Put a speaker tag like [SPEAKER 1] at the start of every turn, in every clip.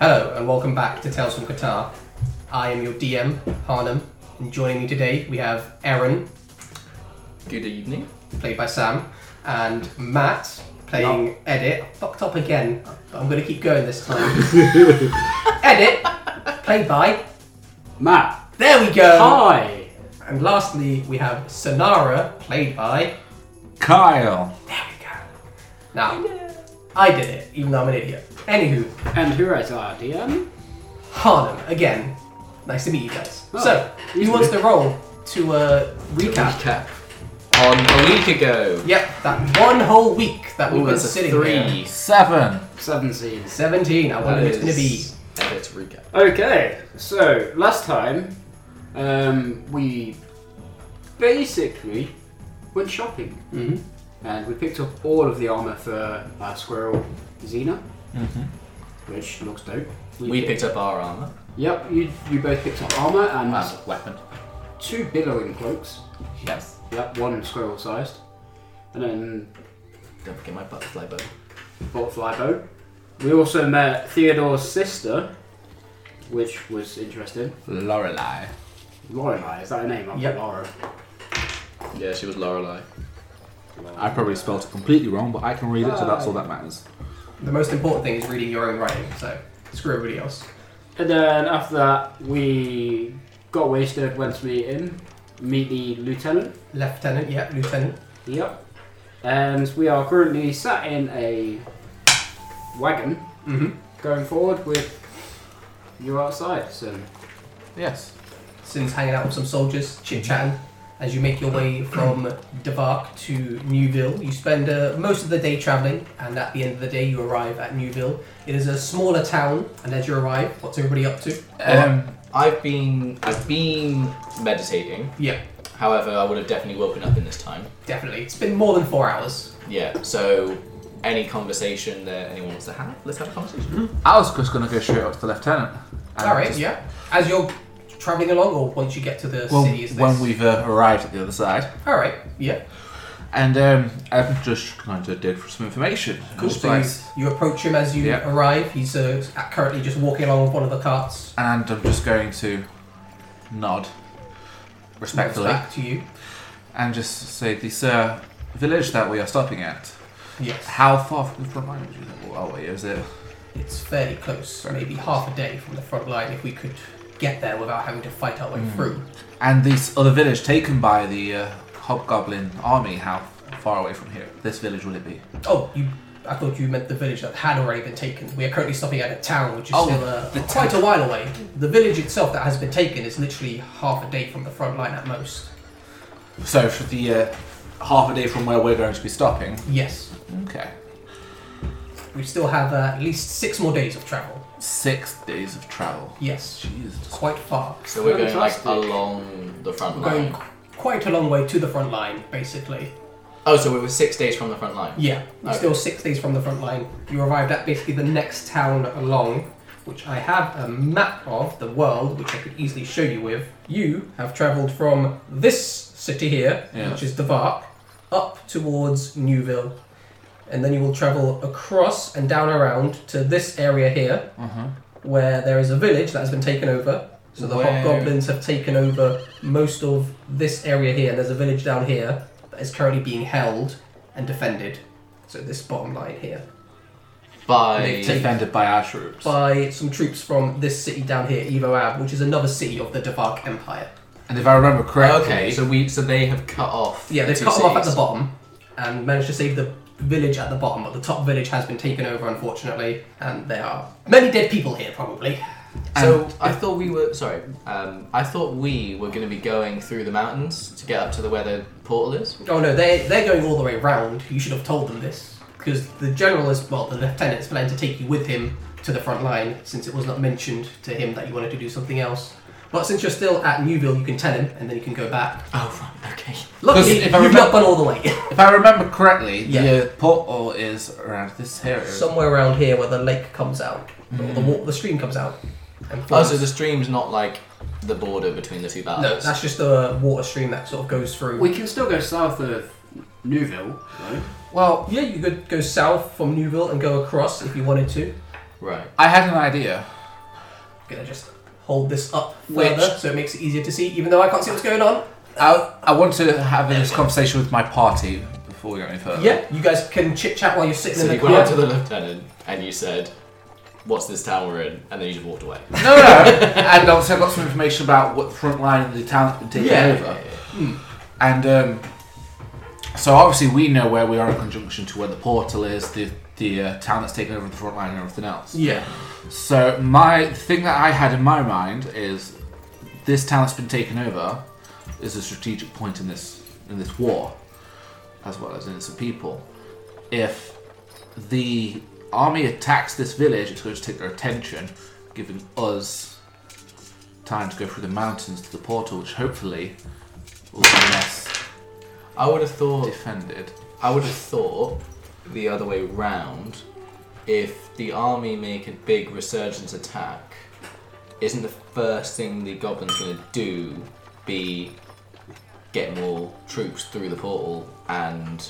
[SPEAKER 1] Hello and welcome back to Tales from Qatar. I am your DM, Harnam, and joining me today we have Aaron,
[SPEAKER 2] Good evening.
[SPEAKER 1] played by Sam, and Matt, playing Edit. I fucked up again, but I'm going to keep going this time. Edit, played by.
[SPEAKER 3] Matt.
[SPEAKER 1] There we go!
[SPEAKER 3] Hi.
[SPEAKER 1] And lastly, we have Sonara, played by.
[SPEAKER 4] Kyle.
[SPEAKER 1] There we go. Now, I did it, even though I'm an idiot. Anywho,
[SPEAKER 3] And who is our DM?
[SPEAKER 1] Harlem again. Nice to meet you guys.
[SPEAKER 3] Oh,
[SPEAKER 1] so, who
[SPEAKER 3] easy.
[SPEAKER 1] wants the roll to uh, recap?
[SPEAKER 2] Recap. On a week ago,
[SPEAKER 1] Yep, that one whole week that
[SPEAKER 2] we
[SPEAKER 1] we've been
[SPEAKER 2] was
[SPEAKER 1] sitting
[SPEAKER 2] three.
[SPEAKER 1] here.
[SPEAKER 4] Seven.
[SPEAKER 3] Seven Seas.
[SPEAKER 1] Seventeen. I
[SPEAKER 2] That
[SPEAKER 1] wonder who it's going to be.
[SPEAKER 2] is Edit recap.
[SPEAKER 3] Okay, so last time um, we basically went shopping
[SPEAKER 1] Mhm.
[SPEAKER 2] Mm-hmm.
[SPEAKER 3] and we picked up all of the armor for our squirrel Xena, which looks dope.
[SPEAKER 2] Mm-hmm. We picked up our armor.
[SPEAKER 3] Yep, you, you both picked up armor and
[SPEAKER 4] weapon.
[SPEAKER 3] two billowing cloaks.
[SPEAKER 2] Yes.
[SPEAKER 3] Yep, one squirrel sized, and then
[SPEAKER 2] Don't forget my butterfly bow.
[SPEAKER 3] butterfly bow. We also met Theodore's sister, which was interesting.
[SPEAKER 4] Lorelei.
[SPEAKER 3] Lorelai, is that her name? I
[SPEAKER 1] Yep.
[SPEAKER 3] yep. Laura.
[SPEAKER 2] Yeah, she was Lorelei.
[SPEAKER 4] I probably spelled it completely wrong, but I can read it, so that's all that matters.
[SPEAKER 1] The most important thing is reading your own writing. So screw everybody else.
[SPEAKER 3] And then after that, we got wasted, went to meet him, meet the lieutenant.
[SPEAKER 1] Lieutenant. Yep, lieutenant.
[SPEAKER 3] Yep. And we are currently sat in a wagon
[SPEAKER 1] Mm-hmm.
[SPEAKER 3] going forward with you outside. So
[SPEAKER 4] Yes.
[SPEAKER 1] Sin's hanging out with some soldiers, chit chatting. As you make your way from Devark to Newville, you spend uh, most of the day traveling, and at the end of the day, you arrive at Newville. It is a smaller town, and as you arrive, what's everybody up to?
[SPEAKER 2] Um, I've been I've been meditating.
[SPEAKER 1] Yeah,
[SPEAKER 2] However, I would have definitely woken up in this time.
[SPEAKER 1] definitely. It's been more than four hours.
[SPEAKER 2] Yeah. So, any conversation that anyone wants to have, let's have a conversation.
[SPEAKER 4] I was just gonna go straight up to the lieutenant. And
[SPEAKER 1] Mm-hmm. All right,
[SPEAKER 4] just-
[SPEAKER 1] yeah. As you're traveling along, or once you get to the
[SPEAKER 4] Well,
[SPEAKER 1] city, is this?
[SPEAKER 4] when we've uh, arrived at the other side,
[SPEAKER 1] All right, yeah.
[SPEAKER 4] and um, I'm just going to dig for some information.
[SPEAKER 1] Cool.
[SPEAKER 4] Just
[SPEAKER 1] So
[SPEAKER 4] like-
[SPEAKER 1] you, you approach him as you
[SPEAKER 4] Yeah.
[SPEAKER 1] arrive. He's uh, at- currently just walking along with one of the carts.
[SPEAKER 4] and I'm just going to nod respectfully
[SPEAKER 1] Back to you.
[SPEAKER 4] and just say, "This uh, village that we are stopping at,
[SPEAKER 1] Yes.
[SPEAKER 4] how far from the front line is it? Oh, wait, is it?
[SPEAKER 1] It's fairly close, maybe half a day from the front line if we could get there without having to fight our way
[SPEAKER 4] Hmm.
[SPEAKER 1] through.
[SPEAKER 4] And this other village taken by the uh, hobgoblin army, how far away from here? This village will it be?
[SPEAKER 1] Oh, you. I thought you meant the village that had already been taken. We are currently stopping at a town which is
[SPEAKER 4] Oh,
[SPEAKER 1] still uh,
[SPEAKER 4] the
[SPEAKER 1] quite a while away. The village itself that has been taken is literally half a day from the front line at most.
[SPEAKER 4] So for the uh, half a day from where we're going to be stopping.
[SPEAKER 1] Yes.
[SPEAKER 4] Okay.
[SPEAKER 1] We still have uh, at least six more days of travel.
[SPEAKER 4] Six days of travel.
[SPEAKER 1] Yes,
[SPEAKER 4] Jesus.
[SPEAKER 1] quite far.
[SPEAKER 2] So we're going like
[SPEAKER 3] Fantastic.
[SPEAKER 2] along the front
[SPEAKER 1] We're
[SPEAKER 2] line.
[SPEAKER 1] going quite a long way to the front line, basically.
[SPEAKER 2] Oh, so we were six days from the front line.
[SPEAKER 1] Yeah, we're
[SPEAKER 2] Okay.
[SPEAKER 1] still six days from the front line. You arrived at basically the next town along, which I have a map of the world, which I could easily show you with. You have travelled from this city here,
[SPEAKER 4] Yeah.
[SPEAKER 1] which is Devark, up towards Newville. And then you will travel across and down around to this area here,
[SPEAKER 4] Uh-huh.
[SPEAKER 1] where there is a village that has been taken over. So the
[SPEAKER 2] Where-
[SPEAKER 1] hobgoblins have taken over most of this area here, and there's a village down here that is currently being held and defended. So this bottom line here
[SPEAKER 2] By
[SPEAKER 1] They've taken-
[SPEAKER 4] Defended by our troops.
[SPEAKER 1] by some troops from this city down here, Evo Ab, which is another city of the Devark Empire.
[SPEAKER 4] and if I remember correctly,
[SPEAKER 2] okay. So we so they have cut off.
[SPEAKER 1] Yeah, they've
[SPEAKER 2] two
[SPEAKER 1] cut them off at
[SPEAKER 2] cities.
[SPEAKER 1] the bottom and managed to save the village at the bottom, but the top village has been taken over, unfortunately, and there are many dead people here, probably.
[SPEAKER 2] So I thought we were sorry. Um, I thought we were going to be going through the mountains to get up to the where the portal is.
[SPEAKER 1] Oh no, they they're going all the way round. You should have told them this because the general is well, the lieutenant is planning to take you with him to the front line since it was not mentioned to him that you wanted to do something else. But since you're still at Newville, you can tell him and then you can go back.
[SPEAKER 2] Oh, right, okay.
[SPEAKER 1] Luckily,
[SPEAKER 4] if
[SPEAKER 1] you've
[SPEAKER 4] I
[SPEAKER 1] not
[SPEAKER 4] remem-
[SPEAKER 1] gone all the way.
[SPEAKER 4] if I remember correctly,
[SPEAKER 1] Yeah.
[SPEAKER 4] the uh, portal is around this area.
[SPEAKER 1] Somewhere around here where the lake comes out, or the, wa- the stream comes out. And
[SPEAKER 2] Oh,
[SPEAKER 1] flows.
[SPEAKER 2] so the uh, stream's not like the border between the two
[SPEAKER 1] no,
[SPEAKER 2] battles.
[SPEAKER 1] that's just a water stream that sort of goes through.
[SPEAKER 3] we can still go south of Newville, though.
[SPEAKER 4] well,
[SPEAKER 1] yeah, you could go south from Newville and go across if you wanted to.
[SPEAKER 2] Right.
[SPEAKER 4] I had an idea.
[SPEAKER 1] gonna just hold this up
[SPEAKER 4] Which-
[SPEAKER 1] further so it makes it easier to see, even though I can't see what's going on.
[SPEAKER 4] I, I want to have this conversation with my party before we go any further.
[SPEAKER 1] Yeah, you guys can chit chat while you're sitting
[SPEAKER 2] So
[SPEAKER 1] in
[SPEAKER 2] you
[SPEAKER 1] the
[SPEAKER 2] went
[SPEAKER 1] car.
[SPEAKER 2] up to the lieutenant and you said, "What's this town we're in?" And then you just walked away.
[SPEAKER 4] No, no. and also I got some information about what the front line of the town had taken over. And um, so obviously we know where we are in conjunction to where the portal is, the the uh, town that's taken over the front line and everything else.
[SPEAKER 1] Yeah.
[SPEAKER 4] So my thing that I had in my mind is this town that's been taken over is a strategic point in this in this war, as well as innocent people. If the army attacks this village, it's going to take their attention, giving us time to go through the mountains to the portal, which hopefully will be less
[SPEAKER 2] I would have thought.
[SPEAKER 4] defended.
[SPEAKER 2] I would have thought the other way round. If the army make a big resurgence attack, isn't the first thing the goblins going to do be get more troops through the portal and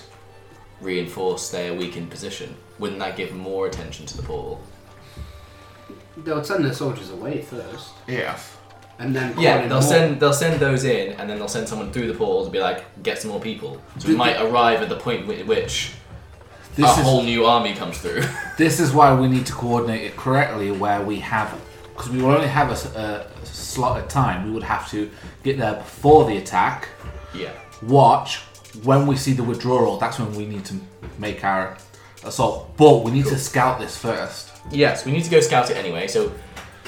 [SPEAKER 2] reinforce their weakened position? Wouldn't that give more attention to the portal?
[SPEAKER 3] They'll send their soldiers away first,
[SPEAKER 4] Yeah.
[SPEAKER 3] and then call
[SPEAKER 2] Yeah,
[SPEAKER 3] in
[SPEAKER 2] they'll
[SPEAKER 3] more.
[SPEAKER 2] send they'll send those in, and then they'll send someone through the portal to be like, get some more people. So we
[SPEAKER 4] Did-
[SPEAKER 2] might arrive at the point wi- at which
[SPEAKER 4] This
[SPEAKER 2] a
[SPEAKER 4] is
[SPEAKER 2] whole new army comes through.
[SPEAKER 4] This is why we need to coordinate it correctly, where we have, because we will only have a s- a, slot at time. We would have to get there before the attack,
[SPEAKER 2] yeah,
[SPEAKER 4] watch when we see the withdrawal. That's when we need to make our assault. But we need to scout this first.
[SPEAKER 2] yes, we need to go scout it anyway. So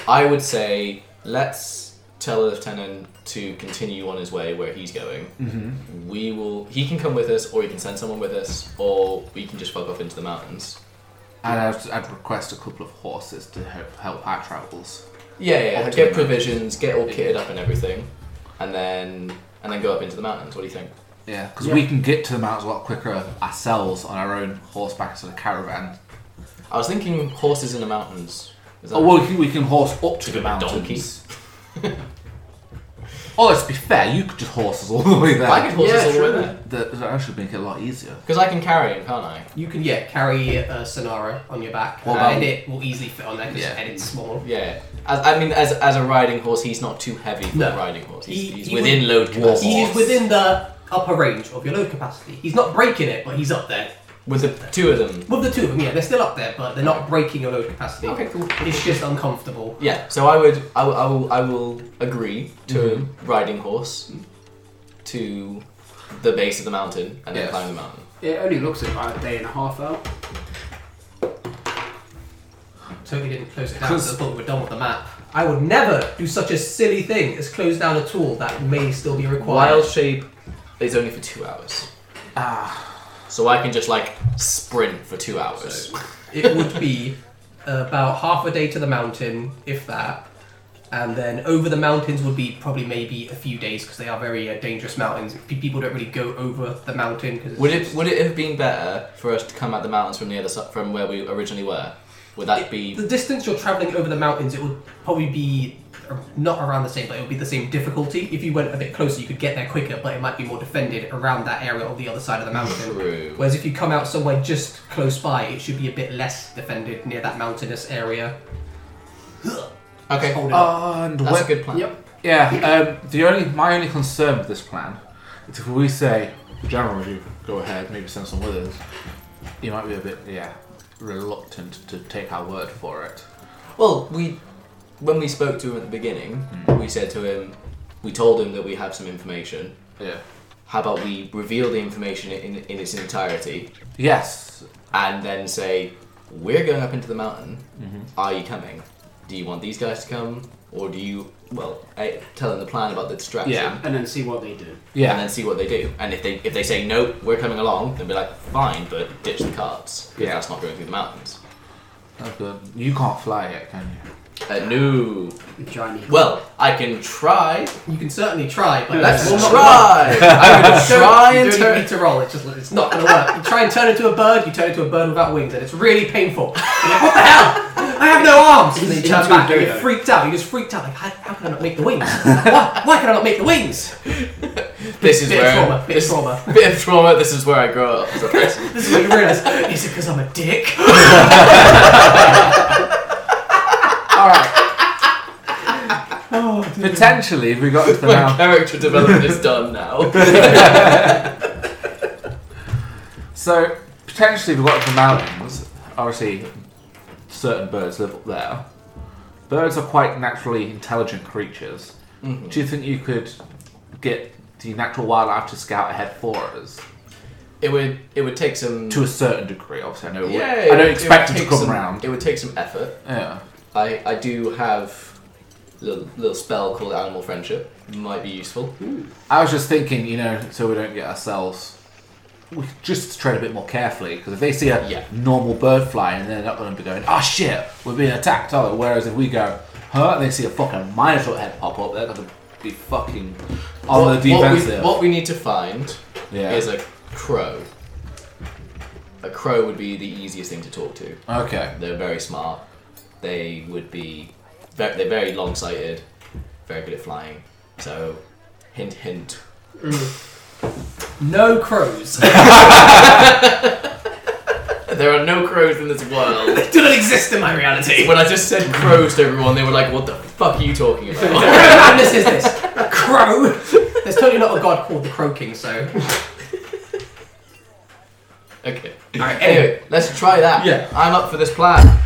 [SPEAKER 2] I would say let's tell the lieutenant to continue on his way where he's going. Mm-hmm. We will. He can come with us, or he can send someone with us, or we can just fuck off into the mountains.
[SPEAKER 4] And I'd, I'd request a couple of horses to help, help our travels.
[SPEAKER 2] Yeah, yeah.
[SPEAKER 4] Up to
[SPEAKER 2] get
[SPEAKER 4] the
[SPEAKER 2] provisions, get all kitted up and everything, and then and then go up into the mountains. What do you think?
[SPEAKER 4] Yeah, because
[SPEAKER 3] Yeah.
[SPEAKER 4] we can get to the mountains a lot quicker ourselves on our own horseback instead of caravan.
[SPEAKER 2] I was thinking horses in the mountains. Is that
[SPEAKER 4] Oh, well, we can, we can horse up to the
[SPEAKER 2] Could be
[SPEAKER 4] mountains.
[SPEAKER 2] donkeys.
[SPEAKER 4] oh, let's be fair, you could just horse us all the way there.
[SPEAKER 2] I could horses
[SPEAKER 3] Yeah,
[SPEAKER 2] all the way
[SPEAKER 3] true.
[SPEAKER 2] there
[SPEAKER 4] That that actually make it a lot easier.
[SPEAKER 2] because I can carry him, can't I?
[SPEAKER 1] You can, yeah, carry a Sonara on your back,
[SPEAKER 4] What
[SPEAKER 1] and
[SPEAKER 4] about-
[SPEAKER 1] it will easily fit on there because
[SPEAKER 4] Yeah.
[SPEAKER 1] and it's small.
[SPEAKER 2] Yeah. As, I mean, as as a riding horse, he's not too heavy for
[SPEAKER 1] No.
[SPEAKER 2] a riding horse. He's,
[SPEAKER 1] He-
[SPEAKER 2] he's
[SPEAKER 1] he
[SPEAKER 2] within load capacity.
[SPEAKER 1] He's within the upper range of your load capacity. He's not breaking it, but he's up there.
[SPEAKER 2] with the two of them.
[SPEAKER 1] With the two of them, yeah, they're still up there, but they're not breaking your load capacity.
[SPEAKER 2] cool.
[SPEAKER 1] It's just uncomfortable.
[SPEAKER 2] Yeah. So I would, I, will- I will, I will agree to a riding horse to the base of the mountain and then
[SPEAKER 4] Yes.
[SPEAKER 2] climb the mountain.
[SPEAKER 3] It only looks about a day and a half out.
[SPEAKER 1] Totally didn't close it down because I thought we were done with the map. I would never do such a silly thing as close down a tool that may still be required.
[SPEAKER 2] Wild shape is only for two hours.
[SPEAKER 4] Ah,
[SPEAKER 2] So I can just like sprint for two hours.
[SPEAKER 1] it would be about half a day to the mountain, if that. And then over the mountains would be probably maybe a few days because they are very uh, dangerous mountains. Pe- People don't really go over the mountain because
[SPEAKER 2] would it would it have been better for us to come at the mountains from the other side, from where we originally were? Would that be
[SPEAKER 1] the distance you're traveling over the mountains? It would probably be uh, not around the same, but it would be the same difficulty. If you went a bit closer, you could get there quicker, but it might be more defended around that area on the other side of the mountain.
[SPEAKER 2] true?
[SPEAKER 1] Whereas if you come out somewhere just close by, it should be a bit less defended near that mountainous area.
[SPEAKER 2] Okay,
[SPEAKER 1] Hold it up.
[SPEAKER 4] and
[SPEAKER 2] that's a
[SPEAKER 4] what?
[SPEAKER 2] good plan.
[SPEAKER 3] Yep.
[SPEAKER 4] Yeah. Um, the only my only concern with this plan is if we say, General, you go ahead, maybe send some with us. You might be a bit yeah reluctant to take our word for it.
[SPEAKER 2] Well, we when we spoke to him at the beginning,
[SPEAKER 4] Hmm.
[SPEAKER 2] we said to him, we told him that we have some information.
[SPEAKER 4] Yeah.
[SPEAKER 2] How about we reveal the information in, in its entirety
[SPEAKER 4] Yes.
[SPEAKER 2] and then say, we're going up into the mountain.
[SPEAKER 4] Mm-hmm.
[SPEAKER 2] Are you coming? Do you want these guys to come, or do you? Well, I, tell them the plan about the distraction.
[SPEAKER 4] Yeah.
[SPEAKER 3] And then see what they do.
[SPEAKER 4] Yeah.
[SPEAKER 2] and then see what they do. And if they if they say no, we're coming along, then be like, fine, but ditch the carts. Yeah,
[SPEAKER 4] Yeah.
[SPEAKER 2] that's not going through the mountains.
[SPEAKER 4] That's good. You can't fly yet, can you?
[SPEAKER 2] Uh, no.
[SPEAKER 3] Johnny.
[SPEAKER 2] Well, I can try.
[SPEAKER 1] You can certainly try, but
[SPEAKER 2] Let's
[SPEAKER 1] it will not work.
[SPEAKER 2] try. I'm gonna
[SPEAKER 1] Don't-
[SPEAKER 2] try
[SPEAKER 1] you
[SPEAKER 2] and
[SPEAKER 1] don't
[SPEAKER 2] turn.
[SPEAKER 1] need to roll. It's just it's not gonna work. You try and turn into a bird. You turn into a bird without wings, and it's really painful. You're like, what the hell? I have no arms. And then you
[SPEAKER 3] He's
[SPEAKER 1] turn
[SPEAKER 3] into a
[SPEAKER 1] back. And you're
[SPEAKER 3] dodo.
[SPEAKER 1] freaked out. You just freaked out. Like how, how can I not make the wings? why, why can I not make the wings?
[SPEAKER 2] This is
[SPEAKER 1] Bit
[SPEAKER 2] where
[SPEAKER 1] of trauma. Bit of
[SPEAKER 2] this,
[SPEAKER 1] trauma.
[SPEAKER 2] Bit of trauma. This is where I grow up as a person.
[SPEAKER 1] This is when you realise. Is it because I'm a dick?
[SPEAKER 4] Potentially, if we got to the
[SPEAKER 2] My
[SPEAKER 4] mouth.
[SPEAKER 2] character development is done now.
[SPEAKER 4] So potentially, if we got to the mountains, obviously, certain birds live up there. Birds are quite naturally intelligent creatures.
[SPEAKER 2] Mhm.
[SPEAKER 4] Do you think you could get the natural wildlife to scout ahead for us
[SPEAKER 2] It would it would take some.
[SPEAKER 4] to a certain degree? Obviously, I know.
[SPEAKER 2] yeah,
[SPEAKER 4] I
[SPEAKER 2] it
[SPEAKER 4] don't
[SPEAKER 2] would-
[SPEAKER 4] expect
[SPEAKER 2] it
[SPEAKER 4] them to
[SPEAKER 2] would take
[SPEAKER 4] come
[SPEAKER 2] some-
[SPEAKER 4] round.
[SPEAKER 2] It would take some effort.
[SPEAKER 4] Yeah.
[SPEAKER 2] I I do have a little, little spell called Animal Friendship. Might be useful.
[SPEAKER 4] I was just thinking, you know, so we don't get ourselves. We could just tread a bit more carefully because if they see a
[SPEAKER 2] Yeah.
[SPEAKER 4] normal bird flying, they're not going to be going, "Oh shit, we're being attacked." Are they? Whereas if we go, "Huh," and they see a fucking minotaur head pop up, they're going to be fucking on
[SPEAKER 2] what,
[SPEAKER 4] the
[SPEAKER 2] what we-
[SPEAKER 4] defensive.
[SPEAKER 2] what we need to find
[SPEAKER 4] yeah.
[SPEAKER 2] is a crow. A crow would be the easiest thing to talk to.
[SPEAKER 4] okay.
[SPEAKER 2] They're very smart. They would be. Very, they're very long-sighted. Very good at flying. So, hint, hint.
[SPEAKER 1] No crows.
[SPEAKER 2] There are no crows in this world.
[SPEAKER 1] Do not exist in my reality.
[SPEAKER 2] when I just said crows to everyone, they were like, "What the fuck are you talking about?"
[SPEAKER 1] what madness is this? Crow? There's totally not a god called the Crow King, so.
[SPEAKER 2] Okay.
[SPEAKER 1] Alright, anyway.
[SPEAKER 2] Anyway, let's try that.
[SPEAKER 4] Yeah.
[SPEAKER 2] I'm up for this plan.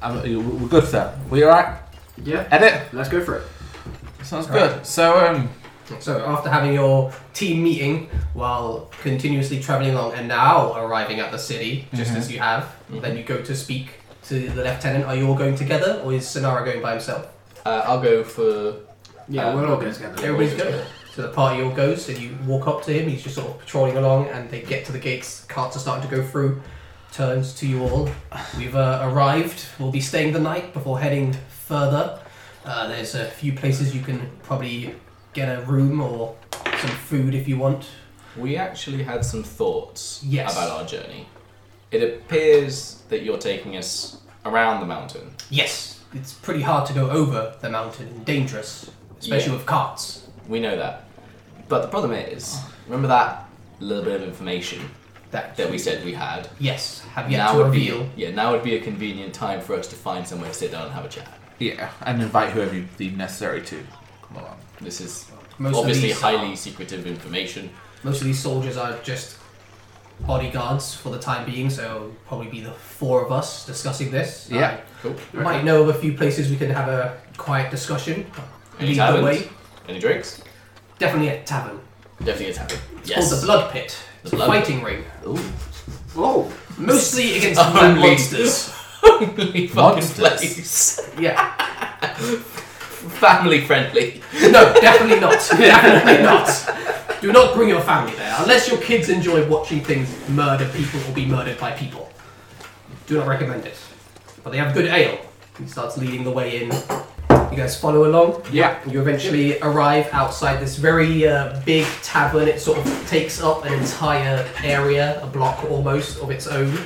[SPEAKER 4] I'm, we're good for that. We all right?
[SPEAKER 3] Yeah,
[SPEAKER 4] Edit.
[SPEAKER 3] let's go for it.
[SPEAKER 4] Sounds
[SPEAKER 1] All
[SPEAKER 4] good. So um,
[SPEAKER 1] So, after having your team meeting while continuously travelling along and now arriving at the city, just as you have, then you go to speak to the lieutenant. Are you all going together, or is Sonara going by himself?
[SPEAKER 2] Uh, I'll go for.
[SPEAKER 3] Yeah,
[SPEAKER 2] Um,
[SPEAKER 3] we'll all go together.
[SPEAKER 1] Everybody's going. So the party all goes, and you walk up to him. He's just sort of patrolling along, and they get to the gates. Carts are starting to go through. Turns to you all. We've uh, arrived. We'll be staying the night before heading further. Uh, there's a few places you can probably get a room or some food if you want.
[SPEAKER 2] We actually had some thoughts
[SPEAKER 1] Yes.
[SPEAKER 2] about our journey. It appears that you're taking us around the mountain.
[SPEAKER 1] Yes, it's pretty hard to go over the mountain and dangerous, especially
[SPEAKER 2] Yeah.
[SPEAKER 1] with carts.
[SPEAKER 2] We know that. But the problem is, remember that little bit of information
[SPEAKER 1] That,
[SPEAKER 2] that we said we had?
[SPEAKER 1] yes have yet
[SPEAKER 2] now
[SPEAKER 1] to
[SPEAKER 2] would
[SPEAKER 1] reveal.
[SPEAKER 2] be yeah, now would be a convenient time for us to find somewhere to sit down and have a chat.
[SPEAKER 4] yeah, and invite whoever you deem necessary to come along.
[SPEAKER 2] This is
[SPEAKER 1] Most of
[SPEAKER 2] obviously
[SPEAKER 1] these
[SPEAKER 2] highly
[SPEAKER 1] are-
[SPEAKER 2] secretive information.
[SPEAKER 1] Most of these soldiers are just bodyguards for the time being, so probably be the four of us discussing this.
[SPEAKER 4] Yeah.
[SPEAKER 2] Cool.
[SPEAKER 1] I might know of a few places we can have a quiet discussion.
[SPEAKER 2] Any
[SPEAKER 1] Lead the
[SPEAKER 2] taverns?
[SPEAKER 1] way.
[SPEAKER 2] Any drinks?
[SPEAKER 1] Definitely a tavern.
[SPEAKER 2] Definitely a tavern.
[SPEAKER 1] It's
[SPEAKER 2] Yes.
[SPEAKER 1] called the Blood Pit.
[SPEAKER 2] The
[SPEAKER 1] It's a
[SPEAKER 2] Blood-
[SPEAKER 1] fighting ring.
[SPEAKER 2] Ooh.
[SPEAKER 3] Oh,
[SPEAKER 1] Mostly against
[SPEAKER 2] Only-
[SPEAKER 1] monsters.
[SPEAKER 2] Only fucking
[SPEAKER 4] Monsters.
[SPEAKER 2] place.
[SPEAKER 1] Yeah.
[SPEAKER 2] Family friendly.
[SPEAKER 1] No, definitely not. definitely not. Do not bring your family there unless your kids enjoy watching things murder people or be murdered by people. Do not recommend it. But they have good ale. He starts leading the way in. You guys follow along.
[SPEAKER 4] Yeah.
[SPEAKER 1] You eventually arrive outside this very uh, big tavern. It sort of takes up an entire area, a block almost of its own.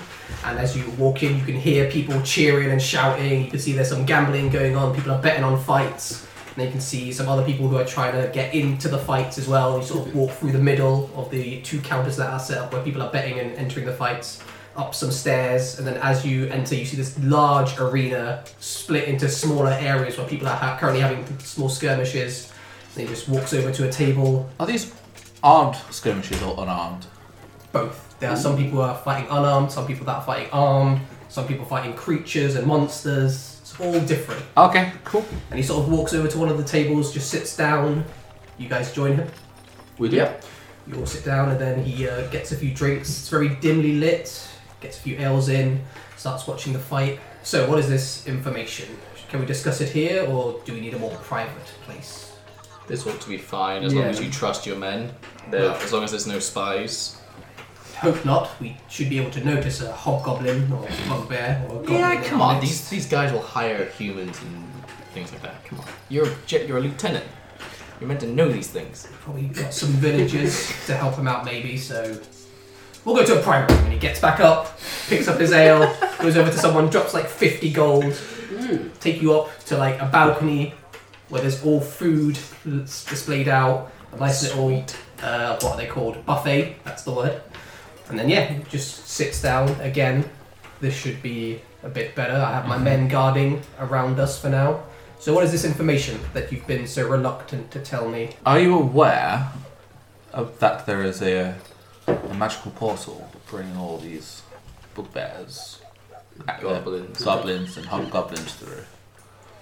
[SPEAKER 1] And as you walk in, you can hear people cheering and shouting. You can see there's some gambling going on. People are betting on fights. And you can see some other people who are trying to get into the fights as well. You sort of walk through the middle of the two counters that are set up where people are betting and entering the fights up some stairs, and then as you enter, you see this large arena split into smaller areas where people are ha- currently having small skirmishes. And he just walks over to a table.
[SPEAKER 4] Are these armed skirmishes or unarmed?
[SPEAKER 1] Both. There are some people who are fighting unarmed, some people that are fighting armed, some people fighting creatures and monsters. It's all different.
[SPEAKER 4] Okay, cool.
[SPEAKER 1] And he sort of walks over to one of the tables, just sits down. You guys join him.
[SPEAKER 4] We do.
[SPEAKER 2] Yep.
[SPEAKER 1] You all sit down, and then he uh, gets a few drinks. It's very dimly lit. Gets a few ales in. Starts watching the fight. So, what is this information? Can we discuss it here, or do we need a more private place?
[SPEAKER 2] This ought to be fine as long
[SPEAKER 3] Yeah.
[SPEAKER 2] as you trust your men. There-
[SPEAKER 1] Yeah.
[SPEAKER 2] As long as there's no spies.
[SPEAKER 1] Hope not. We should be able to notice a hobgoblin or a bugbear or a goblin. in
[SPEAKER 2] come
[SPEAKER 1] our
[SPEAKER 2] on.
[SPEAKER 1] midst.
[SPEAKER 2] These these guys will hire humans and things like that. Come on. You're a jet. You're a lieutenant. You're meant to know these things.
[SPEAKER 1] Probably got some villagers to help him out, maybe. So, we'll go to a primary. And he gets back up, picks up his ale, goes over to someone, drops like fifty gold. take you up to like a balcony where there's all food that's displayed out, a nice little uh, what are they called buffet? That's the word. And then yeah, he just sits down again. This should be a bit better. I have my men guarding around us for now. So, what is this information that you've been so reluctant to tell me?
[SPEAKER 4] Are you aware of that there is a, a magical portal bringing all these bugbears, uh,
[SPEAKER 2] Goblins.
[SPEAKER 4] goblins, and hobgoblins through?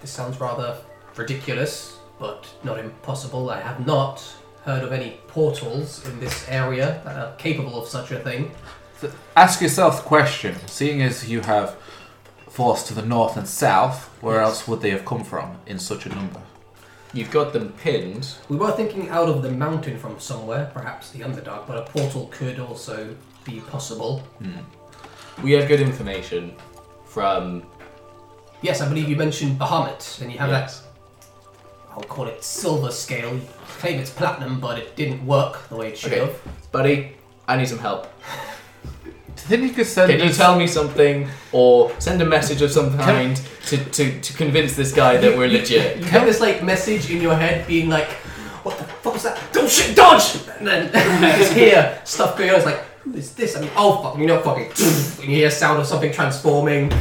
[SPEAKER 1] This sounds rather ridiculous, but not impossible. I have not heard of any portals in this area that are capable of such a thing.
[SPEAKER 4] So ask yourself the question: Seeing as you have forced to the north and south, where
[SPEAKER 1] Yes.
[SPEAKER 4] else would they have come from in such a number?
[SPEAKER 2] You've got them pinned.
[SPEAKER 1] We were thinking out of the mountain from somewhere, perhaps the Underdark, but a portal could also be possible.
[SPEAKER 2] We have good information from
[SPEAKER 1] Yes, I believe you mentioned Bahamut, and you have
[SPEAKER 2] Yes.
[SPEAKER 1] that, I'll call it silver scale. You claim it's platinum, but it didn't work the way it should
[SPEAKER 2] Okay.
[SPEAKER 1] have.
[SPEAKER 2] Buddy. I need some help.
[SPEAKER 4] Do you think you could send
[SPEAKER 2] Can you
[SPEAKER 4] us-
[SPEAKER 2] tell me something or send a message of some kind to, to, to convince this guy that we're legit?
[SPEAKER 1] You have this like message in your head being like, what the fuck was that? Don't shit, dodge! And then you just hear stuff going on. It's like, who is this? I mean, oh fuck, you know, fucking. And you hear sound of something transforming.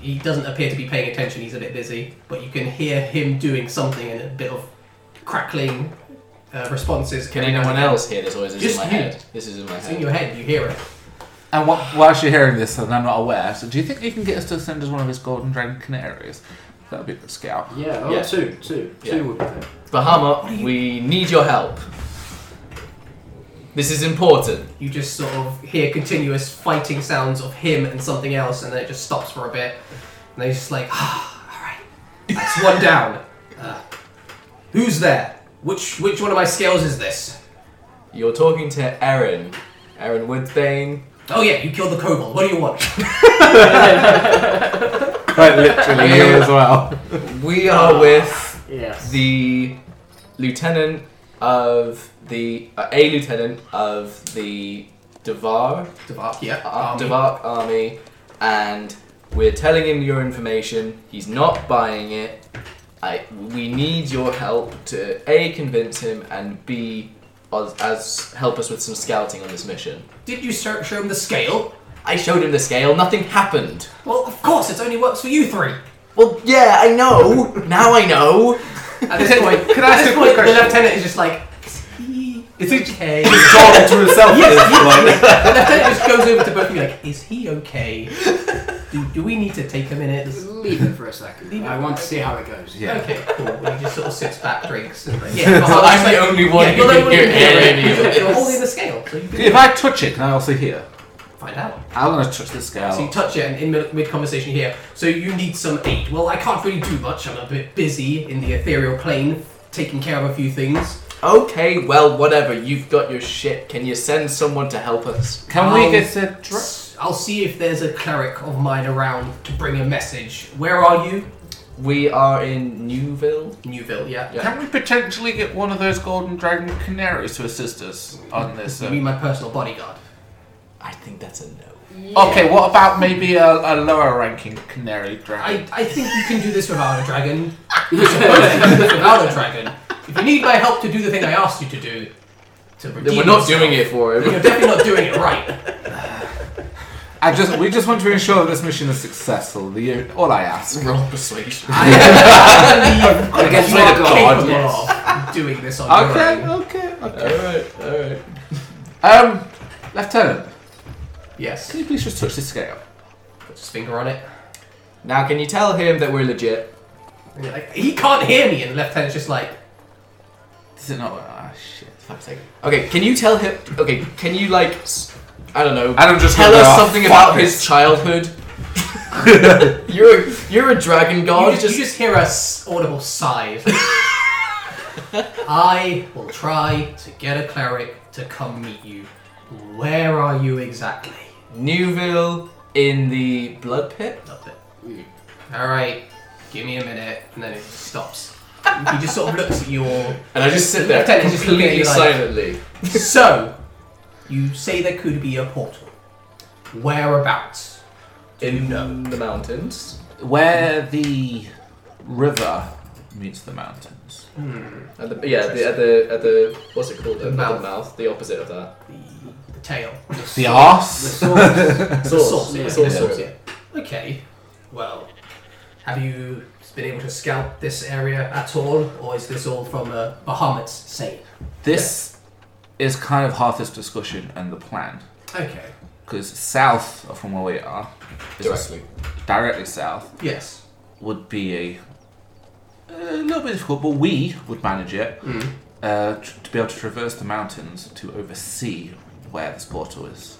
[SPEAKER 1] He doesn't appear to be paying attention, he's a bit busy, but you can hear him doing something and a bit of crackling uh, responses.
[SPEAKER 2] Can
[SPEAKER 1] every now
[SPEAKER 2] anyone
[SPEAKER 1] and then.
[SPEAKER 2] else hear this or is this
[SPEAKER 1] Just
[SPEAKER 2] in my
[SPEAKER 1] you.
[SPEAKER 2] head? This is in my
[SPEAKER 1] It's in
[SPEAKER 2] head.
[SPEAKER 1] your head, you hear it.
[SPEAKER 4] And wh- whilst you're hearing this, and I'm not aware, so do you think you can get us to send us one of his golden dragon canaries? That would be the scout.
[SPEAKER 3] Yeah, oh,
[SPEAKER 2] Yeah.
[SPEAKER 3] two, two,
[SPEAKER 2] Yeah.
[SPEAKER 3] two would be good.
[SPEAKER 2] Bahama, we need your help. This is important.
[SPEAKER 1] You just sort of hear continuous fighting sounds of him and something else, and then it just stops for a bit. And they're just like, ah, all right, that's one down. Uh, who's there? Which which one of my scales is this?
[SPEAKER 2] You're talking to Erin. Erin Woodthane.
[SPEAKER 1] Oh yeah, you killed the kobold. What do you want?
[SPEAKER 4] Quite literally
[SPEAKER 2] you
[SPEAKER 4] as well.
[SPEAKER 2] We are with
[SPEAKER 3] Yes.
[SPEAKER 2] the lieutenant of the uh, a lieutenant of the Devar
[SPEAKER 1] Devark, yeah. um,
[SPEAKER 2] uh,
[SPEAKER 1] army.
[SPEAKER 2] Devark army, and we're telling him your information. He's not buying it. I, we need your help to a convince him and b as, as help us with some scouting on this mission.
[SPEAKER 1] Did you ser- show him the scale?
[SPEAKER 2] I showed him the scale. Nothing happened.
[SPEAKER 1] Well, of course, it only works for you three.
[SPEAKER 2] Well, yeah, I know. now I know.
[SPEAKER 1] At this point,
[SPEAKER 4] Can
[SPEAKER 1] at
[SPEAKER 4] I ask
[SPEAKER 1] this
[SPEAKER 4] you a
[SPEAKER 1] point,
[SPEAKER 4] quick
[SPEAKER 1] the
[SPEAKER 4] question?
[SPEAKER 1] lieutenant is just like, is he
[SPEAKER 4] Is he-
[SPEAKER 1] okay?
[SPEAKER 4] He's talking to himself at this point.
[SPEAKER 1] And then it just goes over to both of you like, is he okay? Do, do we need to take a minute? This-
[SPEAKER 3] Leave it for a second.
[SPEAKER 1] Leave it
[SPEAKER 3] I
[SPEAKER 1] for
[SPEAKER 3] want
[SPEAKER 1] a
[SPEAKER 3] to see how it goes.
[SPEAKER 4] Yeah.
[SPEAKER 1] Okay, cool. And he just sort of sits back, drinks, and like, yeah.
[SPEAKER 2] So I'm the only one
[SPEAKER 1] yeah,
[SPEAKER 2] who
[SPEAKER 1] you're the
[SPEAKER 2] can
[SPEAKER 1] only one
[SPEAKER 2] hear any of
[SPEAKER 1] You're- You're
[SPEAKER 2] this.
[SPEAKER 1] holding the scale, so you can
[SPEAKER 4] If I touch it, can I also hear?
[SPEAKER 1] find out.
[SPEAKER 4] I'm gonna touch the
[SPEAKER 1] So you
[SPEAKER 4] scale.
[SPEAKER 1] touch it, and in mid- mid-conversation here, so you need some aid. Well, I can't really do much. I'm a bit busy in the ethereal plane, taking care of a few things.
[SPEAKER 2] Okay, well, whatever. You've got your shit. Can you send someone to help us?
[SPEAKER 4] Can
[SPEAKER 1] I'll-
[SPEAKER 4] we get a dra-
[SPEAKER 1] S- I'll see if there's a cleric of mine around to bring a message. Where are you?
[SPEAKER 2] We are in Newville.
[SPEAKER 1] Newville, yeah.
[SPEAKER 2] Yeah.
[SPEAKER 4] Can we potentially get one of those golden dragon canaries to assist us on this?
[SPEAKER 1] You
[SPEAKER 4] uh,
[SPEAKER 1] mean my personal bodyguard?
[SPEAKER 2] I think that's a no.
[SPEAKER 4] Okay, what about maybe a, a lower ranking canary dragon?
[SPEAKER 1] I, I think you can do this without a dragon. You're supposed to do this without a dragon. If you need my help to do the thing I asked you to do, to redeem
[SPEAKER 2] Then we're not
[SPEAKER 1] yourself,
[SPEAKER 2] doing it for him.
[SPEAKER 1] You're definitely not doing it right.
[SPEAKER 4] I, just we just want to ensure that this mission is successful. The uh, all I ask.
[SPEAKER 2] Roll persuasion.
[SPEAKER 1] I believe
[SPEAKER 4] Against
[SPEAKER 1] you
[SPEAKER 4] the
[SPEAKER 1] are
[SPEAKER 4] God,
[SPEAKER 1] capable
[SPEAKER 3] yes.
[SPEAKER 1] of doing this on
[SPEAKER 4] Okay,
[SPEAKER 1] your own.
[SPEAKER 4] okay, okay.
[SPEAKER 2] Alright, alright.
[SPEAKER 4] Um, Lieutenant,
[SPEAKER 1] Yes.
[SPEAKER 4] can you please just touch the scale?
[SPEAKER 1] Put his finger on it.
[SPEAKER 2] Now, can you tell him that we're legit?
[SPEAKER 1] And you're like, he can't hear me, and the left hand's just like,
[SPEAKER 4] Does it not work? Ah, shit.
[SPEAKER 2] Fuck's sake. Okay, can you tell him. Okay, can you, like. s- I don't know.
[SPEAKER 4] Adam just
[SPEAKER 2] tell
[SPEAKER 4] went,
[SPEAKER 2] us
[SPEAKER 4] "Oh,
[SPEAKER 2] something
[SPEAKER 4] fuck
[SPEAKER 2] about
[SPEAKER 4] this."
[SPEAKER 2] his childhood? you're, a, you're a dragon
[SPEAKER 1] you
[SPEAKER 2] god.
[SPEAKER 1] just, you just hear a s- audible sigh. It's like, I will try to get a cleric to come meet you. Where are you exactly?
[SPEAKER 2] Newville in the blood pit?
[SPEAKER 1] Love it. All right, give me a minute, and then it stops. he just sort of looks at you all.
[SPEAKER 2] And I just sit there
[SPEAKER 1] Lieutenant, just
[SPEAKER 2] completely
[SPEAKER 1] looking at you like-
[SPEAKER 2] silently.
[SPEAKER 1] So, you say there could be a portal. Whereabouts? Do you know?
[SPEAKER 2] the mountains.
[SPEAKER 4] Where the river meets the mountains.
[SPEAKER 2] At the, yeah, the, at the at the what's it called? The
[SPEAKER 1] Mouth.
[SPEAKER 2] mouth. mouth, the opposite of that.
[SPEAKER 1] The, the tail.
[SPEAKER 4] The
[SPEAKER 3] The
[SPEAKER 4] arse?
[SPEAKER 3] source.
[SPEAKER 1] The source.
[SPEAKER 2] Source,
[SPEAKER 1] yeah.
[SPEAKER 2] source,
[SPEAKER 1] the
[SPEAKER 2] source.
[SPEAKER 1] source, yeah. Okay. Well, have you been able to scout this area at all, or is this all from uh, Bahamut's say?
[SPEAKER 4] This is kind of half this discussion and the plan.
[SPEAKER 1] Okay.
[SPEAKER 4] Because south of from where we are, is-
[SPEAKER 2] Directly.
[SPEAKER 4] directly south,
[SPEAKER 1] Yes.
[SPEAKER 4] would be a, a little bit difficult, but we would manage it
[SPEAKER 1] Mm.
[SPEAKER 4] uh, tr- to be able to traverse the mountains to oversee where this portal is.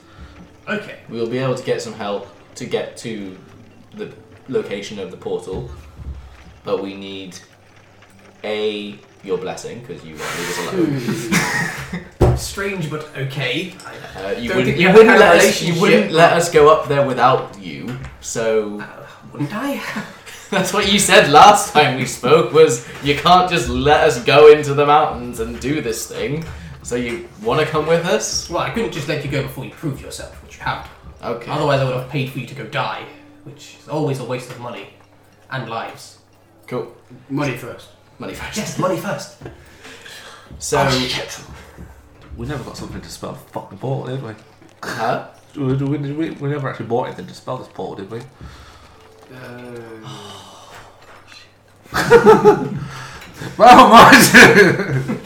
[SPEAKER 1] Okay.
[SPEAKER 2] We'll be able to get some help to get to the location of the portal, but we need a your blessing because you won't leave us
[SPEAKER 1] Hmm.
[SPEAKER 2] alone.
[SPEAKER 1] Strange, but okay.
[SPEAKER 2] Uh, you
[SPEAKER 1] Don't
[SPEAKER 2] wouldn't,
[SPEAKER 1] think
[SPEAKER 2] you
[SPEAKER 1] you
[SPEAKER 2] wouldn't
[SPEAKER 1] had a
[SPEAKER 2] let us. You wouldn't
[SPEAKER 1] relationship.
[SPEAKER 2] let us go up there without you. So
[SPEAKER 1] uh, Wouldn't I?
[SPEAKER 2] that's what you said last time we spoke. Was you can't just let us go into the mountains and do this thing. So you want to come with us?
[SPEAKER 1] Well, I couldn't just let you go before you proved yourself, which you haven't.
[SPEAKER 2] Okay.
[SPEAKER 1] Otherwise, I would have paid for you to go die, which is always a waste of money and lives.
[SPEAKER 2] Cool.
[SPEAKER 3] Money first.
[SPEAKER 2] Money first.
[SPEAKER 1] Yes, money first. Oh, Um,
[SPEAKER 2] So.
[SPEAKER 4] We never got something to spell the fucking portal, did we?
[SPEAKER 2] Huh?
[SPEAKER 4] We, we- we- we never actually bought anything to spell this portal, did we?
[SPEAKER 2] Oh.
[SPEAKER 3] Uh,
[SPEAKER 4] Well, mind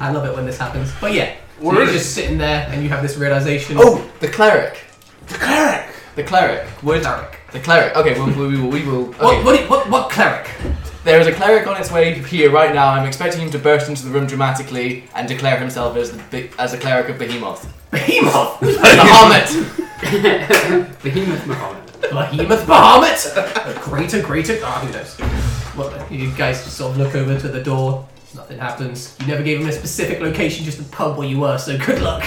[SPEAKER 1] I love it when this happens. But yeah, so
[SPEAKER 4] Well,
[SPEAKER 1] you're
[SPEAKER 4] really-
[SPEAKER 1] just sitting there and you have this realization.
[SPEAKER 2] Oh, the cleric.
[SPEAKER 4] the cleric!
[SPEAKER 2] The cleric. Would
[SPEAKER 1] cleric.
[SPEAKER 2] the cleric? Okay, we, we, we will. We will okay.
[SPEAKER 1] What, what, what, what cleric?
[SPEAKER 2] There is a cleric on its way here right now. I'm expecting him to burst into the room dramatically and declare himself as the be- as the cleric of Behemoth.
[SPEAKER 1] Behemoth!
[SPEAKER 2] Bahamut.
[SPEAKER 3] Behemoth Mahogany.
[SPEAKER 1] Behemoth Bahamut! greater, greater. Ah, who knows? Well, you guys just sort of look over to the door. Nothing happens. You never gave him a specific location, just the pub where you were, so good luck.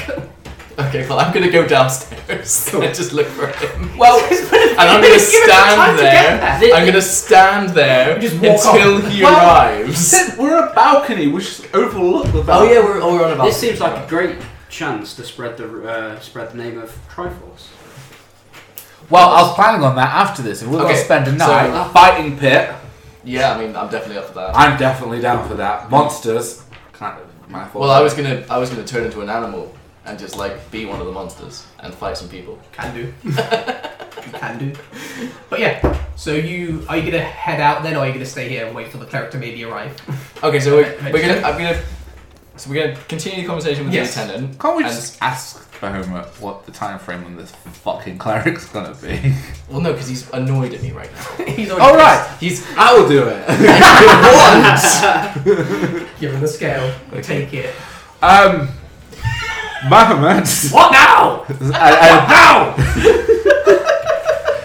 [SPEAKER 2] Okay, well I'm gonna go downstairs and just look for him.
[SPEAKER 1] Well,
[SPEAKER 2] And I'm gonna stand there. I'm gonna stand there
[SPEAKER 1] Just walk
[SPEAKER 2] until he
[SPEAKER 4] Well-
[SPEAKER 2] arrives.
[SPEAKER 4] We're a balcony, we should overlook the
[SPEAKER 2] Oh yeah, we're, oh, we're on a
[SPEAKER 3] This
[SPEAKER 2] balcony.
[SPEAKER 3] seems like a great chance to spread the uh, spread the name of Triforce.
[SPEAKER 4] Well, I was planning on that after this. If we're going
[SPEAKER 2] Okay,
[SPEAKER 4] to spend a
[SPEAKER 2] so-
[SPEAKER 4] night fighting pit,
[SPEAKER 2] Yeah, I mean I'm definitely up for that.
[SPEAKER 4] I'm definitely down for that. Monsters. Kind of my fault.
[SPEAKER 2] Well, I was gonna I was gonna turn into an animal and just like be one of the monsters and fight some people.
[SPEAKER 1] Can do. you can do. But yeah, so you are you gonna head out then, or are you gonna stay here and wait for the cleric to maybe arrive?
[SPEAKER 2] Okay, so we're,
[SPEAKER 1] Makes
[SPEAKER 2] we're gonna I'm gonna so we're gonna continue the conversation with
[SPEAKER 1] Yes.
[SPEAKER 2] the lieutenant.
[SPEAKER 4] Can't we
[SPEAKER 2] and-
[SPEAKER 4] just ask Bahoma what the time frame on this fucking cleric's gonna be?
[SPEAKER 2] Well, no, because he's annoyed at me right now.
[SPEAKER 1] He's already
[SPEAKER 4] All right,
[SPEAKER 2] He's
[SPEAKER 4] I will do it.
[SPEAKER 1] given the scale. Take it.
[SPEAKER 4] Um, Bahoma.
[SPEAKER 1] What now?
[SPEAKER 4] I-
[SPEAKER 1] Now!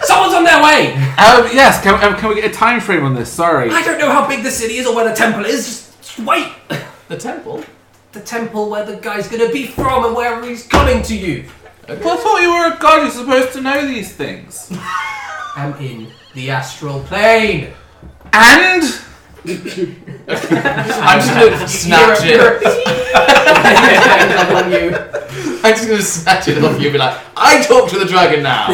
[SPEAKER 1] Someone's on their way.
[SPEAKER 4] I- um, yes, can, um, can we get a time frame on this? Sorry.
[SPEAKER 1] I don't know how big the city is or where the temple is. Just, just wait.
[SPEAKER 2] the temple.
[SPEAKER 1] The temple where the guy's gonna be from and wherever he's coming to you.
[SPEAKER 4] Well, I thought you were a god. You're supposed to know these things.
[SPEAKER 1] I'm in the astral plane.
[SPEAKER 4] And
[SPEAKER 2] I'm just gonna snatch
[SPEAKER 1] You're-
[SPEAKER 2] it.
[SPEAKER 1] you're- you.
[SPEAKER 2] I'm just gonna snatch it off you and be like, I talk to the dragon now.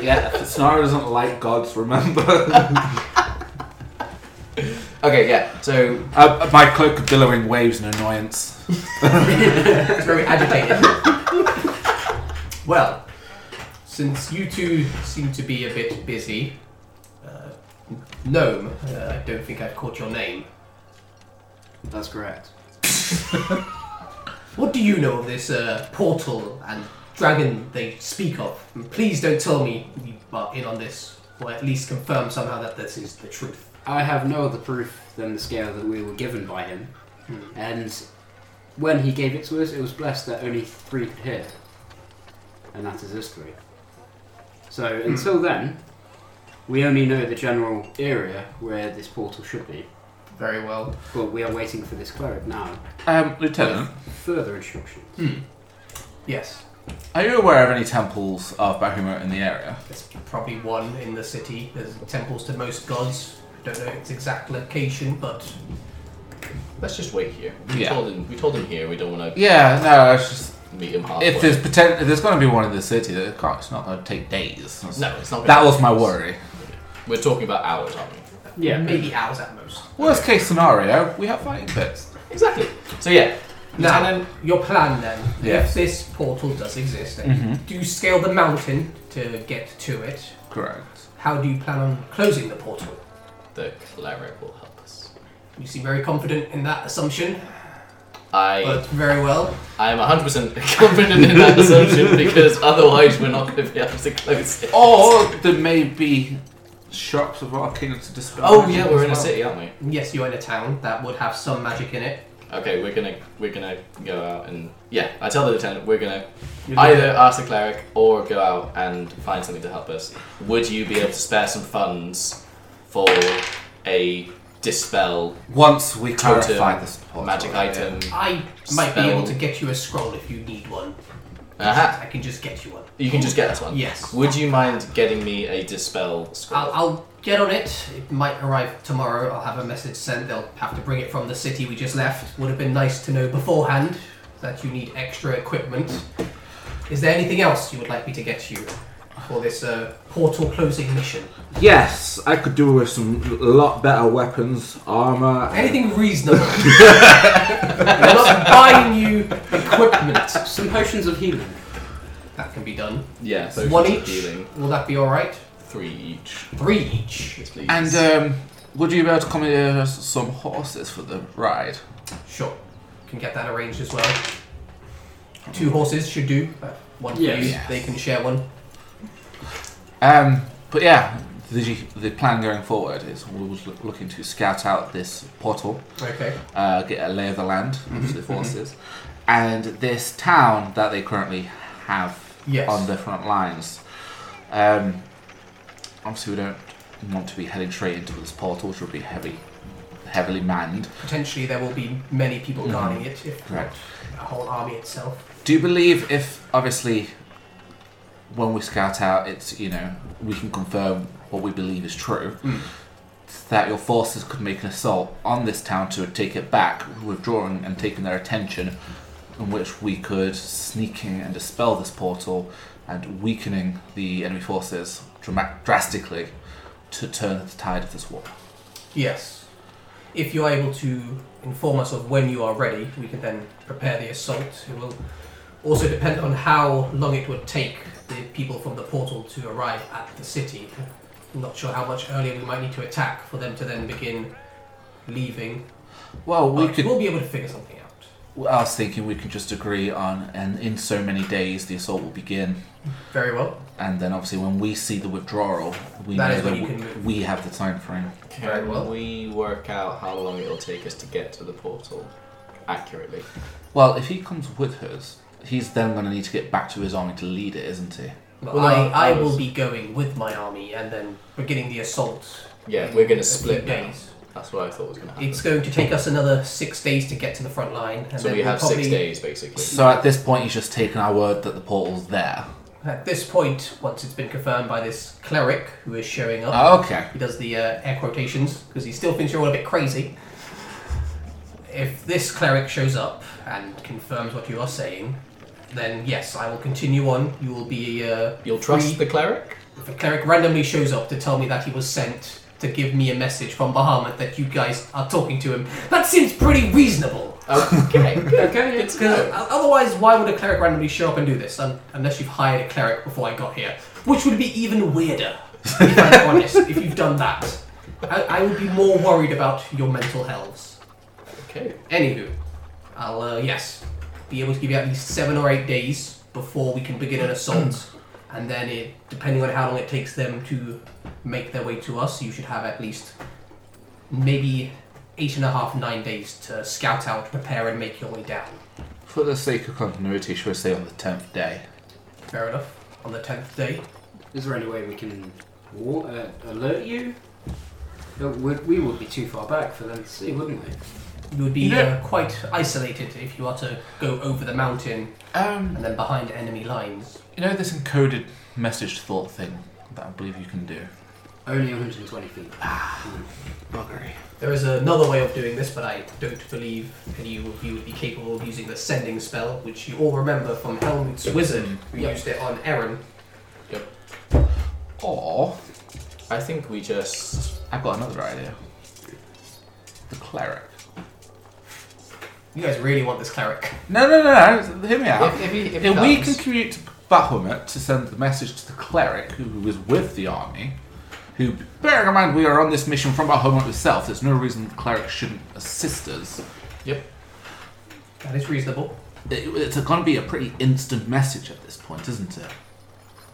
[SPEAKER 4] yeah, Sonara doesn't like gods. Remember,
[SPEAKER 2] Okay, yeah. So
[SPEAKER 4] uh, my cloak of billowing waves and annoyance.
[SPEAKER 1] It's very agitated. well, since you two seem to be a bit busy, uh, Gnome, uh, I don't think I've caught your name.
[SPEAKER 3] That's correct.
[SPEAKER 1] What do you know of this uh, portal and dragon they speak of? And please don't tell me you are in on this, or at least confirm somehow that this is the truth.
[SPEAKER 3] I have no other proof than the scale that we were given by him,
[SPEAKER 2] Hmm.
[SPEAKER 3] and when he gave it to us, it was blessed that only three could hear, and that is this three. So
[SPEAKER 2] Hmm.
[SPEAKER 3] until then, we only know the general area where this portal should be,
[SPEAKER 1] Very well.
[SPEAKER 3] but we are waiting for this cleric now.
[SPEAKER 4] Um, Lieutenant,
[SPEAKER 3] Further instructions.
[SPEAKER 1] Yes,
[SPEAKER 4] are you aware of any temples of Bahuma in the area?
[SPEAKER 1] there's probably one in the city. There's temples to most gods. Don't know its exact location, but
[SPEAKER 2] let's just wait here. We
[SPEAKER 4] Yeah.
[SPEAKER 2] told him. We told him here. We don't want
[SPEAKER 4] Yeah, no, it's just
[SPEAKER 2] to meet him halfway.
[SPEAKER 4] if there's poten- if there's going to be one in the city, that it can't- it's not going to take days.
[SPEAKER 2] no, it's not.
[SPEAKER 4] that was my worry.
[SPEAKER 2] We're talking about hours, aren't we?
[SPEAKER 3] Yeah.
[SPEAKER 1] maybe hours at most.
[SPEAKER 4] Worst case scenario, we have fighting pits.
[SPEAKER 2] Exactly. So yeah,
[SPEAKER 1] Now, your plan then.
[SPEAKER 4] Yes.
[SPEAKER 1] If this portal does exist, and
[SPEAKER 2] Mm-hmm.
[SPEAKER 1] do you scale the mountain to get to it?
[SPEAKER 4] Correct.
[SPEAKER 1] How do you plan on closing the portal?
[SPEAKER 2] The cleric will help us.
[SPEAKER 1] You seem very confident in that assumption,
[SPEAKER 2] I
[SPEAKER 1] but very well.
[SPEAKER 2] I'm 100% confident in that assumption because otherwise we're not going to be able to close it.
[SPEAKER 4] Or there may be shops of Arcana to dispel.
[SPEAKER 2] Oh
[SPEAKER 4] magic
[SPEAKER 2] yeah,
[SPEAKER 4] as
[SPEAKER 2] we're in a
[SPEAKER 4] well.
[SPEAKER 2] city, aren't we?
[SPEAKER 1] Yes, you're in a town that would have some magic in it.
[SPEAKER 2] Okay, we're gonna we're gonna go out and yeah. I tell the lieutenant we're gonna
[SPEAKER 1] You look
[SPEAKER 2] either ask the cleric or go out and find something to help us. Would you be able to spare some funds for a dispel
[SPEAKER 4] Once we
[SPEAKER 2] Totem,
[SPEAKER 4] clarify this portal,
[SPEAKER 2] magic item?
[SPEAKER 1] I might be able to
[SPEAKER 2] Spell.
[SPEAKER 1] get you a scroll if you need one.
[SPEAKER 2] Aha!
[SPEAKER 1] I can just get you one.
[SPEAKER 2] Uh-huh. You can just get this one.
[SPEAKER 1] Yes.
[SPEAKER 2] Would you mind getting me a dispel scroll?
[SPEAKER 1] I'll, I'll get on it. It might arrive tomorrow. I'll have a message sent. They'll have to bring it from the city we just left. Would have been nice to know beforehand that you need extra equipment. Is there anything else you would like me to get you for this uh, portal closing mission?
[SPEAKER 4] Yes, I could do with some a lot better weapons, armor. and-
[SPEAKER 1] Anything reasonable? I'm not buying you equipment.
[SPEAKER 3] Some potions of healing.
[SPEAKER 1] That can be done.
[SPEAKER 2] yeah. So
[SPEAKER 1] One
[SPEAKER 2] just
[SPEAKER 1] each.
[SPEAKER 2] Dealing
[SPEAKER 1] Will that be all right?
[SPEAKER 2] three each.
[SPEAKER 1] Three each.
[SPEAKER 2] Yes, please.
[SPEAKER 4] And
[SPEAKER 1] uh,
[SPEAKER 4] um, would you be able to accommodate us some horses for the ride?
[SPEAKER 1] Sure. Can get that arranged as well. Two horses should do. Uh, One for
[SPEAKER 3] Yes.
[SPEAKER 1] you.
[SPEAKER 4] Yes.
[SPEAKER 1] They can share one.
[SPEAKER 4] Um, but yeah, the, the plan going forward is we're look- looking to scout out this portal,
[SPEAKER 1] Okay.
[SPEAKER 4] uh, get a lay of the land of the forces, and this town that they currently have
[SPEAKER 1] Yes.
[SPEAKER 4] on the front lines. Um, obviously, we don't want to be heading straight into this portal, which will be heavy, heavily manned.
[SPEAKER 1] Potentially, there will be many people guarding it, if not
[SPEAKER 4] Correct.
[SPEAKER 1] a whole army itself.
[SPEAKER 4] Do you believe if obviously when we scout out, it's you know we can confirm what we believe is true that your forces could make an assault on this town to take it back, withdrawing and taking their attention, in which we could sneak in and dispel this portal and weakening the enemy forces drama- drastically to turn the tide of this war.
[SPEAKER 1] Yes. If you are able to inform us of when you are ready, we can then prepare the assault. It will also depend on how long it would take the people from the portal to arrive at the city. I'm not sure how much earlier we might need to attack for them to then begin leaving.
[SPEAKER 4] Well, we
[SPEAKER 1] But
[SPEAKER 4] could
[SPEAKER 1] Uh, We'll be able to figure something out.
[SPEAKER 4] I was thinking we could just agree on, and in so many days the assault will begin.
[SPEAKER 1] Very well.
[SPEAKER 4] And then obviously when we see the withdrawal, we
[SPEAKER 1] That
[SPEAKER 4] know
[SPEAKER 1] is when
[SPEAKER 4] that
[SPEAKER 1] you
[SPEAKER 4] we,
[SPEAKER 1] can move.
[SPEAKER 4] we have the time frame.
[SPEAKER 2] Can
[SPEAKER 1] Very well.
[SPEAKER 2] we work out how long it'll take us to get to the portal accurately?
[SPEAKER 4] Well, if he comes with us, he's then going to need to get back to his army to lead it, isn't he?
[SPEAKER 1] Well,
[SPEAKER 2] Well, no,
[SPEAKER 1] I, I
[SPEAKER 2] I was-
[SPEAKER 1] will be going with my army and then beginning the assault.
[SPEAKER 2] Yeah,
[SPEAKER 1] in
[SPEAKER 2] we're going
[SPEAKER 1] a
[SPEAKER 2] to split
[SPEAKER 1] few
[SPEAKER 2] now.
[SPEAKER 1] days.
[SPEAKER 2] That's what I thought was going to happen.
[SPEAKER 1] It's going to take us another six days to get to the front line, and
[SPEAKER 2] so
[SPEAKER 1] then
[SPEAKER 2] we
[SPEAKER 1] we'll
[SPEAKER 2] have
[SPEAKER 1] probably,
[SPEAKER 2] six days basically.
[SPEAKER 4] So at this point, he's just taken our word that the portal's there.
[SPEAKER 1] At this point, once it's been confirmed by this cleric who is showing up,
[SPEAKER 4] Oh, okay.
[SPEAKER 1] he does the uh, air quotations because he still thinks you're all a bit crazy. If this cleric shows up and confirms what you are saying, then yes, I will continue on. You will be uh,
[SPEAKER 2] You'll trust
[SPEAKER 1] free-
[SPEAKER 2] the cleric?
[SPEAKER 1] If a cleric randomly shows up to tell me that he was sent to give me a message from Bahamut that you guys are talking to him, that seems pretty reasonable.
[SPEAKER 2] Okay. good.
[SPEAKER 3] Okay,
[SPEAKER 2] It's
[SPEAKER 1] Because
[SPEAKER 2] good.
[SPEAKER 1] otherwise, why would a cleric randomly show up and do this? Un- unless you've hired a cleric before I got here, which would be even weirder. if I'm honest, if you've done that, I, I would be more worried about your mental health.
[SPEAKER 2] Okay.
[SPEAKER 1] Anywho, I'll uh, yes be able to give you at least seven or eight days before we can begin an assault, and then it depending on how long it takes them to make their way to us, you should have at least maybe eight and a half nine days to scout out, prepare, and make your way down.
[SPEAKER 4] For the sake of continuity, should we say on the tenth day?
[SPEAKER 1] Fair enough. On the tenth day,
[SPEAKER 3] Is there any way we can war- uh, alert you? Uh, Would, we would be too far back for them to see, wouldn't we?
[SPEAKER 1] you would be
[SPEAKER 4] You know-
[SPEAKER 1] uh, quite isolated if you are to go over the mountain
[SPEAKER 4] Um,
[SPEAKER 1] and then behind enemy lines.
[SPEAKER 4] you know this encoded message thought thing that I believe you can do.
[SPEAKER 3] Only 120 feet. Ah.
[SPEAKER 4] Buggery.
[SPEAKER 1] There is another way of doing this, but I don't believe any of you would be capable of using the sending spell, which you all remember from Helmut's
[SPEAKER 2] Mm.
[SPEAKER 1] wizard, who
[SPEAKER 3] Yep.
[SPEAKER 1] used it on Eren.
[SPEAKER 4] Or
[SPEAKER 2] I think we just
[SPEAKER 4] I've got another idea. The cleric.
[SPEAKER 1] You guys really want this cleric.
[SPEAKER 4] No, no, no, no. Hear me out.
[SPEAKER 2] If, if he, if he
[SPEAKER 4] If we
[SPEAKER 2] comes,
[SPEAKER 4] can commute to Bahamut to send the message to the cleric who was with the army, who, bearing in mind we are on this mission from Bahamut itself, there's no reason the cleric shouldn't assist us.
[SPEAKER 2] Yep.
[SPEAKER 1] That is reasonable.
[SPEAKER 4] It, it's going to be a pretty instant message at this point, isn't it?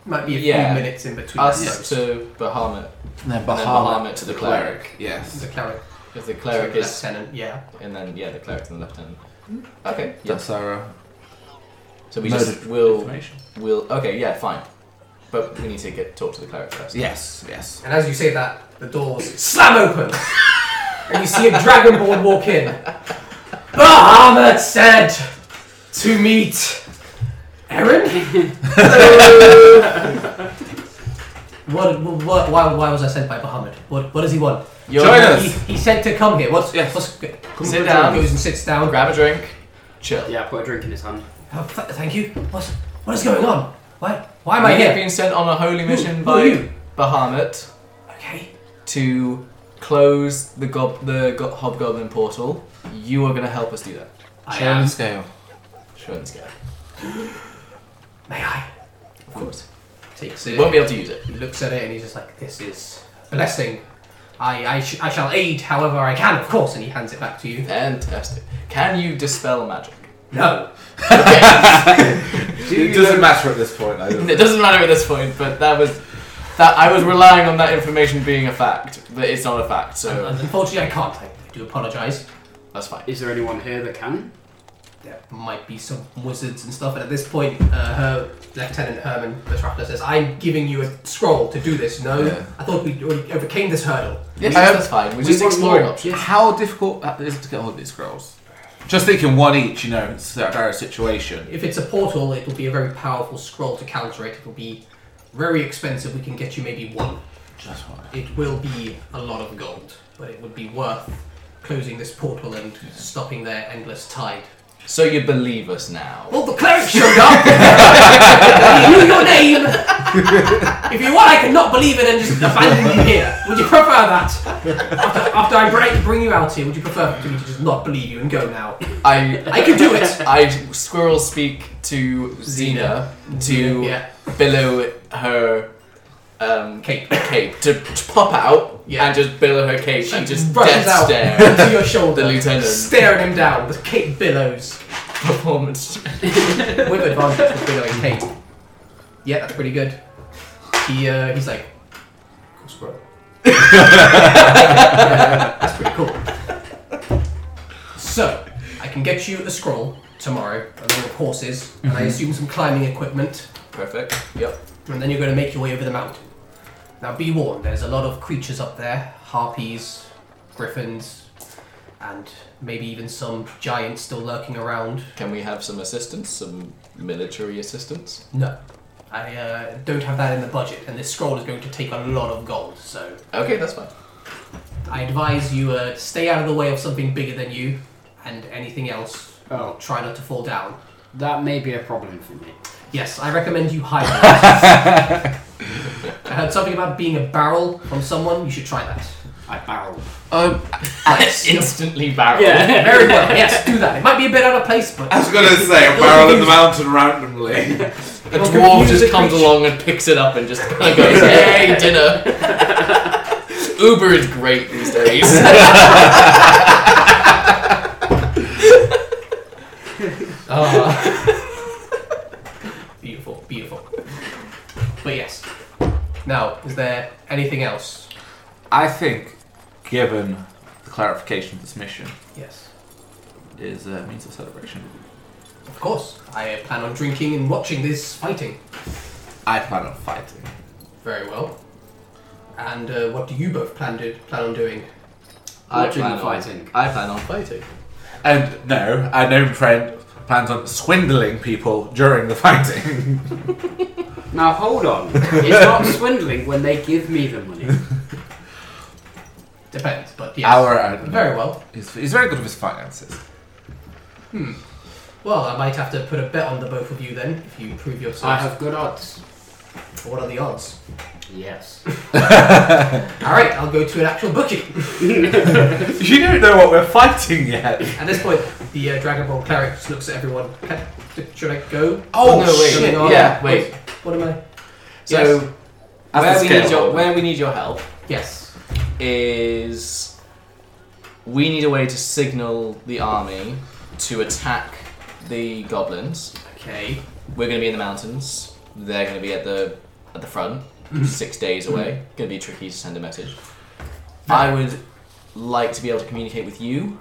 [SPEAKER 1] Might be a few
[SPEAKER 2] Yeah.
[SPEAKER 1] minutes in between
[SPEAKER 2] Us
[SPEAKER 1] those.
[SPEAKER 2] to Bahamut.
[SPEAKER 4] And then
[SPEAKER 2] then
[SPEAKER 4] Bahamut
[SPEAKER 2] Bahamut
[SPEAKER 4] to the cleric. Yes.
[SPEAKER 1] The cleric,
[SPEAKER 2] If
[SPEAKER 1] to
[SPEAKER 2] the
[SPEAKER 1] the
[SPEAKER 2] cleric is.
[SPEAKER 1] lieutenant, yeah.
[SPEAKER 2] And then, yeah, the cleric and the lieutenant. Okay, yes.
[SPEAKER 4] That's our uh,
[SPEAKER 2] So we
[SPEAKER 4] mode
[SPEAKER 2] just
[SPEAKER 4] of
[SPEAKER 2] will.
[SPEAKER 4] information.
[SPEAKER 2] will Okay, yeah, fine. But we need to get talk to the cleric first.
[SPEAKER 4] Yes, yes.
[SPEAKER 1] And as you say that, the doors slam open, and you see a dragonborn walk in. Bahamut said to meet Aaron. what, what? Why? Why was I sent by Bahamut? What? What does he want?
[SPEAKER 2] You're-
[SPEAKER 4] Join us.
[SPEAKER 1] He, he said to come here. What's?
[SPEAKER 4] Yes.
[SPEAKER 1] What's come
[SPEAKER 2] Sit down.
[SPEAKER 1] Goes and sits down.
[SPEAKER 2] Grab a drink, chill.
[SPEAKER 3] Yeah, I've got a drink in his hand.
[SPEAKER 1] Oh, th- thank you. What's? What is going on? Why? Why am
[SPEAKER 2] We
[SPEAKER 1] I
[SPEAKER 2] have
[SPEAKER 1] here?
[SPEAKER 2] been sent on a holy mission
[SPEAKER 1] who are
[SPEAKER 2] by
[SPEAKER 1] you?
[SPEAKER 2] Bahamut
[SPEAKER 1] Okay.
[SPEAKER 2] to close the, gob- the go- hobgoblin portal. You are going to help us do that.
[SPEAKER 1] I uh,
[SPEAKER 4] Show and
[SPEAKER 1] am.
[SPEAKER 4] scale.
[SPEAKER 2] Shouldn't scare.
[SPEAKER 1] May I?
[SPEAKER 2] Of course.
[SPEAKER 1] Takes
[SPEAKER 2] You
[SPEAKER 1] it.
[SPEAKER 2] won't be able to use it.
[SPEAKER 1] He looks at it and he's just like, "This is a blessing. I I, sh- I shall aid however I can, of course." And he hands it back to you.
[SPEAKER 2] Fantastic. Can you dispel magic?
[SPEAKER 1] No,
[SPEAKER 3] Do
[SPEAKER 4] It doesn't matter at this point, I
[SPEAKER 2] It doesn't matter at this point, but that was that I was relying on that information being a fact, but it's not a fact, so
[SPEAKER 1] And Um, unfortunately, I can't. I do apologise.
[SPEAKER 2] that's fine.
[SPEAKER 3] Is there anyone here that can?
[SPEAKER 1] There might be some wizards and stuff. And at this point, uh, her lieutenant Herman the Traveller says, "I'm giving you a scroll to do this." No,
[SPEAKER 4] Yeah.
[SPEAKER 1] I thought we already overcame this hurdle.
[SPEAKER 2] Yes,
[SPEAKER 4] Um,
[SPEAKER 2] that's fine. We're
[SPEAKER 4] we
[SPEAKER 2] just
[SPEAKER 4] want
[SPEAKER 2] exploring
[SPEAKER 4] more.
[SPEAKER 2] options.
[SPEAKER 4] How difficult is it to get hold of these scrolls? Just thinking one each, you know, it's a dire situation.
[SPEAKER 1] If it's a portal, it will be a very powerful scroll to counter it. It will be very expensive. We can get you maybe one.
[SPEAKER 4] Just one.
[SPEAKER 1] It will be a lot of gold, but it would be worth closing this portal and stopping their endless tide.
[SPEAKER 2] So you believe us now.
[SPEAKER 1] Well, the cleric showed up. he knew your name. if you want, I could not believe it and just abandon you here. Would you prefer that? After, after I break, bring you out here, would you prefer to me to just not believe you and go now?
[SPEAKER 2] I
[SPEAKER 1] I can do it.
[SPEAKER 2] I squirrel speak to Xena
[SPEAKER 1] Xena.
[SPEAKER 2] to
[SPEAKER 1] Yeah.
[SPEAKER 2] billow her um,
[SPEAKER 1] Cape.
[SPEAKER 2] cape to, to pop out
[SPEAKER 1] Yeah.
[SPEAKER 2] and just billow her cape and just
[SPEAKER 1] rushes
[SPEAKER 2] death
[SPEAKER 1] out
[SPEAKER 2] stare
[SPEAKER 1] to your shoulder,
[SPEAKER 2] The lieutenant.
[SPEAKER 1] staring him down with Kate Billows
[SPEAKER 2] performance.
[SPEAKER 1] with advantage for billowing Kate. Yeah, that's pretty good. He uh, he's like, cool squirrel. That's pretty cool. So, I can get you a scroll tomorrow, along with horses, and
[SPEAKER 2] Mm-hmm.
[SPEAKER 1] I assume some climbing equipment,
[SPEAKER 2] Perfect. Yep.
[SPEAKER 1] and then you're going to make your way over the mountain. Now, be warned, there's a lot of creatures up there harpies, griffins, and maybe even some giants still lurking around.
[SPEAKER 2] Can we have some assistance? Some military assistance?
[SPEAKER 1] No. I uh, don't have that in the budget, and this scroll is going to take a lot of gold, so
[SPEAKER 2] Okay, that's fine.
[SPEAKER 1] I advise you uh, to stay out of the way of something bigger than you, and anything else,
[SPEAKER 3] Oh.
[SPEAKER 1] try not to fall down.
[SPEAKER 3] That may be a problem for me.
[SPEAKER 1] Yes, I recommend you hide. I heard something about being a barrel from someone. You should try that.
[SPEAKER 3] I barrel.
[SPEAKER 4] Um,
[SPEAKER 2] Instantly barrel.
[SPEAKER 1] Very well. Yes, do that. It might be a bit out of place, but
[SPEAKER 4] I was gonna say a
[SPEAKER 1] You'll
[SPEAKER 4] barrel in the
[SPEAKER 1] confuse-
[SPEAKER 4] mountain randomly.
[SPEAKER 2] A
[SPEAKER 1] You'll
[SPEAKER 2] dwarf
[SPEAKER 1] confuse
[SPEAKER 2] just
[SPEAKER 1] the
[SPEAKER 2] comes
[SPEAKER 1] creature.
[SPEAKER 2] along and picks it up and just kind of goes, "Hey, dinner." Uber is great these days.
[SPEAKER 1] Ah. beautiful, beautiful. But yes. Now, is there anything else?
[SPEAKER 4] I think, given the clarification of this mission,
[SPEAKER 1] Yes.
[SPEAKER 4] is a means of celebration.
[SPEAKER 1] Of course. I plan on drinking and watching this fighting.
[SPEAKER 4] I plan on fighting.
[SPEAKER 1] Very well. And uh, what do you both plan to plan on doing?
[SPEAKER 3] Watching
[SPEAKER 2] plan
[SPEAKER 3] and
[SPEAKER 2] on-
[SPEAKER 3] fighting.
[SPEAKER 2] I plan on fighting.
[SPEAKER 4] And no, our known friend plans on swindling people during the fighting.
[SPEAKER 3] Now hold on. It's not swindling when they give me the money.
[SPEAKER 1] Depends, but yes.
[SPEAKER 4] Our own.
[SPEAKER 1] Very well.
[SPEAKER 4] He's, he's very good with his finances.
[SPEAKER 1] Well, I might have to put a bet on the both of you then, if you prove yourself.
[SPEAKER 3] I have good odds.
[SPEAKER 1] What are the odds?
[SPEAKER 3] Yes.
[SPEAKER 1] All right, I'll go to an actual bookie.
[SPEAKER 4] You don't know what we're fighting yet.
[SPEAKER 1] At this point, the uh, Dragonborn cleric just looks at everyone. "Okay, d- Should I go?
[SPEAKER 4] Oh,
[SPEAKER 2] no, wait.
[SPEAKER 1] Should I
[SPEAKER 4] shit!
[SPEAKER 1] not?
[SPEAKER 2] Yeah, wait.
[SPEAKER 1] What am I?
[SPEAKER 2] So
[SPEAKER 4] Yes. That's
[SPEAKER 2] where
[SPEAKER 4] the
[SPEAKER 2] we
[SPEAKER 4] scale.
[SPEAKER 2] need your where we need your help
[SPEAKER 1] Yes.
[SPEAKER 2] is we need a way to signal the army to attack the goblins.
[SPEAKER 1] Okay.
[SPEAKER 2] We're going to be in the mountains. They're going to be at the at the front,
[SPEAKER 1] Mm-hmm.
[SPEAKER 2] six days away. Going to be tricky to send a message. I would like to be able to communicate with you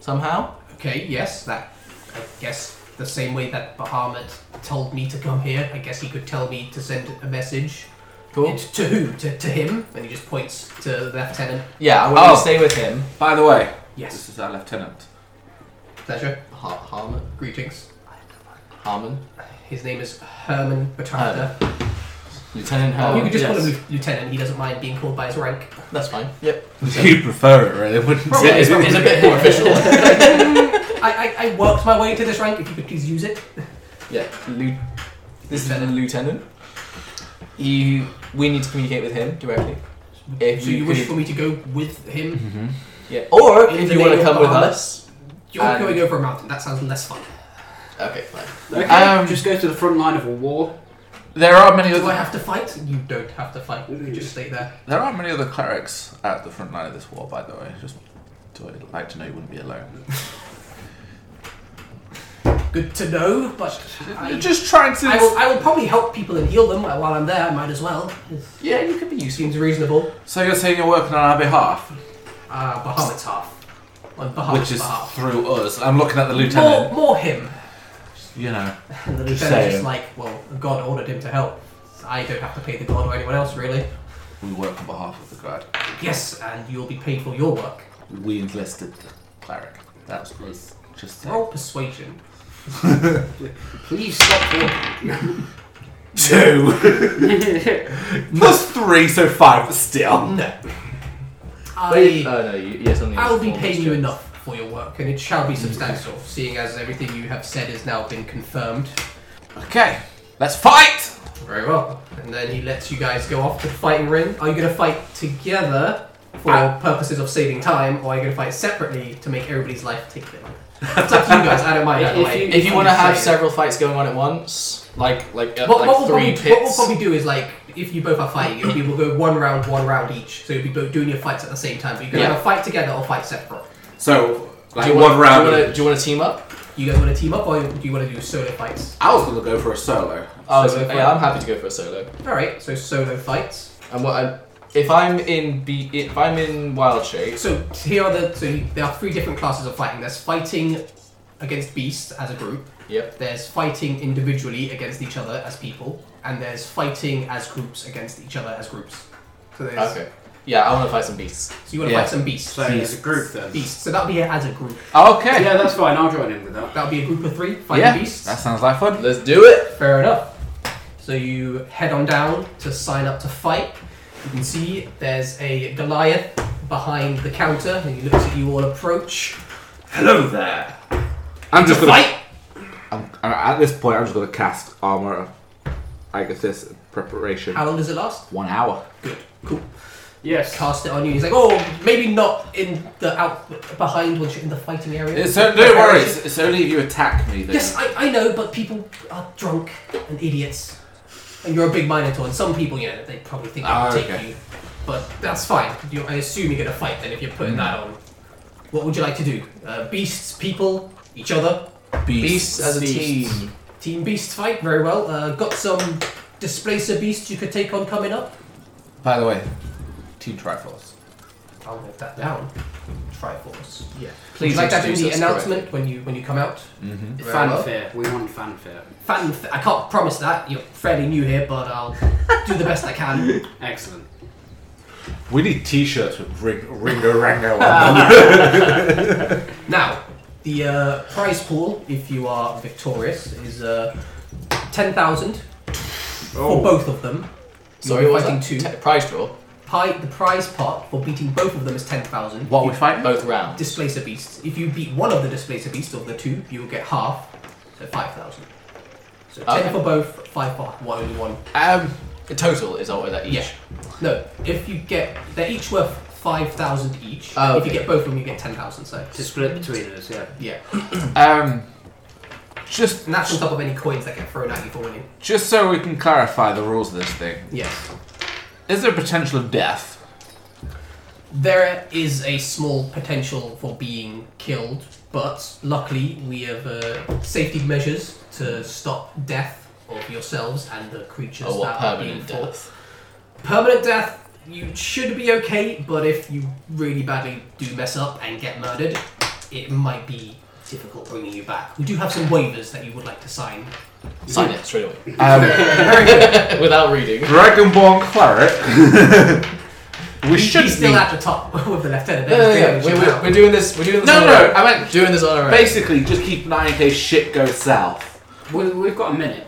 [SPEAKER 2] somehow.
[SPEAKER 1] Okay. Yes. That. I guess the same way that Bahamut told me to come here. I guess he could tell me to send a message.
[SPEAKER 2] Cool.
[SPEAKER 1] And to who? To, to him? And he just points to the lieutenant.
[SPEAKER 2] Yeah, I want
[SPEAKER 4] Oh.
[SPEAKER 2] to stay with him.
[SPEAKER 4] By the way,
[SPEAKER 1] Yes.
[SPEAKER 4] this is our lieutenant.
[SPEAKER 1] Pleasure.
[SPEAKER 2] Har- Harmon.
[SPEAKER 1] Greetings.
[SPEAKER 2] Harmon.
[SPEAKER 1] His name is Herman Batata.
[SPEAKER 2] Lieutenant
[SPEAKER 1] you
[SPEAKER 2] Harmon.
[SPEAKER 1] can just
[SPEAKER 2] Oh, yes.
[SPEAKER 1] call him lieu- lieutenant. He doesn't mind being called by his rank.
[SPEAKER 2] That's fine. Yep.
[SPEAKER 4] You'd prefer it, really, wouldn't
[SPEAKER 1] Probably.
[SPEAKER 4] you?
[SPEAKER 2] It's, it's a bit more official.
[SPEAKER 1] I, I, I worked my way to this rank. If you could please use it.
[SPEAKER 2] Yeah, Lu- this is a lieutenant. You, we need to communicate with him directly. If
[SPEAKER 1] so
[SPEAKER 2] you
[SPEAKER 1] you, wish
[SPEAKER 2] could-
[SPEAKER 1] for me to go with him?
[SPEAKER 4] Mhm.
[SPEAKER 2] Yeah, or
[SPEAKER 1] In
[SPEAKER 2] if
[SPEAKER 1] the
[SPEAKER 2] you want
[SPEAKER 1] name
[SPEAKER 2] to
[SPEAKER 1] of
[SPEAKER 2] come with
[SPEAKER 1] Bahamut.
[SPEAKER 2] us.
[SPEAKER 1] You're
[SPEAKER 2] Um,
[SPEAKER 1] going over a mountain. That sounds less fun.
[SPEAKER 2] Okay, fine.
[SPEAKER 3] Okay,
[SPEAKER 4] Um,
[SPEAKER 3] just go to the front line of a war.
[SPEAKER 4] There are many
[SPEAKER 1] Do I
[SPEAKER 4] other
[SPEAKER 1] have to fight? You don't have to fight. You just stay there.
[SPEAKER 4] there are many other clerics at the front line of this war. By the way, just so I'd like to know you wouldn't be alone.
[SPEAKER 1] Good to know, but I,
[SPEAKER 4] just trying to.
[SPEAKER 1] I, will, I will probably help people and heal them while while I'm there. I might as well. It
[SPEAKER 4] yeah, you could be useful.
[SPEAKER 1] seems reasonable.
[SPEAKER 4] So you're saying you're working on our behalf,
[SPEAKER 1] Uh, Bahamut's half. On Bahamut's
[SPEAKER 4] which is
[SPEAKER 1] behalf.
[SPEAKER 4] through us. I'm looking at the
[SPEAKER 1] More,
[SPEAKER 4] lieutenant.
[SPEAKER 1] more him.
[SPEAKER 4] You know.
[SPEAKER 1] And the lieutenant's
[SPEAKER 4] Just
[SPEAKER 1] just
[SPEAKER 4] saying.
[SPEAKER 1] like, well, God ordered him to help. I don't have to pay the God or anyone else, really.
[SPEAKER 4] We work on behalf of the god.
[SPEAKER 1] Yes, and you'll be paid for your work.
[SPEAKER 4] We enlisted the cleric. That's was just that.
[SPEAKER 1] Roll persuasion.
[SPEAKER 3] Please stop talking.
[SPEAKER 4] two
[SPEAKER 3] Wait,
[SPEAKER 4] plus three, so five. But still,
[SPEAKER 1] No. uh, I.
[SPEAKER 2] oh no, you, yes, only
[SPEAKER 1] I will be
[SPEAKER 2] four
[SPEAKER 1] paying you
[SPEAKER 2] mischiefs.
[SPEAKER 1] enough for your work, and it shall be substantial, seeing as everything you have said has now been confirmed.
[SPEAKER 4] okay. Let's fight.
[SPEAKER 1] Very well. And then he lets you guys go off to the fighting ring. Ah. Are you going to fight together for
[SPEAKER 4] I-
[SPEAKER 1] purposes of saving time, or are you going to fight separately to make everybody's life take a bit longer? It's up to you guys. I don't mind either
[SPEAKER 3] If
[SPEAKER 1] way.
[SPEAKER 3] you-
[SPEAKER 2] If you
[SPEAKER 1] I'm
[SPEAKER 2] want to
[SPEAKER 1] just
[SPEAKER 2] have
[SPEAKER 1] saying.
[SPEAKER 2] several fights going on at once, like like, uh,
[SPEAKER 1] What,
[SPEAKER 2] like
[SPEAKER 1] what we'll probably,
[SPEAKER 2] three
[SPEAKER 1] what we'll
[SPEAKER 2] pits.
[SPEAKER 1] probably do is like if you both are fighting, it'll be we'll go one round, one round each. So you'll be both doing your fights at the same time. But you can
[SPEAKER 2] Yeah.
[SPEAKER 1] either fight together or fight separate.
[SPEAKER 4] So, like
[SPEAKER 2] do you
[SPEAKER 4] one
[SPEAKER 2] want,
[SPEAKER 4] round.
[SPEAKER 2] Do you, want to, do you want to team up?
[SPEAKER 1] You guys want to team up, or do you want to do solo fights?
[SPEAKER 4] I was gonna go for a solo.
[SPEAKER 2] Oh,
[SPEAKER 1] Solo
[SPEAKER 2] yeah, I'm happy to go for a solo.
[SPEAKER 1] All right, so solo fights.
[SPEAKER 2] And what I, if I'm in B, if I'm in wild shape,
[SPEAKER 1] So here are the so there are three different classes of fighting. There's fighting against beasts as a group.
[SPEAKER 2] yep,
[SPEAKER 1] There's fighting individually against each other as people, and there's fighting as groups against each other as groups. So there's
[SPEAKER 2] okay, yeah, I want to fight some beasts.
[SPEAKER 1] so you want to
[SPEAKER 4] Yeah.
[SPEAKER 1] fight some beasts.
[SPEAKER 3] so it's a group then.
[SPEAKER 1] beasts. So that'll be a, as a group.
[SPEAKER 4] Okay.
[SPEAKER 3] Yeah, that's fine. I'll join in with that.
[SPEAKER 1] That'll be a group of three fighting
[SPEAKER 4] Yeah,
[SPEAKER 1] beasts.
[SPEAKER 4] That sounds like fun.
[SPEAKER 2] Let's do it.
[SPEAKER 1] Fair enough. So you head on down to sign up to fight. You can see there's a Goliath behind the counter, and he looks at you all approach.
[SPEAKER 4] Hello there. I'm just gonna.
[SPEAKER 1] Fight!
[SPEAKER 4] I'm, I- at this point, I'm just gonna cast armor. I guess this preparation.
[SPEAKER 1] How long does it last?
[SPEAKER 4] One hour.
[SPEAKER 1] Good, cool.
[SPEAKER 3] Yes.
[SPEAKER 1] Cast it on you. He's like, oh, maybe not in the out behind once you're in the fighting area.
[SPEAKER 4] It's so, no worries. It's only if you attack me. Then.
[SPEAKER 1] Yes, I, I know, but people are drunk and idiots, and you're a big minotaur. And some people, you know, they probably think they
[SPEAKER 4] Ah,
[SPEAKER 1] can take
[SPEAKER 4] okay.
[SPEAKER 1] you, but that's fine. you I assume you're gonna fight then if you're putting that on. What would you like to do? Uh, beasts, people, each other,
[SPEAKER 2] Beasts as a
[SPEAKER 3] Beasts.
[SPEAKER 2] team.
[SPEAKER 1] team beast fight. Very well. Uh, got some displacer beasts you could take on coming up.
[SPEAKER 4] By the way, Team Triforce.
[SPEAKER 1] I'll note that down. Triforce. Yeah.
[SPEAKER 2] Please
[SPEAKER 1] Please like that in the
[SPEAKER 2] introduce us
[SPEAKER 1] announcement when you when you come out.
[SPEAKER 3] Mm-hmm.
[SPEAKER 1] Very well.
[SPEAKER 3] Fanfare. We want fanfare.
[SPEAKER 1] Fan, I can't promise that you're fairly new here, but I'll do the best I can.
[SPEAKER 3] Excellent.
[SPEAKER 4] We need T-shirts with ring, Ringo Rango
[SPEAKER 1] Um,
[SPEAKER 4] on them.
[SPEAKER 1] Now, the uh, prize pool, if you are victorious, is uh, ten thousand for both of them.
[SPEAKER 2] Oh. Sorry,
[SPEAKER 1] You're
[SPEAKER 2] what was
[SPEAKER 1] fighting
[SPEAKER 2] that?
[SPEAKER 1] two.
[SPEAKER 2] Te- prize draw.
[SPEAKER 1] Pi, the prize pot for beating both of them is ten thousand.
[SPEAKER 4] What are we fighting?
[SPEAKER 2] Both rounds.
[SPEAKER 1] Displacer beasts. If you beat one of the displacer beasts of the two, you will get half, so five thousand. So
[SPEAKER 2] Okay.
[SPEAKER 1] ten for both, five for one only one.
[SPEAKER 2] Um, the total is always that each.
[SPEAKER 1] Yeah. No, if you get they're each worth five thousand each.
[SPEAKER 2] Oh,
[SPEAKER 1] If you
[SPEAKER 2] okay.
[SPEAKER 1] get both of them, you get ten thousand. So
[SPEAKER 3] To split between us, yeah.
[SPEAKER 1] yeah,
[SPEAKER 4] Um, just
[SPEAKER 1] and that's on top of any coins that get thrown at you for winning.
[SPEAKER 4] just so we can clarify the rules of this thing,
[SPEAKER 1] Yes.
[SPEAKER 4] is there potential of death?
[SPEAKER 1] There is a small potential for being killed, but luckily we have uh, safety measures to stop death of yourselves and the creatures
[SPEAKER 2] Or Oh, what
[SPEAKER 1] that are being
[SPEAKER 2] permanent
[SPEAKER 1] fought.
[SPEAKER 2] death?
[SPEAKER 1] Permanent death, you should be okay, but if you really badly do mess up and get murdered, it might be difficult bringing you back. We do have some waivers that you would like to sign.
[SPEAKER 2] Sign it straight away
[SPEAKER 4] Um,
[SPEAKER 1] Very good.
[SPEAKER 2] without reading.
[SPEAKER 4] Dragonborn cleric. we should
[SPEAKER 1] He's still
[SPEAKER 4] be-
[SPEAKER 1] at the top with the lieutenant.
[SPEAKER 2] No, no, no, no. We're, we're, we're doing this. We're doing this.
[SPEAKER 4] No,
[SPEAKER 2] on
[SPEAKER 4] no,
[SPEAKER 2] our own.
[SPEAKER 4] I meant-
[SPEAKER 2] doing this on our own.
[SPEAKER 4] basically just keep an eye in case shit goes south.
[SPEAKER 3] We, we've got a minute.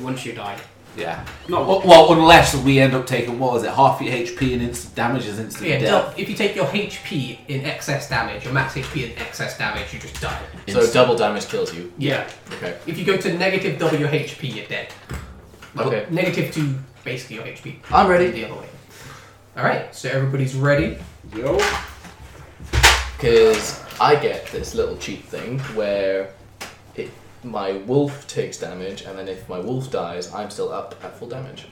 [SPEAKER 3] Once you die.
[SPEAKER 4] Yeah.
[SPEAKER 3] Not
[SPEAKER 4] Well, well, unless we end up taking what is it, half your HP and instant damage is instant
[SPEAKER 1] Yeah, Del,
[SPEAKER 4] death.
[SPEAKER 1] if you take your HP in excess damage, your max HP in excess damage, you just die.
[SPEAKER 2] So double damage kills you.
[SPEAKER 1] Yeah.
[SPEAKER 2] Okay.
[SPEAKER 1] If you go to negative double your HP, you're dead. Well,
[SPEAKER 2] Okay.
[SPEAKER 1] Negative to basically your HP.
[SPEAKER 2] I'm ready.
[SPEAKER 1] The other way. All right. So everybody's ready.
[SPEAKER 3] Yo.
[SPEAKER 2] Because I get this little cheat thing where it, my wolf takes damage, and then if my wolf dies, I'm still up at full damage.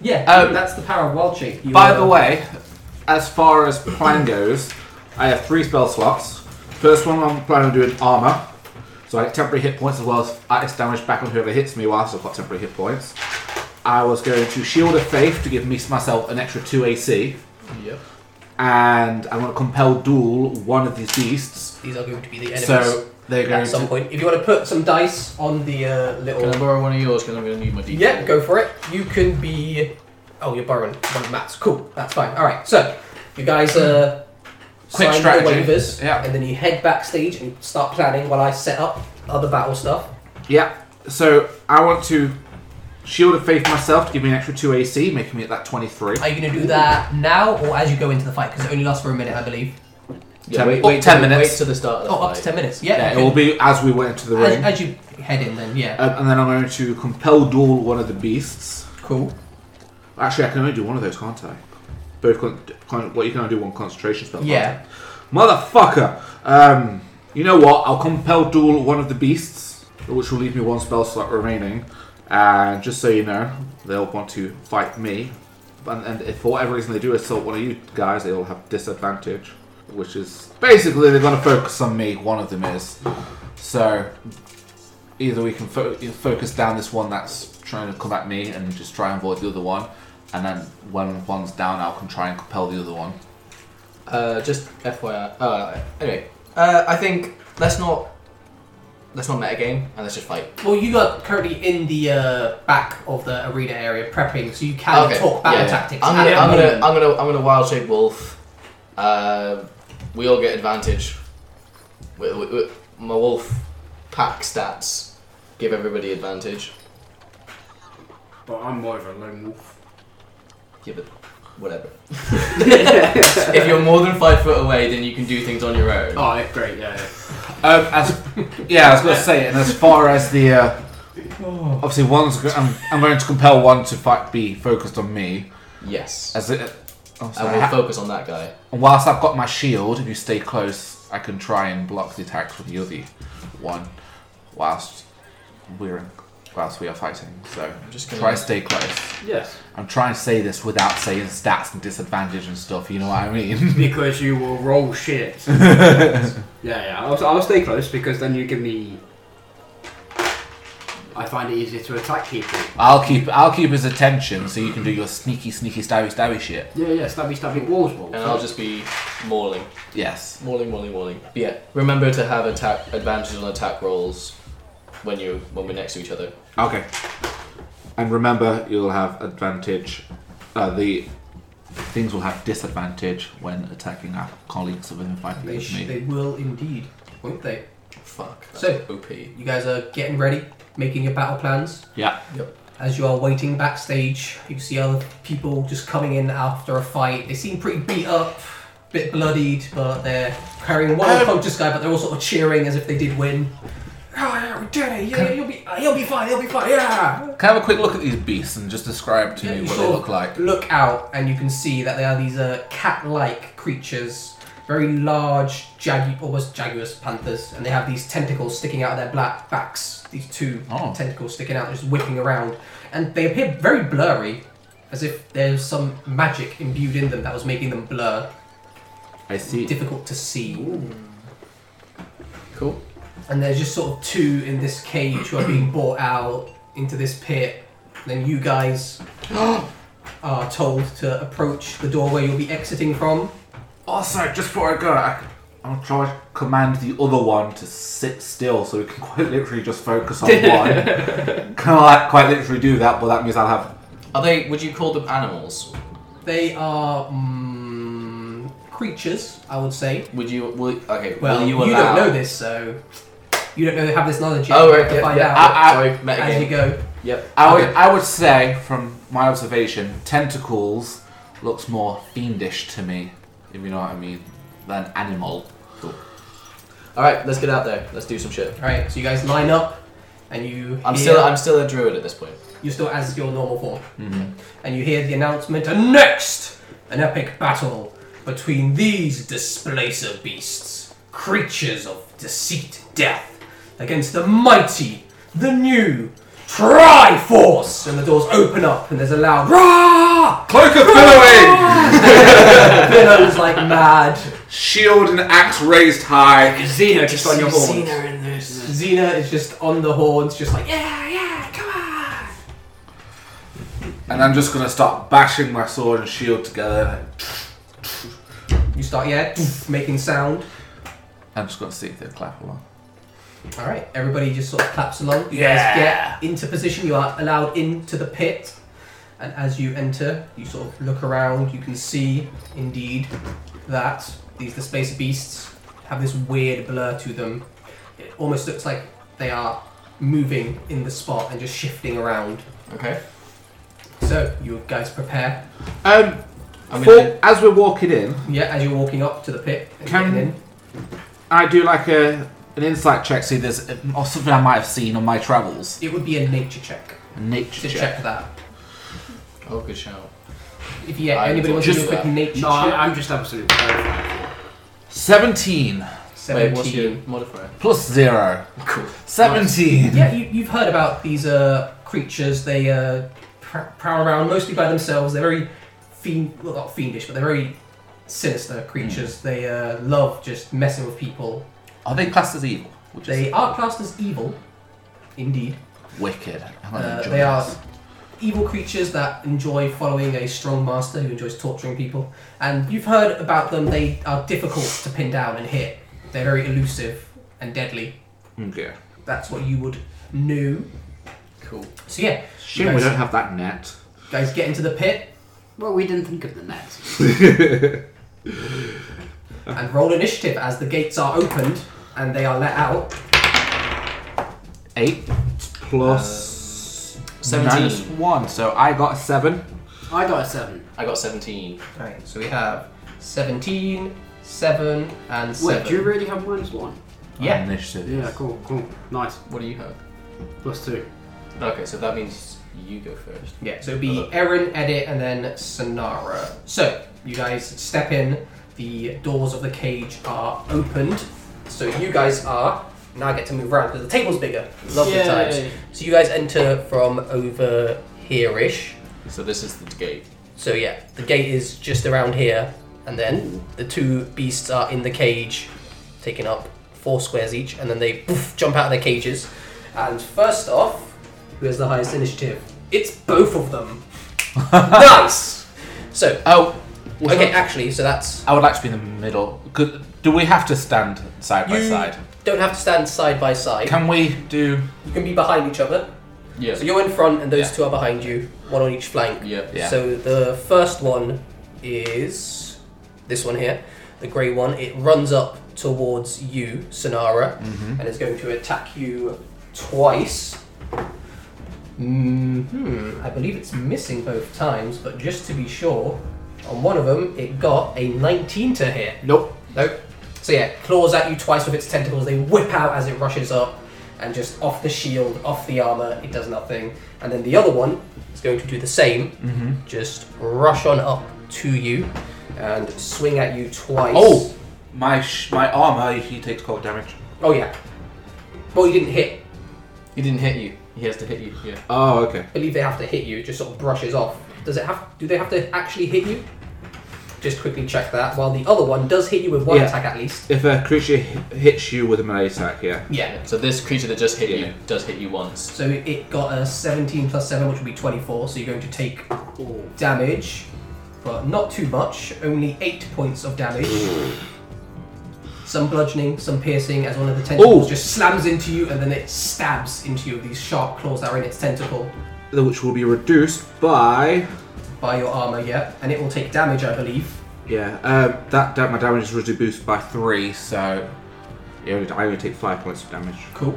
[SPEAKER 1] Yeah.
[SPEAKER 4] Um,
[SPEAKER 1] that's the power of wild shape. You
[SPEAKER 4] By
[SPEAKER 1] are-
[SPEAKER 4] the way, as far as plan goes, I have three spell slots. First one I'm planning on doing armor. So I get temporary hit points as well as ice damage back on whoever hits me while I've still got temporary hit points. I was going to Shield of Faith to give me myself an extra 2 AC.
[SPEAKER 2] Yep.
[SPEAKER 4] And I'm going to compel duel one of these beasts.
[SPEAKER 1] these are going to be the enemies.
[SPEAKER 4] So they're going
[SPEAKER 1] at some
[SPEAKER 4] to.
[SPEAKER 1] point, if you want to put some dice on the uh,
[SPEAKER 2] Can I
[SPEAKER 1] little.
[SPEAKER 2] borrow one of yours? Because I'm going to need my D4.
[SPEAKER 1] Yeah, go for it. You can be. Oh, you're borrowing one of Matt's. Cool. That's fine. All right. So you guys uh, sign
[SPEAKER 4] Quick
[SPEAKER 1] the
[SPEAKER 4] strategy.
[SPEAKER 1] waivers,
[SPEAKER 4] Yeah.
[SPEAKER 1] and then you head backstage and start planning while I set up other battle stuff.
[SPEAKER 4] Yeah. So I want to Shield of Faith myself to give me an extra 2 AC, making me at that 23.
[SPEAKER 1] Are you going to do that now or as you go into the fight? Because it only lasts for a minute, I believe.
[SPEAKER 2] Yeah,
[SPEAKER 4] Ten-
[SPEAKER 2] wait,
[SPEAKER 4] oh,
[SPEAKER 2] wait,
[SPEAKER 4] ten
[SPEAKER 2] till-
[SPEAKER 4] minutes.
[SPEAKER 2] Wait till the start of the
[SPEAKER 1] Oh, up to
[SPEAKER 2] fight.
[SPEAKER 1] 10 minutes. Yeah.
[SPEAKER 4] Yeah,
[SPEAKER 1] you
[SPEAKER 4] it will
[SPEAKER 1] can-
[SPEAKER 4] be as we went into the ring.
[SPEAKER 1] as, as you head in, then, yeah.
[SPEAKER 4] Um, and then I'm going to compel duel one of the beasts.
[SPEAKER 1] cool.
[SPEAKER 4] Actually, I can only do one of those, can't I? Both con- con- well, you can only do one concentration spell. can't
[SPEAKER 1] Yeah.
[SPEAKER 4] you? Motherfucker! Um, you know what? I'll compel duel one of the beasts, which will leave me one spell slot remaining. And just so you know, they'll want to fight me. And, and if for whatever reason they do assault one of you guys, they all have disadvantage. Which is basically they're going to focus on me. One of them is. So either we can fo- you know, focus down this one that's trying to come at me and just try and avoid the other one, and then when one's down, I can try and compel the other one.
[SPEAKER 2] Uh, just FYI. Uh, anyway, uh, I think let's not let's not metagame and let's just fight.
[SPEAKER 1] Well, you are currently in the uh, back of the arena area prepping, so you can talk battle
[SPEAKER 2] yeah.
[SPEAKER 1] tactics.
[SPEAKER 2] I'm
[SPEAKER 1] at
[SPEAKER 2] gonna,
[SPEAKER 1] the
[SPEAKER 2] I'm gonna,
[SPEAKER 1] moment.
[SPEAKER 2] I'm gonna, I'm gonna wild shape wolf. Uh, we all get advantage. Wi- wi- wi- my wolf pack stats give everybody advantage.
[SPEAKER 3] But I'm more of a lone wolf.
[SPEAKER 2] Give it whatever. if you're more than five foot away, then you can do things on your own.
[SPEAKER 3] Oh, yeah, great, yeah. yeah.
[SPEAKER 4] Um, as, yeah, I was going to say, and as far as the uh, obviously one's, go- I'm, I'm going to compel one to fight, be focused on me.
[SPEAKER 2] Yes,
[SPEAKER 4] As it, uh, obviously
[SPEAKER 2] and
[SPEAKER 4] I
[SPEAKER 2] we'll
[SPEAKER 4] ha-
[SPEAKER 2] focus on that guy.
[SPEAKER 4] and whilst I've got my shield, if you stay close, I can try and block the attacks from the other one, whilst we're in, whilst we are fighting. So
[SPEAKER 2] just gonna-
[SPEAKER 4] try to stay close.
[SPEAKER 3] Yes.
[SPEAKER 4] I'm trying to say this without saying stats and disadvantage and stuff, you know what I mean?
[SPEAKER 3] Because you will roll shit. yeah, yeah. I'll, I'll stay close because then you give me. I find it easier to attack people.
[SPEAKER 4] I'll keep I'll keep his attention so you can do your sneaky, sneaky, stabby, stabby shit.
[SPEAKER 3] Yeah, yeah. Stabby, stabby, walls, walls.
[SPEAKER 2] And I'll just be mauling.
[SPEAKER 4] Yes.
[SPEAKER 2] Morning, morning, morning. But yeah, remember to have attack advantage on attack rolls when you when we're next to each other.
[SPEAKER 4] Okay. And remember, you'll have advantage. Uh, the things will have disadvantage when attacking our colleagues within five feet
[SPEAKER 1] They,
[SPEAKER 4] of
[SPEAKER 1] sh-
[SPEAKER 4] me.
[SPEAKER 1] they will indeed, won't they?
[SPEAKER 2] Fuck. That's
[SPEAKER 1] So-
[SPEAKER 2] OP.
[SPEAKER 1] You guys are getting ready, making your battle plans.
[SPEAKER 4] Yeah.
[SPEAKER 1] As you are waiting backstage, you see other people just coming in after a fight. They seem pretty beat up, bit bloodied, but they're carrying one unconscious guy, but they're all sort of cheering as if they did win. Um, Oh yeah, we did it. Yeah, you'll be, you'll be fine. You'll be fine. Yeah.
[SPEAKER 4] Can I have a quick look at these beasts and just describe to
[SPEAKER 1] Yeah,
[SPEAKER 4] me
[SPEAKER 1] you
[SPEAKER 4] what
[SPEAKER 1] sure.
[SPEAKER 4] they look like?
[SPEAKER 1] Look out, and you can see that they are these uh, cat-like creatures, very large, jagu- almost jaguars, panthers, and they have these tentacles sticking out of their black backs. These two
[SPEAKER 4] Oh.
[SPEAKER 1] tentacles sticking out, just whipping around, and they appear very blurry, as if there's some magic imbued in them that was making them blur,
[SPEAKER 4] I see.
[SPEAKER 1] difficult to see.
[SPEAKER 2] Cool.
[SPEAKER 1] and there's just sort of two in this cage who are being brought out into this pit. Then you guys are told to approach the doorway you'll be exiting from.
[SPEAKER 4] Also, Oh, just before I go, I, I'm gonna try to command the other one to sit still so we can quite literally just focus on one. Can I like, quite literally do that? But that means I'll have.
[SPEAKER 2] Are they? Would you call them animals?
[SPEAKER 1] They are mm, creatures, I would say.
[SPEAKER 2] Would you? Will, okay.
[SPEAKER 1] Well,
[SPEAKER 2] will
[SPEAKER 1] you,
[SPEAKER 2] you allow?
[SPEAKER 1] don't know this, so you don't know have this knowledge yet.
[SPEAKER 2] Oh,
[SPEAKER 1] you
[SPEAKER 2] right.
[SPEAKER 1] have to
[SPEAKER 2] Yeah,
[SPEAKER 1] find
[SPEAKER 2] yeah.
[SPEAKER 1] out
[SPEAKER 4] I- I-
[SPEAKER 2] Sorry, met
[SPEAKER 1] as
[SPEAKER 2] again.
[SPEAKER 1] you go.
[SPEAKER 2] Yep.
[SPEAKER 4] I would,
[SPEAKER 2] Okay.
[SPEAKER 4] I would say, from my observation, tentacles looks more fiendish to me, if you know what I mean, than animal.
[SPEAKER 2] All right. Let's get out there. Let's do some shit.
[SPEAKER 1] All right, so you guys line up, and you.
[SPEAKER 2] I'm
[SPEAKER 1] hear-
[SPEAKER 2] still. I'm still a druid at this point.
[SPEAKER 1] You're still as your normal form. And you hear the announcement, and next, an epic battle between these displacer beasts, creatures of deceit and death, against the mighty, the new Triforce! And the doors open up, and there's a loud rah!
[SPEAKER 4] Cloak of billowing!
[SPEAKER 1] Billows like mad.
[SPEAKER 4] Shield and axe raised high.
[SPEAKER 3] Xena just on your horn.
[SPEAKER 2] in this.
[SPEAKER 1] Xena is just on the horns, just like, yeah, yeah, come on!
[SPEAKER 4] And I'm just gonna start bashing my sword and shield together.
[SPEAKER 1] You start, yeah, making sound.
[SPEAKER 4] I'm just gonna see if they clap along.
[SPEAKER 1] All right, everybody just sort of claps along. You
[SPEAKER 4] Yeah.
[SPEAKER 1] guys get into position. You are allowed into the pit, and as you enter, you sort of look around. You can see, indeed, that these the space beasts have this weird blur to them. It almost looks like they are moving in the spot and just shifting around.
[SPEAKER 2] Okay.
[SPEAKER 1] So you guys prepare.
[SPEAKER 4] Um,
[SPEAKER 2] I'm
[SPEAKER 4] for-
[SPEAKER 2] gonna.
[SPEAKER 4] as we're walking in,
[SPEAKER 1] Yeah, as you're walking up to the pit. And
[SPEAKER 4] Can-
[SPEAKER 1] getting in.
[SPEAKER 4] I do like a an insight check. See, there's or something I might have seen on my travels.
[SPEAKER 1] It would be a nature check
[SPEAKER 4] Nature
[SPEAKER 1] to
[SPEAKER 4] check.
[SPEAKER 1] check, that.
[SPEAKER 2] Oh, good shout.
[SPEAKER 1] If yeah,
[SPEAKER 2] I
[SPEAKER 1] anybody
[SPEAKER 2] would
[SPEAKER 1] wants to
[SPEAKER 2] do
[SPEAKER 1] do a quick
[SPEAKER 2] that.
[SPEAKER 1] nature
[SPEAKER 3] No,
[SPEAKER 1] check.
[SPEAKER 3] I'm, I'm just absolutely terrified.
[SPEAKER 4] Seventeen
[SPEAKER 2] Wait, what's your
[SPEAKER 1] 17.
[SPEAKER 2] modifier?
[SPEAKER 4] plus zero.
[SPEAKER 2] Cool.
[SPEAKER 4] Seventeen.
[SPEAKER 1] Yeah, you, you've heard about these uh, creatures. They uh, pr- prowl around mostly by themselves. They're very fiend, well, not fiendish, but they're very sinister creatures.
[SPEAKER 4] Hmm.
[SPEAKER 1] They uh, love just messing with people.
[SPEAKER 4] Are they classed as evil? Which
[SPEAKER 1] They
[SPEAKER 4] is
[SPEAKER 1] are classed as evil, indeed.
[SPEAKER 4] wicked. I'm gonna
[SPEAKER 1] Uh,
[SPEAKER 4] enjoy
[SPEAKER 1] they are
[SPEAKER 4] this.
[SPEAKER 1] evil creatures that enjoy following a strong master who enjoys torturing people. And you've heard about them. They are difficult to pin down and hit. They're very elusive and deadly.
[SPEAKER 4] Okay.
[SPEAKER 1] That's what you would know.
[SPEAKER 2] Cool.
[SPEAKER 1] So yeah,
[SPEAKER 4] Shame we
[SPEAKER 1] Nice.
[SPEAKER 4] don't have that net.
[SPEAKER 1] guys, get into the pit.
[SPEAKER 3] Well, we didn't think of the net.
[SPEAKER 1] and roll initiative as the gates are opened and they are let out.
[SPEAKER 4] Eight plus
[SPEAKER 2] Seventeen.
[SPEAKER 4] minus one. So I got a seven.
[SPEAKER 3] I got a seven.
[SPEAKER 2] I got 17.
[SPEAKER 1] Right, so we have 17, 7, and 7.
[SPEAKER 3] Wait, do you really have minus one?
[SPEAKER 1] Yeah.
[SPEAKER 4] On Initiative.
[SPEAKER 3] Yeah, cool, cool, nice.
[SPEAKER 2] What do you have?
[SPEAKER 3] Plus two.
[SPEAKER 2] Okay, so that means you go first.
[SPEAKER 1] Yeah, so it'd be Erin, Edit, and then Sonara. So, you guys step in, the doors of the cage are opened. So, you guys are. Now I get to move around because the table's bigger. Lovely
[SPEAKER 3] Yay.
[SPEAKER 1] times. So, you guys enter from over here ish.
[SPEAKER 2] So this is the gate.
[SPEAKER 1] So yeah, the gate is just around here, and then the two beasts are in the cage, taking up four squares each, and then they poof, jump out of their cages. And first off, who has the highest initiative? It's both of them. nice. So uh,
[SPEAKER 4] Oh.
[SPEAKER 1] okay, actually, so that's
[SPEAKER 4] I would like to be in the middle. Could, do we have to stand side by
[SPEAKER 1] you
[SPEAKER 4] side?
[SPEAKER 1] don't have to stand side by side.
[SPEAKER 4] Can we do?
[SPEAKER 1] You can be behind each other.
[SPEAKER 2] Yeah.
[SPEAKER 1] So you're in front, and those
[SPEAKER 4] Yeah.
[SPEAKER 1] two are behind you, one on each flank.
[SPEAKER 2] yeah.
[SPEAKER 4] Yeah.
[SPEAKER 1] So the first one is this one here, the grey one. It runs up towards you, Sonara, and is going to attack you twice. hmm I believe it's missing both times, but just to be sure, on one of them it got a 19 to hit.
[SPEAKER 4] Nope.
[SPEAKER 1] Nope. So yeah, claws at you twice with its tentacles. They whip out as it rushes up, and just off the shield, off the armor, it does nothing. And then the other one is going to do the same,
[SPEAKER 4] Mm-hmm.
[SPEAKER 1] just rush on up to you and swing at you twice.
[SPEAKER 4] Oh, my sh- my armor. He takes cold damage.
[SPEAKER 1] Oh yeah. Well, you didn't hit.
[SPEAKER 2] He didn't hit you. He has to hit you. Yeah.
[SPEAKER 4] Oh, okay.
[SPEAKER 1] I believe they have to hit you. It just sort of brushes off. Does it have? Do they have to actually hit you? Just quickly check that. While the other one does hit you with one
[SPEAKER 4] Yeah.
[SPEAKER 1] attack at least.
[SPEAKER 4] If a creature hi- hits you with a melee attack, yeah.
[SPEAKER 1] Yeah.
[SPEAKER 2] So this creature that just hit
[SPEAKER 4] Yeah.
[SPEAKER 2] you does hit you once.
[SPEAKER 1] So it got a 17 plus 7, which would be 24. So you're going to take damage, but not too much. Only 8 points of damage. Some bludgeoning, some piercing, as one of the tentacles
[SPEAKER 4] Ooh.
[SPEAKER 1] just slams into you, and then it stabs into you with these sharp claws that are in its tentacle
[SPEAKER 4] The- Which will be reduced by.
[SPEAKER 1] by your armor. Yeah, and it will take damage, I believe.
[SPEAKER 4] Yeah. Um. That, that my damage is reduced by three, so. Yeah, I only take five points of damage.
[SPEAKER 1] Cool.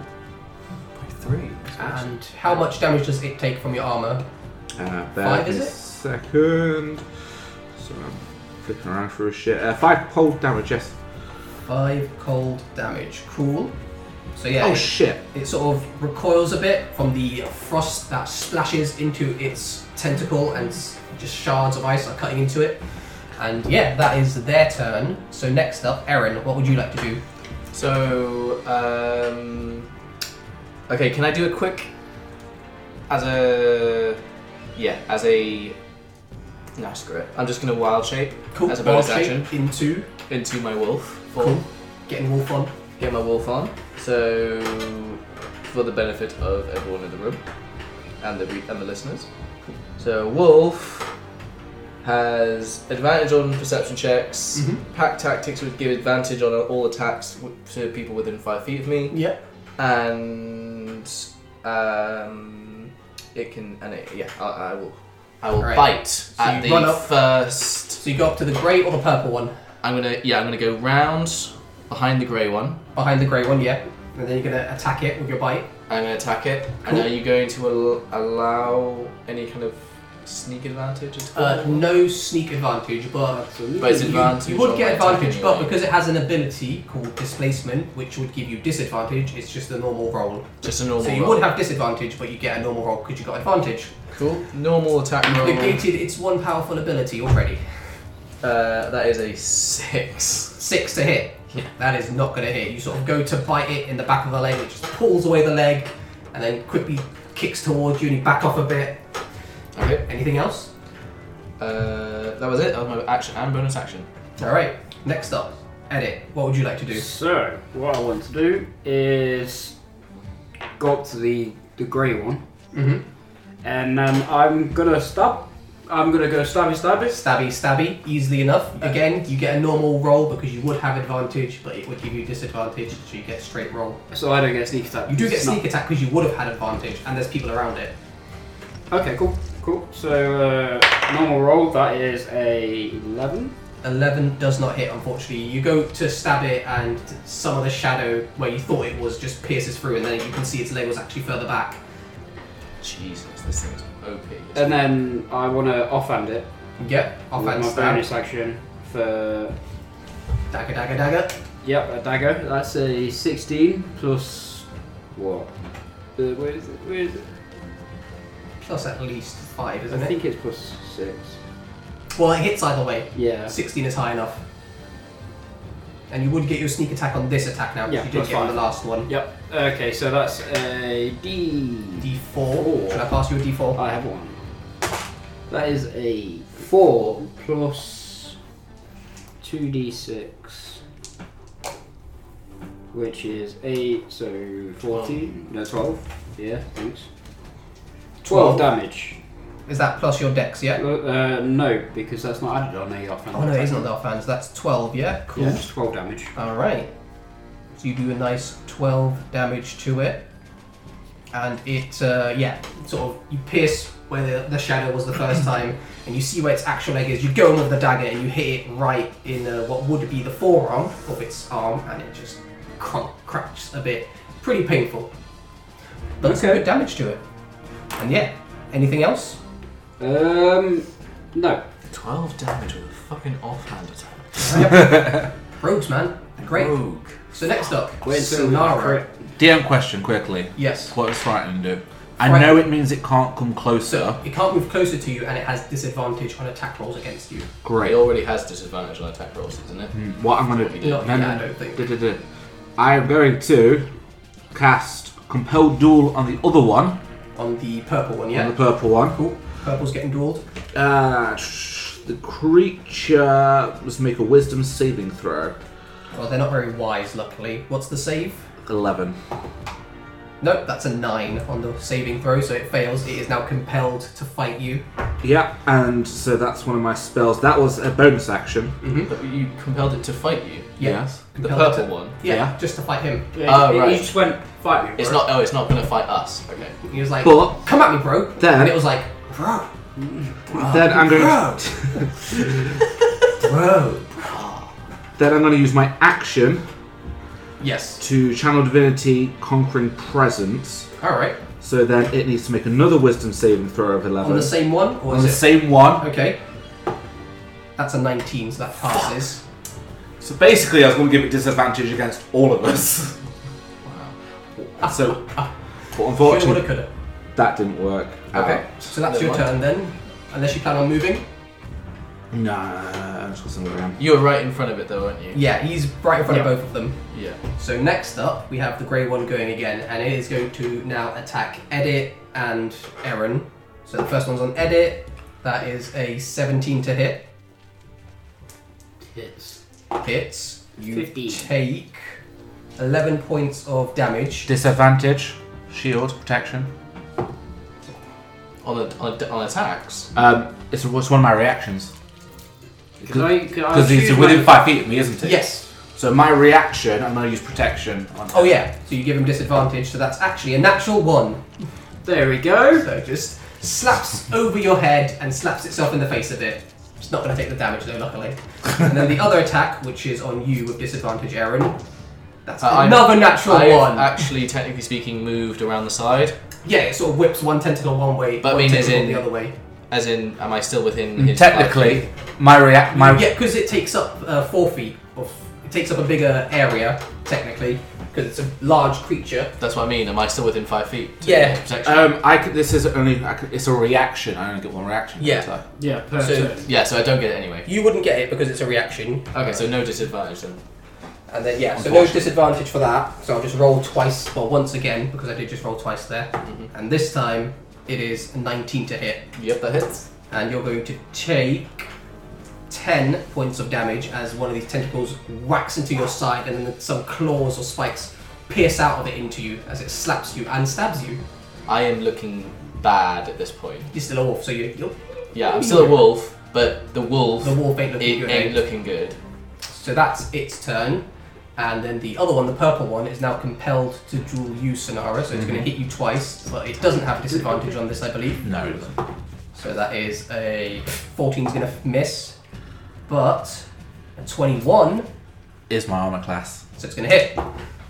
[SPEAKER 2] Three.
[SPEAKER 1] And how much damage does it take from your armor?
[SPEAKER 4] Uh, bear
[SPEAKER 1] Five,
[SPEAKER 4] with
[SPEAKER 1] is
[SPEAKER 4] me a
[SPEAKER 1] it?
[SPEAKER 4] Second. So I'm flipping around for a shit. Uh, five cold damage. Yes.
[SPEAKER 1] Five cold damage. Cool. So yeah,
[SPEAKER 4] Oh
[SPEAKER 1] it-
[SPEAKER 4] shit.
[SPEAKER 1] it sort of recoils a bit from the frost that splashes into its tentacle, and s- just shards of ice are cutting into it. And yeah, that is their turn. So next up, Erin, what would you like to do?
[SPEAKER 2] So, um, okay, can I do a quick, as a, yeah, as a, no, screw it. I'm just gonna wild shape
[SPEAKER 1] Cool.
[SPEAKER 2] as a bonus
[SPEAKER 1] wild shape
[SPEAKER 2] action
[SPEAKER 1] into
[SPEAKER 2] into my wolf form,
[SPEAKER 1] Cool. getting wolf on.
[SPEAKER 2] get my wolf on. So, for the benefit of everyone in the room and the re- and the listeners, so wolf has advantage on perception checks.
[SPEAKER 1] Mm-hmm.
[SPEAKER 2] Pack tactics would give advantage on all attacks w- to people within five feet of me
[SPEAKER 1] Yep.
[SPEAKER 2] and um, it can and it, yeah I, I will I will
[SPEAKER 1] Right.
[SPEAKER 2] bite at
[SPEAKER 1] you
[SPEAKER 2] the
[SPEAKER 1] run up.
[SPEAKER 2] first.
[SPEAKER 1] So you go up to the grey or the purple one.
[SPEAKER 2] I'm gonna yeah I'm gonna go round behind the grey one.
[SPEAKER 1] Behind the grey one, yeah. And then you're gonna attack it with your bite.
[SPEAKER 2] I'm gonna attack it. And
[SPEAKER 1] Cool.
[SPEAKER 2] are you going to al- allow any kind of sneak advantage? At all?
[SPEAKER 1] Uh, no sneak advantage, but
[SPEAKER 2] but it's
[SPEAKER 1] You-
[SPEAKER 2] advantage.
[SPEAKER 1] You,
[SPEAKER 2] on
[SPEAKER 1] would get
[SPEAKER 2] my attack
[SPEAKER 1] advantage, but
[SPEAKER 2] anyway.
[SPEAKER 1] because it has an ability called displacement, which would give you disadvantage, it's just a normal roll.
[SPEAKER 2] just a normal.
[SPEAKER 1] So you
[SPEAKER 2] roll.
[SPEAKER 1] would have disadvantage, but you get a normal roll because you got advantage.
[SPEAKER 2] cool normal attack roll.
[SPEAKER 1] Negated its one powerful ability already.
[SPEAKER 2] Uh, that is a six.
[SPEAKER 1] Six to hit.
[SPEAKER 2] Yeah.
[SPEAKER 1] That is not going to hit. You sort of go to bite it in the back of the leg, it just pulls away the leg, and then quickly kicks towards you and you back off a bit.
[SPEAKER 2] Okay.
[SPEAKER 1] Anything else?
[SPEAKER 2] Uh, that was it. That was my action and bonus action.
[SPEAKER 1] All right. Next up, edit. What would you like to do?
[SPEAKER 3] So, what I want to do is go up to the, the grey one,
[SPEAKER 1] Mm-hmm.
[SPEAKER 3] and um, I'm gonna stab. I'm gonna go stabby stabby.
[SPEAKER 1] Stabby, stabby, easily enough. Again, you get a normal roll because you would have advantage, but it would give you disadvantage, so you get straight roll.
[SPEAKER 3] So I don't get sneak attack.
[SPEAKER 1] You do get
[SPEAKER 3] It's not-
[SPEAKER 1] sneak attack because you would have had advantage, and there's people around it.
[SPEAKER 3] Okay, cool, cool. So uh, normal roll. That is a eleven.
[SPEAKER 1] 11 does not hit, unfortunately. You go to stab it, and some of the shadow where you thought it was just pierces through, and then you can see its leg was actually further back.
[SPEAKER 2] Jesus, this thing's OP.
[SPEAKER 3] And then I want to offhand it.
[SPEAKER 1] Yep, offhand
[SPEAKER 3] with my
[SPEAKER 1] stab.
[SPEAKER 3] bonus action for
[SPEAKER 1] Dagger, dagger, dagger.
[SPEAKER 3] yep a dagger. That's a sixteen plus what? Uh, where is it? Where is it?
[SPEAKER 1] Plus at least 5,
[SPEAKER 3] I
[SPEAKER 1] isn't it?
[SPEAKER 3] think it's plus six.
[SPEAKER 1] Well, it hits either way.
[SPEAKER 3] Yeah.
[SPEAKER 1] 16 is high enough. And you would get your sneak attack on this attack now,
[SPEAKER 3] Yeah,
[SPEAKER 1] because you did
[SPEAKER 3] plus
[SPEAKER 1] get on the
[SPEAKER 3] five.
[SPEAKER 1] last one.
[SPEAKER 3] Yep. Okay, so that's a D.
[SPEAKER 1] D4.
[SPEAKER 3] Four. Uh,
[SPEAKER 1] Should I pass you a D4?
[SPEAKER 3] I have one. That is a four plus two D six, which is eight. So fourteen. No, twelve. Yeah. Thanks. Twelve,
[SPEAKER 1] Twelve.
[SPEAKER 3] damage.
[SPEAKER 1] Is that plus your dex, yeah?
[SPEAKER 3] Uh, no, because that's not added on the offense.
[SPEAKER 1] Oh no, it isn't the offhand, so that's 12, yeah? Cool.
[SPEAKER 3] Yeah, it's twelve damage.
[SPEAKER 1] Alright. So you do a nice 12 damage to it. And it, uh, yeah, sort of, you pierce where the, the shadow was the first time, and you see where its actual leg is. You go in with the dagger and you hit it right in uh, what would be the forearm of its arm, and it just crunk, cracks a bit. Pretty painful. But it's
[SPEAKER 3] Okay.
[SPEAKER 1] good damage to it. And yeah, anything else?
[SPEAKER 3] Um, no.
[SPEAKER 2] Twelve damage with a fucking offhand attack.
[SPEAKER 1] Rogues, man. Great.
[SPEAKER 4] Rogue.
[SPEAKER 1] So next up,
[SPEAKER 3] Wait until we
[SPEAKER 1] Sonara.
[SPEAKER 3] crit.
[SPEAKER 4] DM question quickly.
[SPEAKER 1] Yes.
[SPEAKER 4] What does frightening do? I
[SPEAKER 1] Frighten-
[SPEAKER 4] know it means it can't come closer.
[SPEAKER 1] So it can't move closer to you, and it has disadvantage on attack rolls against you.
[SPEAKER 2] It
[SPEAKER 4] Great.
[SPEAKER 2] already has disadvantage on attack rolls, doesn't it?
[SPEAKER 1] Hmm.
[SPEAKER 4] What I'm gonna
[SPEAKER 2] Not
[SPEAKER 4] do?
[SPEAKER 1] yet, I don't think.
[SPEAKER 4] duh, duh, duh. I'm going to cast Compel Duel on the other one,
[SPEAKER 1] On the purple one,
[SPEAKER 4] on
[SPEAKER 1] yeah.
[SPEAKER 4] the purple one.
[SPEAKER 1] Cool. Purple's getting dueled.
[SPEAKER 4] Uh, sh- the creature must make a Wisdom saving throw.
[SPEAKER 1] Well, they're not very wise, luckily. What's the save?
[SPEAKER 4] Eleven.
[SPEAKER 1] Nope, that's a nine on the saving throw, so it fails. It is now compelled to fight you.
[SPEAKER 4] Yeah, and so that's one of my spells. That was a bonus action.
[SPEAKER 2] But you compelled it to fight you.
[SPEAKER 1] Yeah.
[SPEAKER 4] Yes.
[SPEAKER 2] The
[SPEAKER 1] Compelled
[SPEAKER 2] purple
[SPEAKER 1] to-
[SPEAKER 2] one.
[SPEAKER 1] Yeah,
[SPEAKER 4] Yeah.
[SPEAKER 1] just to fight him.
[SPEAKER 2] Oh,
[SPEAKER 3] You
[SPEAKER 2] right.
[SPEAKER 3] just went fight me.
[SPEAKER 2] It's
[SPEAKER 3] bro."
[SPEAKER 2] not. Oh, it's not going to fight us. Okay.
[SPEAKER 1] He was like,
[SPEAKER 4] But-
[SPEAKER 1] "Come at me, bro."
[SPEAKER 4] Then-
[SPEAKER 1] and it was like, "Bro,
[SPEAKER 4] Then I'm going.
[SPEAKER 1] bro,
[SPEAKER 4] To,
[SPEAKER 1] bro."
[SPEAKER 4] then I'm going to use my action
[SPEAKER 1] Yes.
[SPEAKER 4] to channel divinity, conquering presence.
[SPEAKER 1] All right.
[SPEAKER 4] So then it needs to make another Wisdom saving throw of eleven.
[SPEAKER 1] On the same one, or
[SPEAKER 4] On
[SPEAKER 1] is
[SPEAKER 4] the
[SPEAKER 1] it?
[SPEAKER 4] same one.
[SPEAKER 1] Okay. That's a 19, so that passes.
[SPEAKER 4] So basically, I was going to give it disadvantage against all of us. Wow. So, but
[SPEAKER 1] Shoulda,
[SPEAKER 4] unfortunately,
[SPEAKER 1] coulda.
[SPEAKER 4] that didn't work.
[SPEAKER 1] Okay.
[SPEAKER 4] out.
[SPEAKER 1] So that's
[SPEAKER 2] Never
[SPEAKER 1] your turn
[SPEAKER 2] mind.
[SPEAKER 1] then, unless you plan on moving.
[SPEAKER 4] Nah, I'm just going to around.
[SPEAKER 2] You were right in front of it, though, weren't you?
[SPEAKER 1] Yeah, he's right in front
[SPEAKER 3] Yeah.
[SPEAKER 1] of both of them.
[SPEAKER 2] Yeah.
[SPEAKER 1] So next up, we have the grey one going again, and it is going to now attack Edit and Erin. So the first one's on Edit. That is a 17 to hit.
[SPEAKER 3] Hits.
[SPEAKER 1] Hits. You
[SPEAKER 3] 15.
[SPEAKER 1] take 11 points of damage.
[SPEAKER 4] Disadvantage, shield, protection.
[SPEAKER 2] On a, on, a, on attacks.
[SPEAKER 4] Um, it's, it's one of my reactions.
[SPEAKER 3] Could I? Could I?
[SPEAKER 4] Because he's
[SPEAKER 3] choose
[SPEAKER 4] within
[SPEAKER 3] my-
[SPEAKER 4] five feet of me, isn't he?
[SPEAKER 1] Yes.
[SPEAKER 4] So my reaction, I'm going to use protection. On
[SPEAKER 1] Oh yeah. So you give him disadvantage. So that's actually a natural one.
[SPEAKER 3] There we go.
[SPEAKER 1] So just slaps over your head and slaps itself in the face a bit. It's not going to take the damage though, luckily. and then the other attack, which is on you with disadvantage, Aaron. That's
[SPEAKER 2] Uh, I-
[SPEAKER 1] another natural
[SPEAKER 2] I've
[SPEAKER 1] one.
[SPEAKER 2] actually, technically speaking, moved around the side.
[SPEAKER 1] yeah, it sort of whips one tentacle one way,
[SPEAKER 2] But I
[SPEAKER 1] one
[SPEAKER 2] mean, as
[SPEAKER 1] tentacle
[SPEAKER 2] in-
[SPEAKER 1] the other way.
[SPEAKER 2] As in, am I still within?
[SPEAKER 4] Mm,
[SPEAKER 2] his five
[SPEAKER 4] Technically,
[SPEAKER 2] feet?
[SPEAKER 4] my react, my
[SPEAKER 1] Yeah, because it takes up uh, four feet. Or f- it takes up a bigger area technically because it's a large creature.
[SPEAKER 2] That's what I mean. Am I still within five feet? to
[SPEAKER 1] Yeah.
[SPEAKER 2] Protection.
[SPEAKER 4] um, I could, this is only I could, it's a reaction. I only get one reaction.
[SPEAKER 1] Yeah.
[SPEAKER 4] So.
[SPEAKER 3] Yeah. Per
[SPEAKER 1] So-
[SPEAKER 3] turn.
[SPEAKER 2] yeah. So I don't get it anyway.
[SPEAKER 1] You wouldn't get it because it's a reaction.
[SPEAKER 2] Okay. So no disadvantage then.
[SPEAKER 1] And then yeah, so no
[SPEAKER 4] Unfortunately.
[SPEAKER 1] disadvantage for that. So I'll just roll twice, well once again because I did just roll twice there, and this time it is 19 to hit,
[SPEAKER 2] Mm-hmm. Yep, that hits.
[SPEAKER 1] and you're going to take 10 points of damage as one of these tentacles whacks into your side, and then some claws or spikes pierce out of it into you as it slaps you and stabs you.
[SPEAKER 2] I am looking bad at this point.
[SPEAKER 1] You're still a wolf, so you, you're
[SPEAKER 2] Yeah, I'm still a wolf, but the wolf,
[SPEAKER 1] the wolf ain't looking
[SPEAKER 2] it
[SPEAKER 1] good.
[SPEAKER 2] ain't
[SPEAKER 1] eh?
[SPEAKER 2] looking good.
[SPEAKER 1] So that's its turn. And then the other one, the purple one, is now compelled to duel you, Sonara, so it's going to hit you twice, but it doesn't have disadvantage on this, I believe.
[SPEAKER 4] No, it doesn't.
[SPEAKER 1] So that is a 14's going to miss, but a 21,
[SPEAKER 4] Is my armor class.
[SPEAKER 1] so it's going to hit.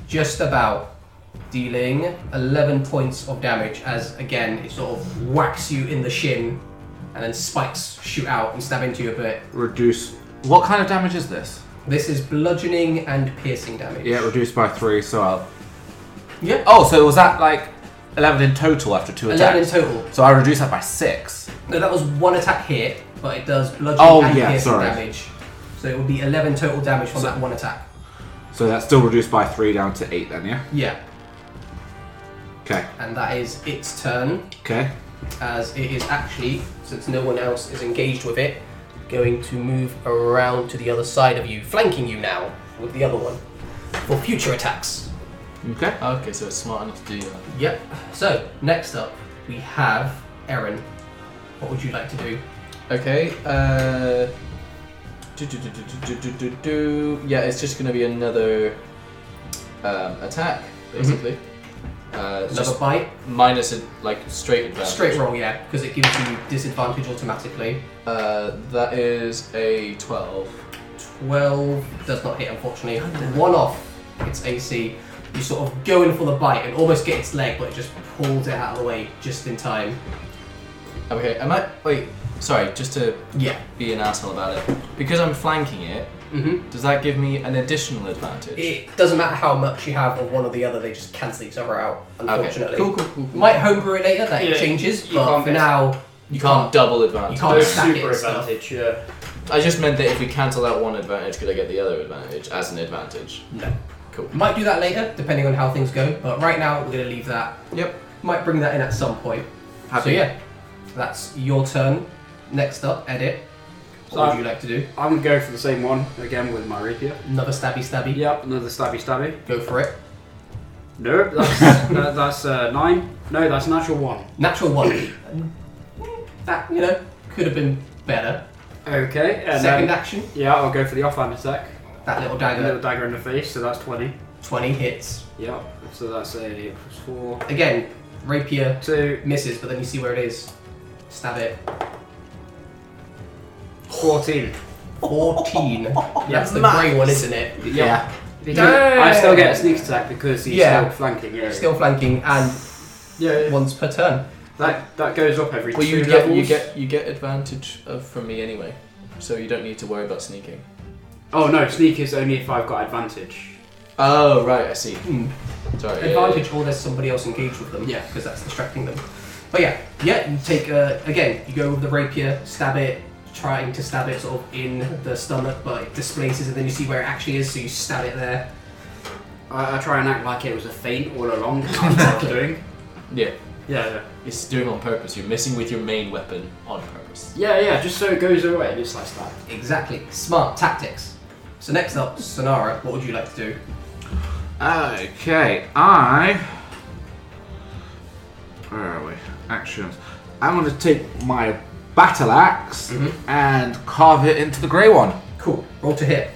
[SPEAKER 1] Just about dealing 11 points of damage as, again, it sort of whacks you in the shin, and then spikes shoot out and stab into you a bit.
[SPEAKER 4] Reduce. What kind of damage is this?
[SPEAKER 1] This is bludgeoning and piercing damage.
[SPEAKER 4] Yeah, reduced by three, so I'll.
[SPEAKER 1] Yeah.
[SPEAKER 4] Oh, so was that like 11 in total after two
[SPEAKER 1] 11 in
[SPEAKER 4] attacks?
[SPEAKER 1] total.
[SPEAKER 4] So I reduced that by six.
[SPEAKER 1] No, that was one attack hit, but it does bludgeoning
[SPEAKER 4] Oh,
[SPEAKER 1] and
[SPEAKER 4] yeah,
[SPEAKER 1] piercing
[SPEAKER 4] sorry.
[SPEAKER 1] damage. So it would be 11 total damage from that one attack.
[SPEAKER 4] So that's still reduced by three down to eight then, yeah?
[SPEAKER 1] Yeah,
[SPEAKER 4] Okay.
[SPEAKER 1] and that is its turn,
[SPEAKER 4] Okay.
[SPEAKER 1] as it is actually, since no one else is engaged with it, going to move around to the other side of you, flanking you now with the other one for future attacks.
[SPEAKER 4] Okay.
[SPEAKER 2] Okay, so it's smart enough to do that.
[SPEAKER 1] Yep. So next up, we have Erin. What would you like to do?
[SPEAKER 2] Okay. Uh, do, do, do, do, do, do, do, do, do. Yeah, it's just going to be another um, attack, basically. Uh, it's
[SPEAKER 1] Another
[SPEAKER 2] just
[SPEAKER 1] bite?
[SPEAKER 2] minus a, like straight advantage.
[SPEAKER 1] Straight roll, yeah, because it gives you disadvantage automatically.
[SPEAKER 2] Uh, that is a twelve.
[SPEAKER 1] 12 does not hit, unfortunately. One off its AC. You sort of go in for the bite and almost get its leg, but it just pulls it out of the way just in time.
[SPEAKER 2] Okay, am I? Wait, sorry. Just to
[SPEAKER 1] Yeah.
[SPEAKER 2] be an asshole about it, because I'm flanking it.
[SPEAKER 3] Mm-hmm.
[SPEAKER 2] Does that give me an additional advantage?
[SPEAKER 1] It doesn't matter how much you have of one or the other, they just cancel each other out,
[SPEAKER 2] okay.
[SPEAKER 1] unfortunately.
[SPEAKER 2] Cool, cool, cool, cool.
[SPEAKER 1] Might homebrew it later, that
[SPEAKER 5] Yeah,
[SPEAKER 1] changes,
[SPEAKER 5] you
[SPEAKER 1] but
[SPEAKER 5] can't
[SPEAKER 1] for
[SPEAKER 5] get-
[SPEAKER 1] now,
[SPEAKER 2] You can't double
[SPEAKER 1] you
[SPEAKER 2] advantage.
[SPEAKER 1] can't stack it.
[SPEAKER 5] super
[SPEAKER 1] and stuff.
[SPEAKER 5] advantage, yeah.
[SPEAKER 2] I just meant that if we cancel out one advantage, could I get the other advantage as an advantage?
[SPEAKER 1] No.
[SPEAKER 2] Cool.
[SPEAKER 1] Might do that later, depending on how things go, but right now we're going to leave that.
[SPEAKER 2] Yep.
[SPEAKER 1] Might bring that in at some point. So,
[SPEAKER 2] Happy.
[SPEAKER 1] yeah, that's your turn. Next up, edit. What
[SPEAKER 3] So-
[SPEAKER 1] would you like to do?
[SPEAKER 3] I'm gonna go for the same one again with my rapier.
[SPEAKER 1] Another stabby stabby.
[SPEAKER 3] Yep, another stabby stabby.
[SPEAKER 1] Go for it.
[SPEAKER 3] Nope, that's that, that's uh, nine. No, that's natural one.
[SPEAKER 1] Natural one. that, you know, could have been better.
[SPEAKER 3] Okay, and
[SPEAKER 1] Second
[SPEAKER 3] then,
[SPEAKER 1] action,
[SPEAKER 3] yeah, I'll go for the offhand attack.
[SPEAKER 1] that little
[SPEAKER 3] A
[SPEAKER 1] dagger.
[SPEAKER 3] little dagger in the face, so that's twenty.
[SPEAKER 1] 20 hits.
[SPEAKER 3] Yep, so that's a plus four,
[SPEAKER 1] Again, rapier
[SPEAKER 3] two,
[SPEAKER 1] misses, but then you see where it is. Stab it.
[SPEAKER 3] 14.
[SPEAKER 1] 14. That's the
[SPEAKER 2] Max.
[SPEAKER 1] grey one, isn't it?
[SPEAKER 2] Yeah.
[SPEAKER 3] Because I still get a sneak attack because he's
[SPEAKER 1] Yeah.
[SPEAKER 3] still flanking. Yeah,
[SPEAKER 1] Still flanking and
[SPEAKER 3] yeah, yeah.
[SPEAKER 1] once per turn.
[SPEAKER 3] That that goes up every
[SPEAKER 2] Well,
[SPEAKER 3] two
[SPEAKER 2] you get
[SPEAKER 3] levels.
[SPEAKER 2] you get you get advantage of, from me anyway, so you don't need to worry about sneaking.
[SPEAKER 3] Oh no, sneak is only if I've got advantage.
[SPEAKER 2] Oh right, I see.
[SPEAKER 1] Hmm.
[SPEAKER 2] Sorry. yeah, yeah, yeah.
[SPEAKER 1] Advantage, or there's somebody else engaged with them.
[SPEAKER 3] Yeah.
[SPEAKER 1] Because that's distracting them. But yeah, yeah, you take, uh, again, you go with the rapier, stab it, trying to stab it sort of in the stomach, but it displaces, and then you see where it actually is, so you stab it there.
[SPEAKER 3] I, I try and act like it was a feint all along. That's what I was doing.
[SPEAKER 2] Yeah,
[SPEAKER 3] Yeah, yeah.
[SPEAKER 2] it's doing it on purpose. You're missing with your main weapon on purpose.
[SPEAKER 3] Yeah, yeah, just so it goes away, just like that.
[SPEAKER 1] Exactly. Smart tactics. So next up, Sonara, what would you like to do?
[SPEAKER 4] Okay, I. Where are we? Actions. I'm going to take my battle ax and carve it into the grey one.
[SPEAKER 1] Cool. Roll to hit.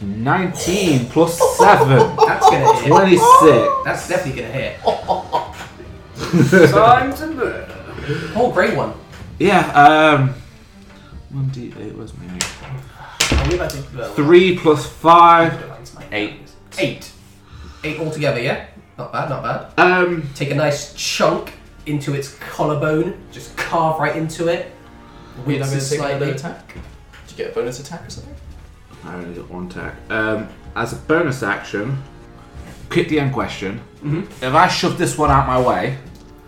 [SPEAKER 4] 19 plus 7.
[SPEAKER 1] That's gonna hit.
[SPEAKER 4] 26.
[SPEAKER 1] That's definitely gonna hit.
[SPEAKER 3] Time to murder.
[SPEAKER 1] Oh, great one.
[SPEAKER 4] Yeah, um. 1d8, where's my new?
[SPEAKER 1] Are we about to-
[SPEAKER 4] uh,
[SPEAKER 1] well,
[SPEAKER 4] 3 plus 5.
[SPEAKER 1] that's my-
[SPEAKER 4] Eight.
[SPEAKER 1] Eight. Eight altogether, yeah? Not bad, not bad.
[SPEAKER 4] Um,
[SPEAKER 1] Take a nice chunk into its collarbone, just carve right into it.
[SPEAKER 2] You're not
[SPEAKER 1] Wince it
[SPEAKER 2] going to take another
[SPEAKER 1] slightly.
[SPEAKER 2] attack. Do you get a bonus attack or something?
[SPEAKER 4] I only got one attack. Um, as a bonus action, quick DM question.
[SPEAKER 1] Mhm.
[SPEAKER 4] If I shove this one out my way,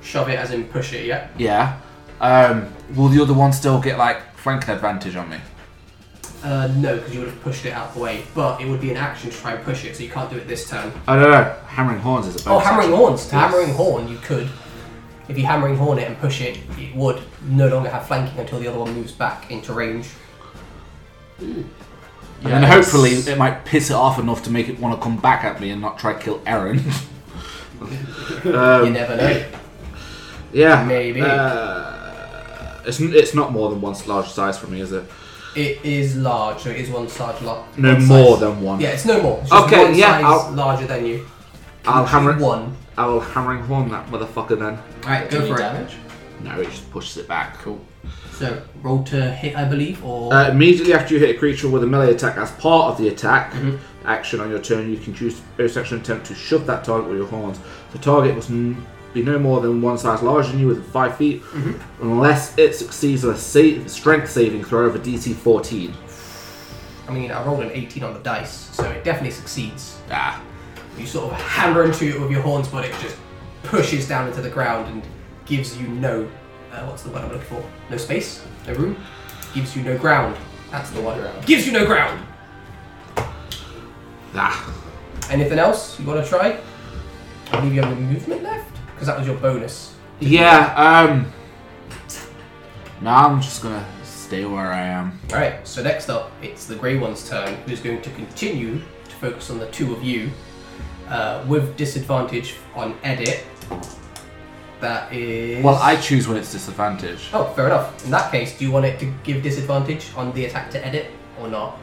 [SPEAKER 1] Shove it as in push it, yeah?
[SPEAKER 4] yeah, um, will the other one still get like flanking advantage on me?
[SPEAKER 1] Uh, no, because you would have pushed it out the way, but it would be an action to try and push it, so you can't do it this turn.
[SPEAKER 4] Oh no, no, hammering horns is a
[SPEAKER 1] Oh,
[SPEAKER 4] bonus.
[SPEAKER 1] hammering
[SPEAKER 4] action.
[SPEAKER 1] horns. To
[SPEAKER 4] Yes.
[SPEAKER 1] hammering horn, you could. If you hammering horn it and push it, it would no longer have flanking until the other one moves back into range.
[SPEAKER 4] And then hopefully it might piss it off enough to make it want to come back at me and not try to kill Aaron. Um,
[SPEAKER 1] you never know.
[SPEAKER 4] yeah,
[SPEAKER 1] Maybe.
[SPEAKER 4] Uh, it's n- it's not more than one large size for me, is it?
[SPEAKER 1] It is large, so it is one size lot.
[SPEAKER 4] No
[SPEAKER 1] one
[SPEAKER 4] more
[SPEAKER 1] size.
[SPEAKER 4] than one.
[SPEAKER 1] Yeah, it's no more. It's just
[SPEAKER 4] Okay,
[SPEAKER 1] one
[SPEAKER 4] yeah,
[SPEAKER 1] size
[SPEAKER 4] I'll-
[SPEAKER 1] larger than you.
[SPEAKER 4] I'll hammer it.
[SPEAKER 1] One.
[SPEAKER 4] I'll hammering horn that motherfucker then.
[SPEAKER 1] Alright, go
[SPEAKER 2] Any
[SPEAKER 1] for it.
[SPEAKER 2] damage?
[SPEAKER 4] No, it just pushes it back. Cool.
[SPEAKER 1] So roll to hit, I believe, or
[SPEAKER 4] Uh, immediately after you hit a creature with a melee attack as part of the attack action on your turn, you can choose bonus action attempt to shove that target with your horns. The target must n- be no more than one size larger than you, within five feet, Mm-hmm. unless it succeeds on a sa- strength saving throw of a DC 14.
[SPEAKER 1] I mean, I rolled an 18 on the dice, so it definitely succeeds.
[SPEAKER 4] Ah,
[SPEAKER 1] You sort of hammer into it with your horns, but it just pushes down into the ground and gives you no. Uh, what's the word I'm looking for? No space? No room? Gives you no ground. That's the one.
[SPEAKER 2] ground.
[SPEAKER 1] Gives you no ground!
[SPEAKER 4] ah.
[SPEAKER 1] Anything else you want to try? I believe you have any movement left? Because that was your bonus.
[SPEAKER 4] Yeah. Um. Now I'm just gonna stay where I am.
[SPEAKER 1] Alright, so next up, it's the Grey One's turn, who's going to continue to focus on the two of you uh, with disadvantage on edit. That is.
[SPEAKER 4] Well, I choose when it's disadvantage.
[SPEAKER 1] Oh, fair enough. In that case, do you want it to give disadvantage on the attack to edit or not?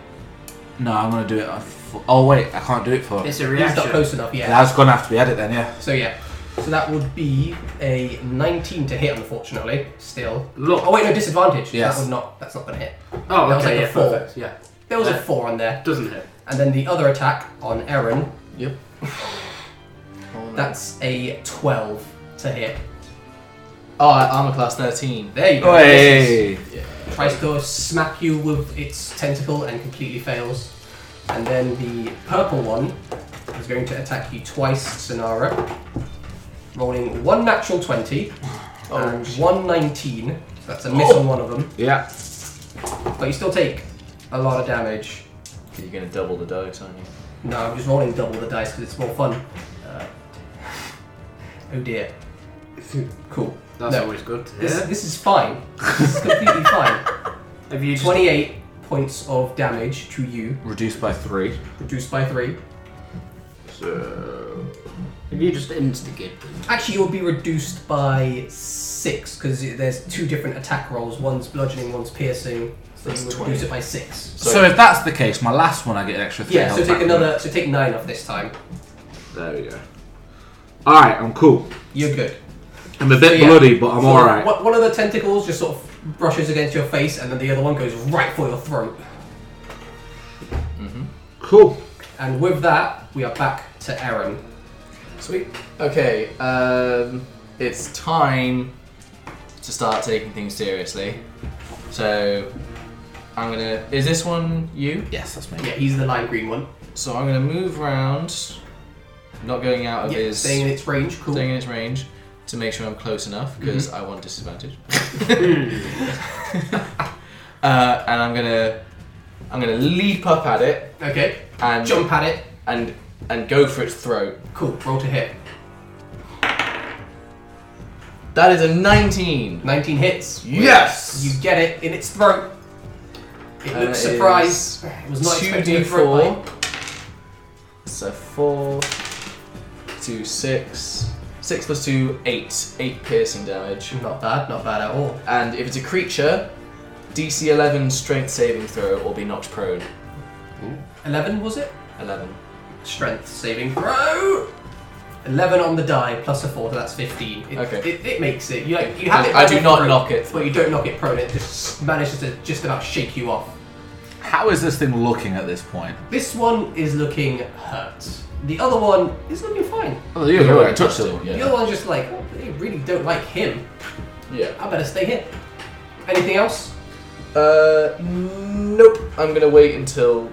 [SPEAKER 4] No, I'm gonna do it. For, oh wait, I can't do it for.
[SPEAKER 3] It's a
[SPEAKER 1] He's not
[SPEAKER 3] reaction.
[SPEAKER 1] close enough, yeah.
[SPEAKER 4] That's gonna have to be edit then. Yeah.
[SPEAKER 1] So, yeah. So that would be a 19 to hit, unfortunately, still.
[SPEAKER 3] Look.
[SPEAKER 1] Oh, wait, no, disadvantage. so
[SPEAKER 4] Yes.
[SPEAKER 1] That would not, that's not going to hit.
[SPEAKER 3] Oh,
[SPEAKER 1] that was
[SPEAKER 3] okay,
[SPEAKER 1] like a
[SPEAKER 3] yeah,
[SPEAKER 1] four.
[SPEAKER 3] perfect. Yeah,
[SPEAKER 1] There was a
[SPEAKER 3] Yeah.
[SPEAKER 1] 4 on there.
[SPEAKER 3] doesn't hit.
[SPEAKER 1] And then the other attack on Eren,
[SPEAKER 2] Yep. Oh, no.
[SPEAKER 1] that's a 12 to hit.
[SPEAKER 2] oh, armor class thirteen.
[SPEAKER 1] There you go.
[SPEAKER 4] Hey.
[SPEAKER 2] Yeah.
[SPEAKER 1] tries to smack you with its tentacle and completely fails. And then the purple one is going to attack you twice, Sonara, rolling one natural 20 and one 19. So that's a miss on one of them.
[SPEAKER 4] Yeah.
[SPEAKER 1] But you still take a lot of damage.
[SPEAKER 2] You're gonna double the dice, aren't you?
[SPEAKER 1] No, I'm just rolling double the dice because it's more fun. Uh, oh dear. Cool.
[SPEAKER 3] That's
[SPEAKER 1] No.
[SPEAKER 3] always good to
[SPEAKER 1] This,
[SPEAKER 3] hear.
[SPEAKER 1] this is fine. This is completely fine.
[SPEAKER 3] Have you just
[SPEAKER 1] 28 points of damage to you,
[SPEAKER 4] Reduced by three.
[SPEAKER 1] reduced by 3.
[SPEAKER 3] So, have you just instigated?
[SPEAKER 1] Actually, you'll be reduced by 6 because there's two different attack rolls one's bludgeoning, one's piercing. So
[SPEAKER 2] That's
[SPEAKER 1] you would
[SPEAKER 2] 20.
[SPEAKER 1] reduce it by 6.
[SPEAKER 4] So, if that's the case, my last one I get an extra three.
[SPEAKER 1] Yeah, so
[SPEAKER 4] health
[SPEAKER 1] take
[SPEAKER 4] back.
[SPEAKER 1] another, so take 9 off this time.
[SPEAKER 4] There we go. All right, I'm cool.
[SPEAKER 1] You're good.
[SPEAKER 4] I'm a bit
[SPEAKER 1] So, yeah.
[SPEAKER 4] bloody, but I'm
[SPEAKER 1] So
[SPEAKER 4] all right.
[SPEAKER 1] one- One of the tentacles just sort of brushes against your face, and then the other one goes right for your throat.
[SPEAKER 4] Cool.
[SPEAKER 1] And with that, we are back to Aaron.
[SPEAKER 2] Sweet. Okay, um, it's time to start taking things seriously. So I'm gonna. Is this one you?
[SPEAKER 4] Yes, that's me.
[SPEAKER 1] Yeah, he's the lime green one.
[SPEAKER 2] So I'm gonna move round, not going out of
[SPEAKER 1] Yeah,
[SPEAKER 2] his
[SPEAKER 1] staying in its range. Cool. Mm-hmm.
[SPEAKER 2] staying in its range to make sure I'm close enough because I want disadvantage. uh, and I'm gonna I'm gonna leap up at it
[SPEAKER 1] Okay.
[SPEAKER 2] and
[SPEAKER 1] Jump at it.
[SPEAKER 2] and and go for its throat.
[SPEAKER 1] Cool. Roll to hit.
[SPEAKER 2] That is a 19.
[SPEAKER 1] 19 hits.
[SPEAKER 2] Yes.
[SPEAKER 1] You get it in its throat. It
[SPEAKER 2] Uh,
[SPEAKER 1] looks
[SPEAKER 2] it
[SPEAKER 1] surprised. It was not expecting a throat bite.
[SPEAKER 2] So four, two, six, six plus two, eight, eight piercing damage.
[SPEAKER 1] Not bad. Not bad at all.
[SPEAKER 2] And if it's a creature, DC 11 strength saving throw or be knocked prone.
[SPEAKER 1] 11 was it?
[SPEAKER 2] 11.
[SPEAKER 1] Strength saving throw. 11 on the die plus a 4, so that's 15. It,
[SPEAKER 2] Okay.
[SPEAKER 1] It, it makes it. You, like, you have it
[SPEAKER 2] I do
[SPEAKER 1] knocked
[SPEAKER 2] not
[SPEAKER 1] prone,
[SPEAKER 2] knock it.
[SPEAKER 1] But you don't knock it prone. It just manages to just about shake you off.
[SPEAKER 4] How is this thing looking at this point?
[SPEAKER 1] This one is looking hurt. The other one is looking fine.
[SPEAKER 4] Oh, you
[SPEAKER 2] You're
[SPEAKER 4] already
[SPEAKER 2] already
[SPEAKER 4] touched
[SPEAKER 2] touched
[SPEAKER 4] it.
[SPEAKER 2] it, yeah.
[SPEAKER 1] The other one's just like, oh, they really don't like him.
[SPEAKER 2] Yeah.
[SPEAKER 1] I better stay here. Anything else?
[SPEAKER 2] Uh, nope. I'm gonna wait until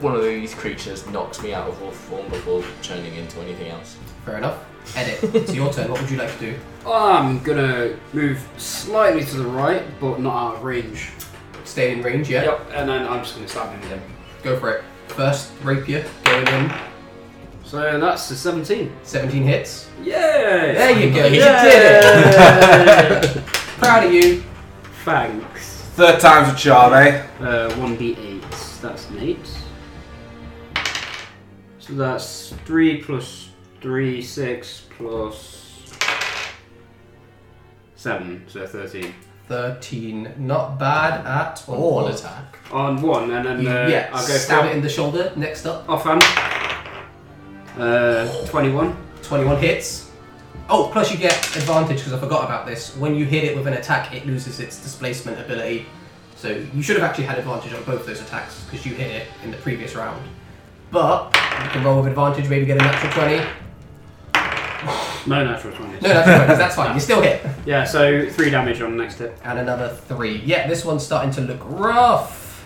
[SPEAKER 2] one of these creatures knocks me out of wolf form before turning into anything else.
[SPEAKER 1] Fair enough. Edit. it's your turn. What would you like to do?
[SPEAKER 3] I'm gonna move slightly to the right, but not out of range.
[SPEAKER 1] Stay in range, yeah?
[SPEAKER 3] Yep, and then I'm just gonna stab him again.
[SPEAKER 1] Go for it. First rapier going in.
[SPEAKER 3] So that's a 17.
[SPEAKER 1] 17 hits.
[SPEAKER 3] Yay!
[SPEAKER 1] There you go. You did it.
[SPEAKER 3] did it!
[SPEAKER 1] Proud of you.
[SPEAKER 3] Thanks.
[SPEAKER 4] Third time's a charm, eh?
[SPEAKER 3] Uh, 1d8. That's an 8. So that's 3 plus 3, 6 plus 7, so 13.
[SPEAKER 1] 13. Not bad at all.
[SPEAKER 2] One attack.
[SPEAKER 3] On 1, and then
[SPEAKER 1] You-
[SPEAKER 3] uh,
[SPEAKER 1] yeah,
[SPEAKER 3] I'll go
[SPEAKER 1] stab
[SPEAKER 3] for
[SPEAKER 1] it in the shoulder. Next up.
[SPEAKER 3] offhand. Uh, 21.
[SPEAKER 1] 21 hits. Oh, plus you get advantage because I forgot about this. When you hit it with an attack, it loses its displacement ability. So you should have actually had advantage on both those attacks because you hit it in the previous round. But you can roll with advantage, maybe get a natural 20.
[SPEAKER 3] No natural 20.
[SPEAKER 1] No, natural 20, that's fine. You still hit.
[SPEAKER 3] Yeah, so 3 damage on the next hit.
[SPEAKER 1] And another three. Yeah, this one's starting to look rough.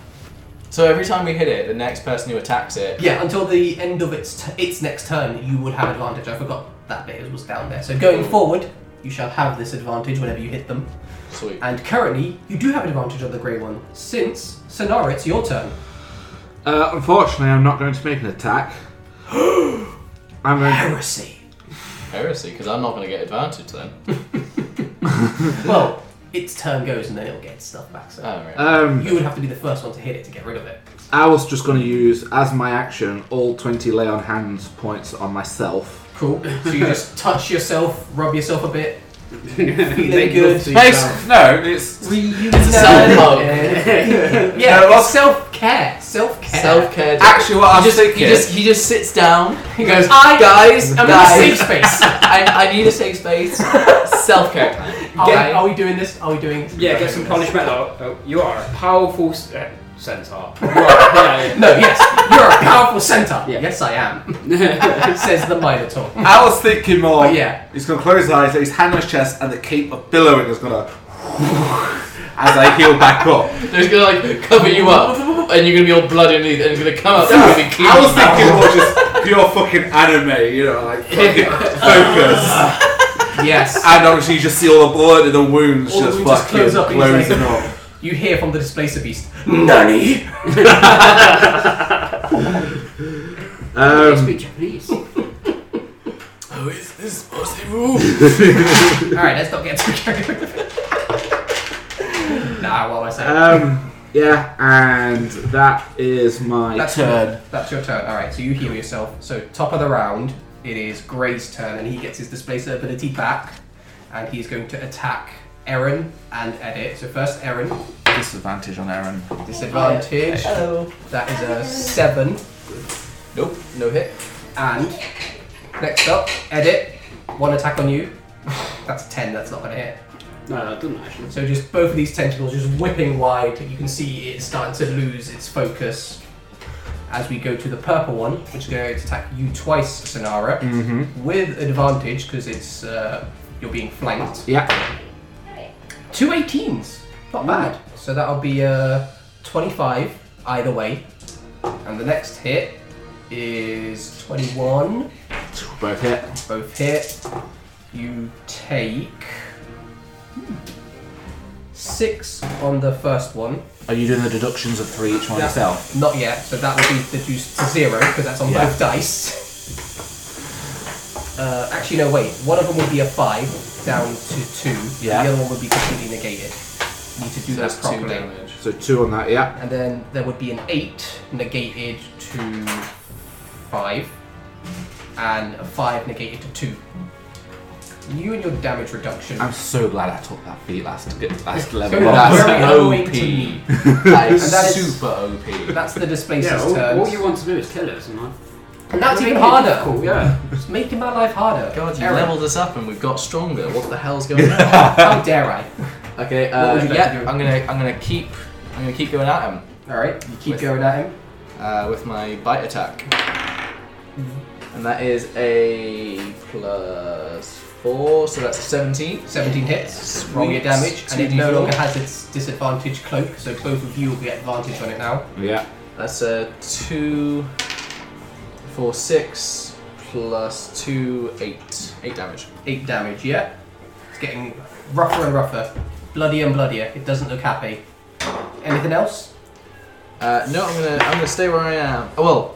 [SPEAKER 2] So every time we hit it, the next person who attacks it.
[SPEAKER 1] Yeah, until the end of its t- its next turn, you would have advantage. I forgot that bit was down there. So going forward, you shall have this advantage whenever you hit them.
[SPEAKER 2] Sweet.
[SPEAKER 1] And currently, you do have advantage on the grey one, since Sonara, it's your turn.
[SPEAKER 4] Uh, unfortunately, I'm not going to make an attack. I'm going.
[SPEAKER 1] Heresy.
[SPEAKER 2] Heresy, because I'm not gonna get advantage then.
[SPEAKER 1] well, its turn goes and then it'll get its stuff back. So
[SPEAKER 2] Alright.
[SPEAKER 4] Um,
[SPEAKER 1] you would have to be the first one to hit it to get rid of it.
[SPEAKER 4] I was just going to use as my action all 20 lay on hands points on myself.
[SPEAKER 1] Cool. So you just touch yourself, rub yourself a bit.
[SPEAKER 3] Make
[SPEAKER 1] good.
[SPEAKER 3] love to yourself.
[SPEAKER 4] Basi- no, it's
[SPEAKER 1] Reunite.
[SPEAKER 2] self-love.
[SPEAKER 1] Yeah,
[SPEAKER 4] No,
[SPEAKER 1] yeah
[SPEAKER 4] that's-
[SPEAKER 1] self care. Self care.
[SPEAKER 2] Self care.
[SPEAKER 4] actually what I'm
[SPEAKER 2] He just, he
[SPEAKER 4] thinking.
[SPEAKER 2] just he just sits down. He goes,
[SPEAKER 1] I-
[SPEAKER 2] guys,
[SPEAKER 1] I'm in a
[SPEAKER 2] guys,
[SPEAKER 1] safe space.
[SPEAKER 2] I, I need a safe space. Self care plan.
[SPEAKER 1] Are,
[SPEAKER 2] Okay.
[SPEAKER 1] we, are we doing this? Are we doing?
[SPEAKER 3] Yeah, get some
[SPEAKER 1] this?
[SPEAKER 3] polished metal. Oh, you are a powerful s- uh, centaur. You are, yeah,
[SPEAKER 1] No, yes, you're a powerful centaur.
[SPEAKER 3] Yeah.
[SPEAKER 1] Yes, I am.
[SPEAKER 3] yeah.
[SPEAKER 1] Says the Minotaur.
[SPEAKER 4] I was thinking more.
[SPEAKER 1] But yeah.
[SPEAKER 4] He's going to close his eyes, his hand on his chest, and the cape of billowing is going to. as I heal back up.
[SPEAKER 2] It's gonna like cover you up, and you're gonna be all bloody underneath, and it's gonna come up. And be clean.
[SPEAKER 4] I was thinking more just pure fucking anime, you know, like fucking focus.
[SPEAKER 1] Yes.
[SPEAKER 4] And obviously, you just see all the blood and the wounds
[SPEAKER 1] All the
[SPEAKER 4] just
[SPEAKER 1] wounds just
[SPEAKER 4] fucking
[SPEAKER 1] close up and he's
[SPEAKER 4] closing
[SPEAKER 1] like-
[SPEAKER 4] up.
[SPEAKER 1] You hear from the displacer beast, Nani!
[SPEAKER 3] Um, speak Japanese.
[SPEAKER 2] How Oh, is this possible?
[SPEAKER 1] Alright, let's not get too carried away. nah, what was I saying?
[SPEAKER 4] Um, yeah, and that is my
[SPEAKER 1] That's
[SPEAKER 4] turn.
[SPEAKER 1] Your, that's your turn. Alright, so you heal yourself. So, top of the round, it is Gray's turn, and he gets his displacer ability back, and he's going to attack Eren and Edit. So, first Eren,
[SPEAKER 4] Disadvantage on Aaron.
[SPEAKER 1] disadvantage.
[SPEAKER 2] Hello.
[SPEAKER 1] That is a 7.
[SPEAKER 2] Nope, no hit.
[SPEAKER 1] And next up, Edit, one attack on you. That's 10, that's not gonna hit.
[SPEAKER 3] no, that doesn't actually.
[SPEAKER 1] So just both of these tentacles just whipping wide. You can see it's starting to lose its focus. As we go to the purple one, which is going to attack you twice, Sonara,
[SPEAKER 4] Mm-hmm.
[SPEAKER 1] with advantage because it's uh, you're being flanked.
[SPEAKER 4] Yeah, Mm.
[SPEAKER 1] Two 18s, not bad. So that'll be uh, 25 either way. And the next hit is 21.
[SPEAKER 4] both hit.
[SPEAKER 1] Both hit. You take six on the first one.
[SPEAKER 4] Are you doing the deductions of three each one
[SPEAKER 1] Yeah.
[SPEAKER 4] yourself?
[SPEAKER 1] Not yet, so that would be reduced to zero because that's on
[SPEAKER 4] Yeah.
[SPEAKER 1] both dice. Uh, actually, no, wait. One of them would be a five down to two.
[SPEAKER 4] Yeah.
[SPEAKER 1] The other one would be completely negated. You need to do that
[SPEAKER 2] That's two
[SPEAKER 1] properly.
[SPEAKER 2] damage.
[SPEAKER 4] So two on that, yeah.
[SPEAKER 1] And then there would be an eight negated to five, and a five negated to two. You and your damage reduction.
[SPEAKER 4] I'm so glad I took that beat last last level.
[SPEAKER 1] Very
[SPEAKER 4] That's-
[SPEAKER 1] well.
[SPEAKER 2] That's
[SPEAKER 1] annoying
[SPEAKER 2] OP.
[SPEAKER 1] to me.
[SPEAKER 2] That is,
[SPEAKER 1] And that is-
[SPEAKER 2] super OP.
[SPEAKER 1] That's the displacer's
[SPEAKER 3] Yeah, all,
[SPEAKER 1] turn.
[SPEAKER 3] all you want to do is kill us, and I.
[SPEAKER 1] And that's even harder.
[SPEAKER 3] Cool, yeah.
[SPEAKER 1] It's making my life harder.
[SPEAKER 2] God, you
[SPEAKER 1] Aaron,
[SPEAKER 2] leveled us up and we've got stronger. What the hell's going on?
[SPEAKER 1] How dare I?
[SPEAKER 2] okay,
[SPEAKER 1] What
[SPEAKER 2] uh,
[SPEAKER 1] would you like
[SPEAKER 2] yeah,
[SPEAKER 1] to do?
[SPEAKER 2] I'm gonna, I'm gonna keep, I'm gonna keep going at him
[SPEAKER 1] All right, you keep
[SPEAKER 2] With-
[SPEAKER 1] going at him.
[SPEAKER 2] uh, with my bite attack, and that is a plus four, so that's 17.
[SPEAKER 1] 17 hits. Roll your
[SPEAKER 2] Sweet.
[SPEAKER 1] damage, and it no
[SPEAKER 2] 2d4.
[SPEAKER 1] longer has its disadvantage cloak, so both of you will get advantage on it now.
[SPEAKER 4] Yeah.
[SPEAKER 2] That's a two, four, six plus two, eight, eight damage.
[SPEAKER 1] Eight damage. Yeah, it's getting rougher and rougher, bloodier and bloodier. It doesn't look happy. Anything else?
[SPEAKER 2] Uh, no, I'm gonna, I'm gonna stay where I am. Oh, well,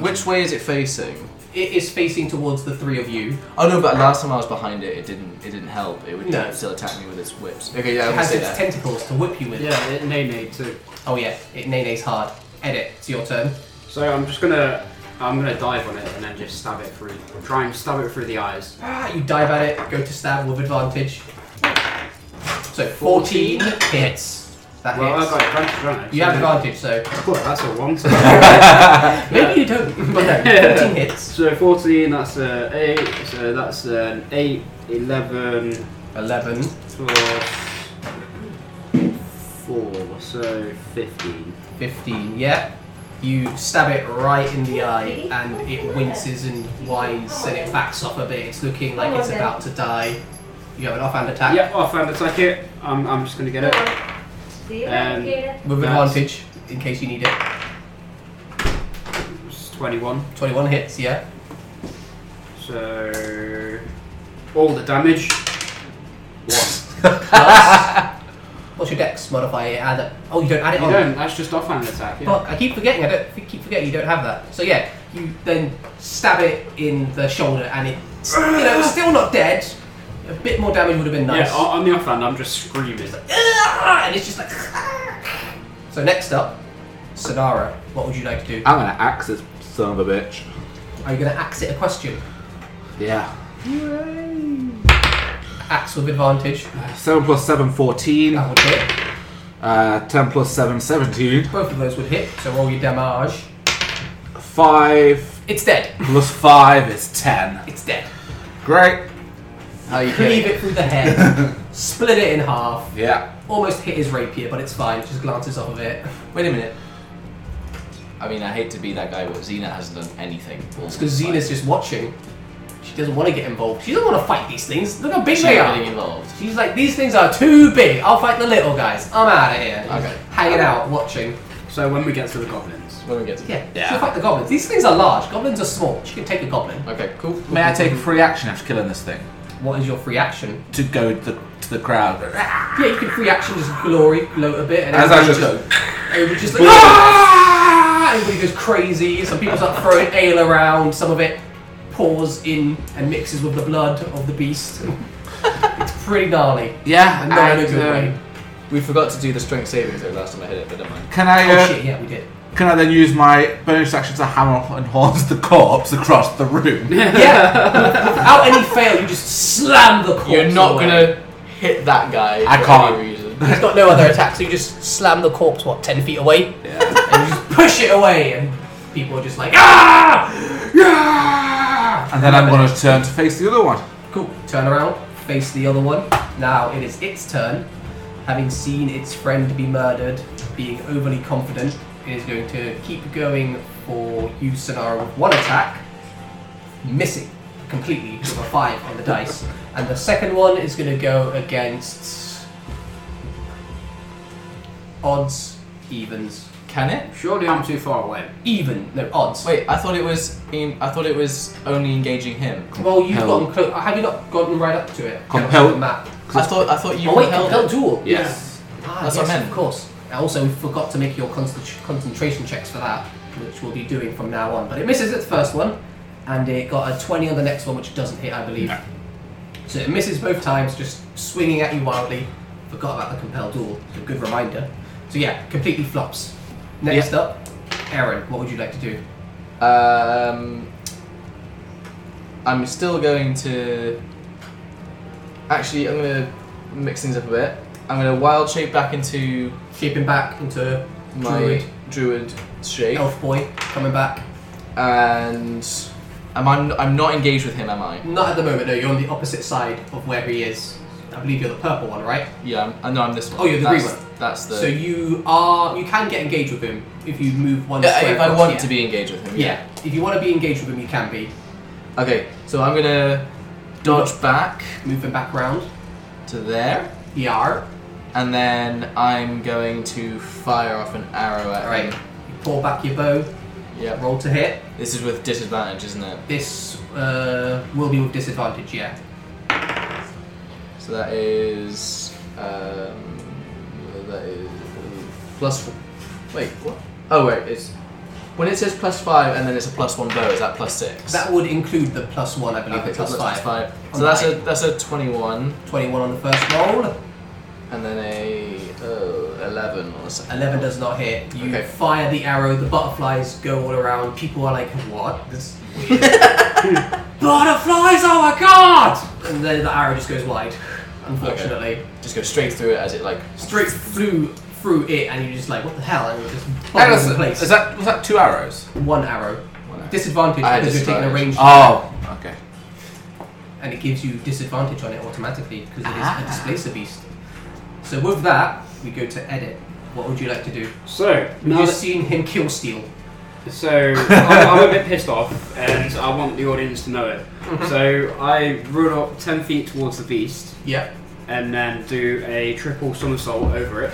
[SPEAKER 2] which way is it facing?
[SPEAKER 1] It is facing towards the three of you.
[SPEAKER 2] Oh no, but last time I was behind it, it didn't it didn't help. It would
[SPEAKER 1] No.
[SPEAKER 2] still attack me with its whips. Okay,
[SPEAKER 1] It
[SPEAKER 2] yeah, I'm gonna
[SPEAKER 1] has
[SPEAKER 2] say
[SPEAKER 1] its
[SPEAKER 2] that.
[SPEAKER 1] tentacles to whip you with.
[SPEAKER 3] Yeah, it nay nay too.
[SPEAKER 1] Oh yeah, it nene's hard. Edit. It's your turn.
[SPEAKER 3] So I'm just gonna, I'm gonna dive on it and then just stab it through. Try and stab it through the eyes.
[SPEAKER 1] Ah, you dive at it. Go to stab with advantage. So 14 hits. That
[SPEAKER 3] Well,
[SPEAKER 1] hits.
[SPEAKER 3] I've got advantage, don't I?
[SPEAKER 1] You have advantage, so
[SPEAKER 3] Cool, that's a one. So,
[SPEAKER 1] maybe you don't. But no, 14 hits.
[SPEAKER 3] so 14, that's a 8, so that's um, an 8, 11,
[SPEAKER 1] 11.
[SPEAKER 3] plus 4, so 15.
[SPEAKER 1] 15, yeah. You stab it right in the eye and it winces and whines and it backs off a bit. It's looking like it's about to die. You have an offhand attack
[SPEAKER 3] Yeah, oh, offhand attack it. I'm, I'm just gonna get it.
[SPEAKER 5] Um,
[SPEAKER 1] with
[SPEAKER 3] That's-
[SPEAKER 1] advantage in case you need it.
[SPEAKER 3] It's 21.
[SPEAKER 1] 21 hits, yeah.
[SPEAKER 3] So. All the damage. What?
[SPEAKER 1] Plus, what's your dex modifier? Add it. Oh, you don't add
[SPEAKER 3] You
[SPEAKER 1] it on.
[SPEAKER 3] don't, that's just offhand attack. Yeah.
[SPEAKER 1] Fuck, I keep forgetting. I don't I keep forgetting you don't have that. So yeah, you then stab it in the shoulder and it, you know, it's still not dead. A bit more damage would have been nice.
[SPEAKER 3] Yeah, on on the offhand, I'm just screaming.
[SPEAKER 1] Ah, and it's just like. So next up, Sonara, what would you like to do?
[SPEAKER 4] I'm gonna axe this son of a bitch.
[SPEAKER 1] Are you going to axe it a question?
[SPEAKER 4] Yeah.
[SPEAKER 1] Axe with advantage.
[SPEAKER 4] 7 plus 7, 14.
[SPEAKER 1] That would hit.
[SPEAKER 4] Uh, 10 plus 7, 17.
[SPEAKER 1] Both of those would hit. So roll your damage.
[SPEAKER 4] 5
[SPEAKER 1] It's dead.
[SPEAKER 4] plus 5 is 10.
[SPEAKER 1] It's dead.
[SPEAKER 4] Great.
[SPEAKER 2] How are you
[SPEAKER 1] Cleave
[SPEAKER 2] kidding?
[SPEAKER 1] it through the head. split it in half.
[SPEAKER 4] Yeah.
[SPEAKER 1] Almost hit his rapier, but it's fine. Just glances off of it.
[SPEAKER 2] Wait a minute. I mean, I hate to be that guy, but Xena hasn't done anything.
[SPEAKER 1] Because Xena's just watching. She doesn't want to get involved. She doesn't want to fight these things. Look how big
[SPEAKER 2] She's
[SPEAKER 1] they
[SPEAKER 2] not
[SPEAKER 1] are.
[SPEAKER 2] getting involved.
[SPEAKER 1] She's like, these things are too big. I'll fight the little guys. I'm out of here.
[SPEAKER 2] Okay.
[SPEAKER 1] Hanging out, watching.
[SPEAKER 3] So when we get to the goblins,
[SPEAKER 2] When we get to
[SPEAKER 1] Yeah,
[SPEAKER 4] Yeah.
[SPEAKER 1] she'll fight the goblins. These things are large. Goblins are small. She can take a goblin.
[SPEAKER 2] Okay, cool.
[SPEAKER 4] May I take a free action after killing this thing?
[SPEAKER 1] What is your free action?
[SPEAKER 4] To go to the, to the crowd.
[SPEAKER 1] Yeah, you can free action just glory, gloat a bit, and
[SPEAKER 4] As I
[SPEAKER 1] everybody
[SPEAKER 4] just go.
[SPEAKER 1] everybody just like, ah! Everybody goes crazy. Some people start throwing ale around. Some of it pours in and mixes with the blood of the beast. it's pretty gnarly.
[SPEAKER 4] Yeah,
[SPEAKER 1] And not in a
[SPEAKER 4] and,
[SPEAKER 1] good
[SPEAKER 4] um,
[SPEAKER 1] way.
[SPEAKER 2] We forgot to do the strength savings though last time I hit it, but don't mind.
[SPEAKER 4] Can I
[SPEAKER 1] Oh
[SPEAKER 4] uh,
[SPEAKER 1] shit, yeah, we did.
[SPEAKER 4] can I then use my bonus action to hammer and horns the corpse across the room?
[SPEAKER 1] Yeah, without any fail, you just slam the corpse.
[SPEAKER 2] You're not
[SPEAKER 1] away.
[SPEAKER 2] gonna hit that guy
[SPEAKER 4] I
[SPEAKER 2] for
[SPEAKER 4] can't.
[SPEAKER 2] any reason.
[SPEAKER 1] He's got no other attack, so you just slam the corpse, what, 10 feet away?
[SPEAKER 4] Yeah.
[SPEAKER 1] And you just push it away, and people are just like, ah! Yeah!
[SPEAKER 4] And then I'm gonna turn to face the other one.
[SPEAKER 1] Cool. Turn around, face the other one. Now it is its turn. Having seen its friend be murdered, being overly confident, it is going to keep going for you, Sonara, with one attack, missing completely with a 5 on the dice. And the second one is going to go against odds, evens.
[SPEAKER 2] Can it?
[SPEAKER 3] surely I'm too far away.
[SPEAKER 1] Even, no, odds.
[SPEAKER 2] Wait, I thought it was. in- I thought it was only engaging him.
[SPEAKER 1] Well, you've
[SPEAKER 4] Compel.
[SPEAKER 1] gotten close. Have you not gotten right up to it?
[SPEAKER 4] Compel.
[SPEAKER 1] The map.
[SPEAKER 2] I thought. I thought you
[SPEAKER 1] Oh wait,
[SPEAKER 2] held
[SPEAKER 1] compel
[SPEAKER 2] it.
[SPEAKER 1] duel.
[SPEAKER 4] Yes.
[SPEAKER 1] Ah,
[SPEAKER 2] That's
[SPEAKER 1] yes,
[SPEAKER 2] what I meant.
[SPEAKER 1] Of course. I also forgot to make your consti- concentration checks for that, which we'll be doing from now on. But it misses its first one, and it got a 20 on the next one, which doesn't hit, I believe. So it misses both times, just swinging at you wildly. Forgot about the compel duel. It's a good reminder. So yeah, completely flops. Next up, Aaron, what would you like to do?
[SPEAKER 2] Um, I'm still going to. Actually, I'm gonna mix things up a bit. I'm gonna wild shape back into
[SPEAKER 1] Shaping back into
[SPEAKER 2] my
[SPEAKER 1] Druid.
[SPEAKER 2] druid, shape,
[SPEAKER 1] elf boy, coming back.
[SPEAKER 2] and am I? I'm not engaged with him, am I?
[SPEAKER 1] Not at the moment, no. You're on the opposite side of where he is. I believe you're the purple one, right?
[SPEAKER 2] Yeah, I'm, I know I'm this one.
[SPEAKER 1] Oh, you're the green
[SPEAKER 2] that's, That's the.
[SPEAKER 1] So you are. You can get engaged with him if you move one
[SPEAKER 2] Yeah,
[SPEAKER 1] square.
[SPEAKER 2] if I
[SPEAKER 1] across,
[SPEAKER 2] want
[SPEAKER 1] yeah.
[SPEAKER 2] to be engaged with him.
[SPEAKER 1] Yeah. If you want to be engaged with him, you can be.
[SPEAKER 2] Okay, so I'm gonna dodge back
[SPEAKER 1] Move him back round.
[SPEAKER 2] to there,
[SPEAKER 1] ER.
[SPEAKER 2] and then I'm going to fire off an arrow at
[SPEAKER 1] Alright.
[SPEAKER 2] him.
[SPEAKER 1] You pull back your bow.
[SPEAKER 2] Yep.
[SPEAKER 1] Roll to hit.
[SPEAKER 2] This is with disadvantage, isn't it?
[SPEAKER 1] This uh, will be with disadvantage, yeah.
[SPEAKER 2] So that is um, that is plus. f- Wait, what? Oh wait, it's when it says plus five and then it's a plus one bow. Is that plus six?
[SPEAKER 1] That would include the plus one, I believe,
[SPEAKER 2] okay,
[SPEAKER 1] the
[SPEAKER 2] so
[SPEAKER 1] plus
[SPEAKER 2] that's
[SPEAKER 1] five.
[SPEAKER 2] five. So
[SPEAKER 1] On
[SPEAKER 2] that's a
[SPEAKER 1] nine.
[SPEAKER 2] that's a twenty-one
[SPEAKER 1] 21 on the first roll.
[SPEAKER 2] and then a oh, eleven on the second.
[SPEAKER 1] 11 does not hit. You
[SPEAKER 2] Okay.
[SPEAKER 1] fire the arrow, the butterflies go all around. People are like, what? This is weird. butterflies, oh my god! And then the arrow just goes wide, unfortunately.
[SPEAKER 2] Just go straight through it as it like.
[SPEAKER 1] Straight flew through it, and you're just like, what the hell? And it just
[SPEAKER 4] Hang on a
[SPEAKER 1] bombs in
[SPEAKER 4] sec.
[SPEAKER 1] place.
[SPEAKER 4] Is that was that two arrows?
[SPEAKER 1] One arrow.
[SPEAKER 2] One arrow.
[SPEAKER 1] Disadvantage
[SPEAKER 2] Ah,
[SPEAKER 1] because you're taking a range,
[SPEAKER 2] disadvantage.
[SPEAKER 4] Oh, okay.
[SPEAKER 1] and it gives you disadvantage on it automatically because it is a displacer beast. So with that, we go to edit. What would you like to do?
[SPEAKER 3] So
[SPEAKER 1] We've
[SPEAKER 3] now
[SPEAKER 1] just
[SPEAKER 3] that,
[SPEAKER 1] seen him kill Steel.
[SPEAKER 3] so I'm, I'm a bit pissed off, and I want the audience to know it.
[SPEAKER 1] Mm-hmm.
[SPEAKER 3] So I run up ten feet towards the beast,
[SPEAKER 1] Yeah.
[SPEAKER 3] and then do a triple somersault over it.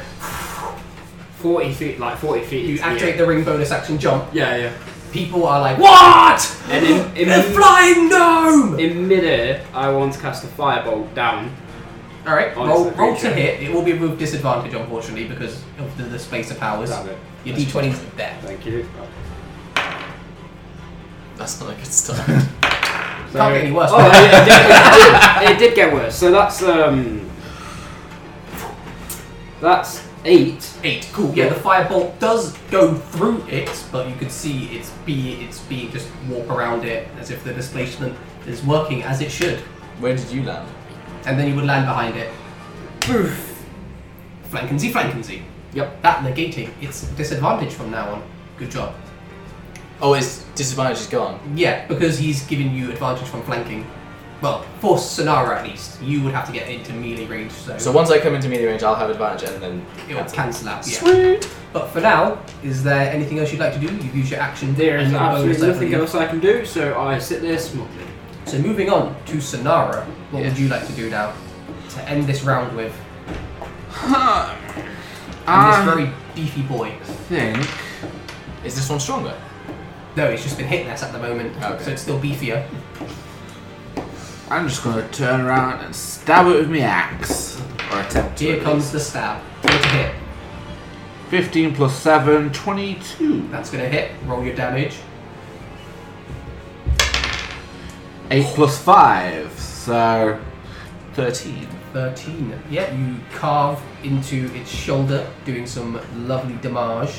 [SPEAKER 3] Forty feet, like forty feet.
[SPEAKER 1] You
[SPEAKER 3] into the
[SPEAKER 1] activate
[SPEAKER 3] air.
[SPEAKER 1] the ring bonus action jump.
[SPEAKER 3] Yeah, yeah.
[SPEAKER 1] People are like, what?
[SPEAKER 3] And in- in-
[SPEAKER 1] the flying gnome!
[SPEAKER 3] In midair, I want to cast a firebolt down.
[SPEAKER 1] All right,
[SPEAKER 3] Oh,
[SPEAKER 1] roll,
[SPEAKER 3] it's a
[SPEAKER 1] roll to
[SPEAKER 3] creature.
[SPEAKER 1] hit. It will be with disadvantage, unfortunately, because of the, the space of powers.
[SPEAKER 3] Damn it.
[SPEAKER 1] Your d20 is there.
[SPEAKER 3] Thank you.
[SPEAKER 2] That's not a good start.
[SPEAKER 3] So,
[SPEAKER 1] Can't get any worse.
[SPEAKER 3] Oh, yeah, it, did, it did- it did get worse. So that's um, that's eight.
[SPEAKER 1] Eight. Cool. Yeah, the firebolt does go through it, but you can see its be its being just warp around it as if the displacement is working as it should.
[SPEAKER 2] Where did you land?
[SPEAKER 1] And then you would land behind it. Oof. Flankinsy, flankinsy.
[SPEAKER 3] Yep.
[SPEAKER 1] That negating its disadvantage from now on. Good job.
[SPEAKER 2] Oh, his disadvantage is gone.
[SPEAKER 1] Yeah, because he's giving you advantage from flanking. Well, for Sonara at least, you would have to get into melee range, so,
[SPEAKER 2] So once I come into melee range, I'll have advantage and then.
[SPEAKER 1] it will cancel out. Yeah.
[SPEAKER 2] Sweet.
[SPEAKER 1] But for now, is there anything else you'd like to do? You've used your action.
[SPEAKER 3] There is
[SPEAKER 1] and your bonus,
[SPEAKER 3] absolutely
[SPEAKER 1] I
[SPEAKER 3] nothing
[SPEAKER 1] believe.
[SPEAKER 3] else I can do, so I sit there smugly.
[SPEAKER 1] So moving on to Sonara, what would
[SPEAKER 4] Yes.
[SPEAKER 1] you like to do now to end this round with? And this
[SPEAKER 4] I
[SPEAKER 1] very beefy boy.
[SPEAKER 4] think.
[SPEAKER 2] Is this one stronger?
[SPEAKER 1] No, it's just been hitting us at the moment,
[SPEAKER 2] Okay.
[SPEAKER 1] so it's still beefier.
[SPEAKER 4] I'm just gonna turn around and stab it with my axe. Or attempt to.
[SPEAKER 1] Here
[SPEAKER 4] at
[SPEAKER 1] comes the stab. Roll to hit.
[SPEAKER 4] least. 15 plus 7, 22.
[SPEAKER 1] That's gonna hit. Roll your damage.
[SPEAKER 4] 8 plus 5, so. 13.
[SPEAKER 1] 13. Yeah, you carve into its shoulder, doing some lovely damage.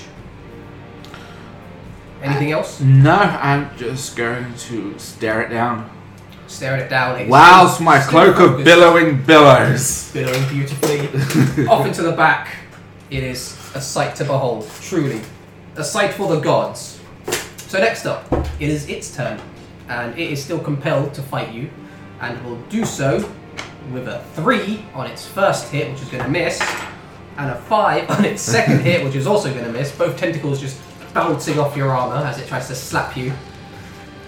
[SPEAKER 1] Anything else?
[SPEAKER 4] No, I'm just going to stare it down.
[SPEAKER 1] Staring it down. It's
[SPEAKER 4] Whilst
[SPEAKER 1] still-
[SPEAKER 4] my
[SPEAKER 1] still
[SPEAKER 4] cloak of
[SPEAKER 1] focused.
[SPEAKER 4] billowing billows.
[SPEAKER 1] Billowing beautifully. Off into the back. It is a sight to behold, truly. A sight for the gods. So next up, it is its turn. And it is still compelled to fight you. And will do so with a 3 on its first hit, which is going to miss. And a 5 on its second hit, which is also going to miss. Both tentacles just bouncing off your armour as it tries to slap you.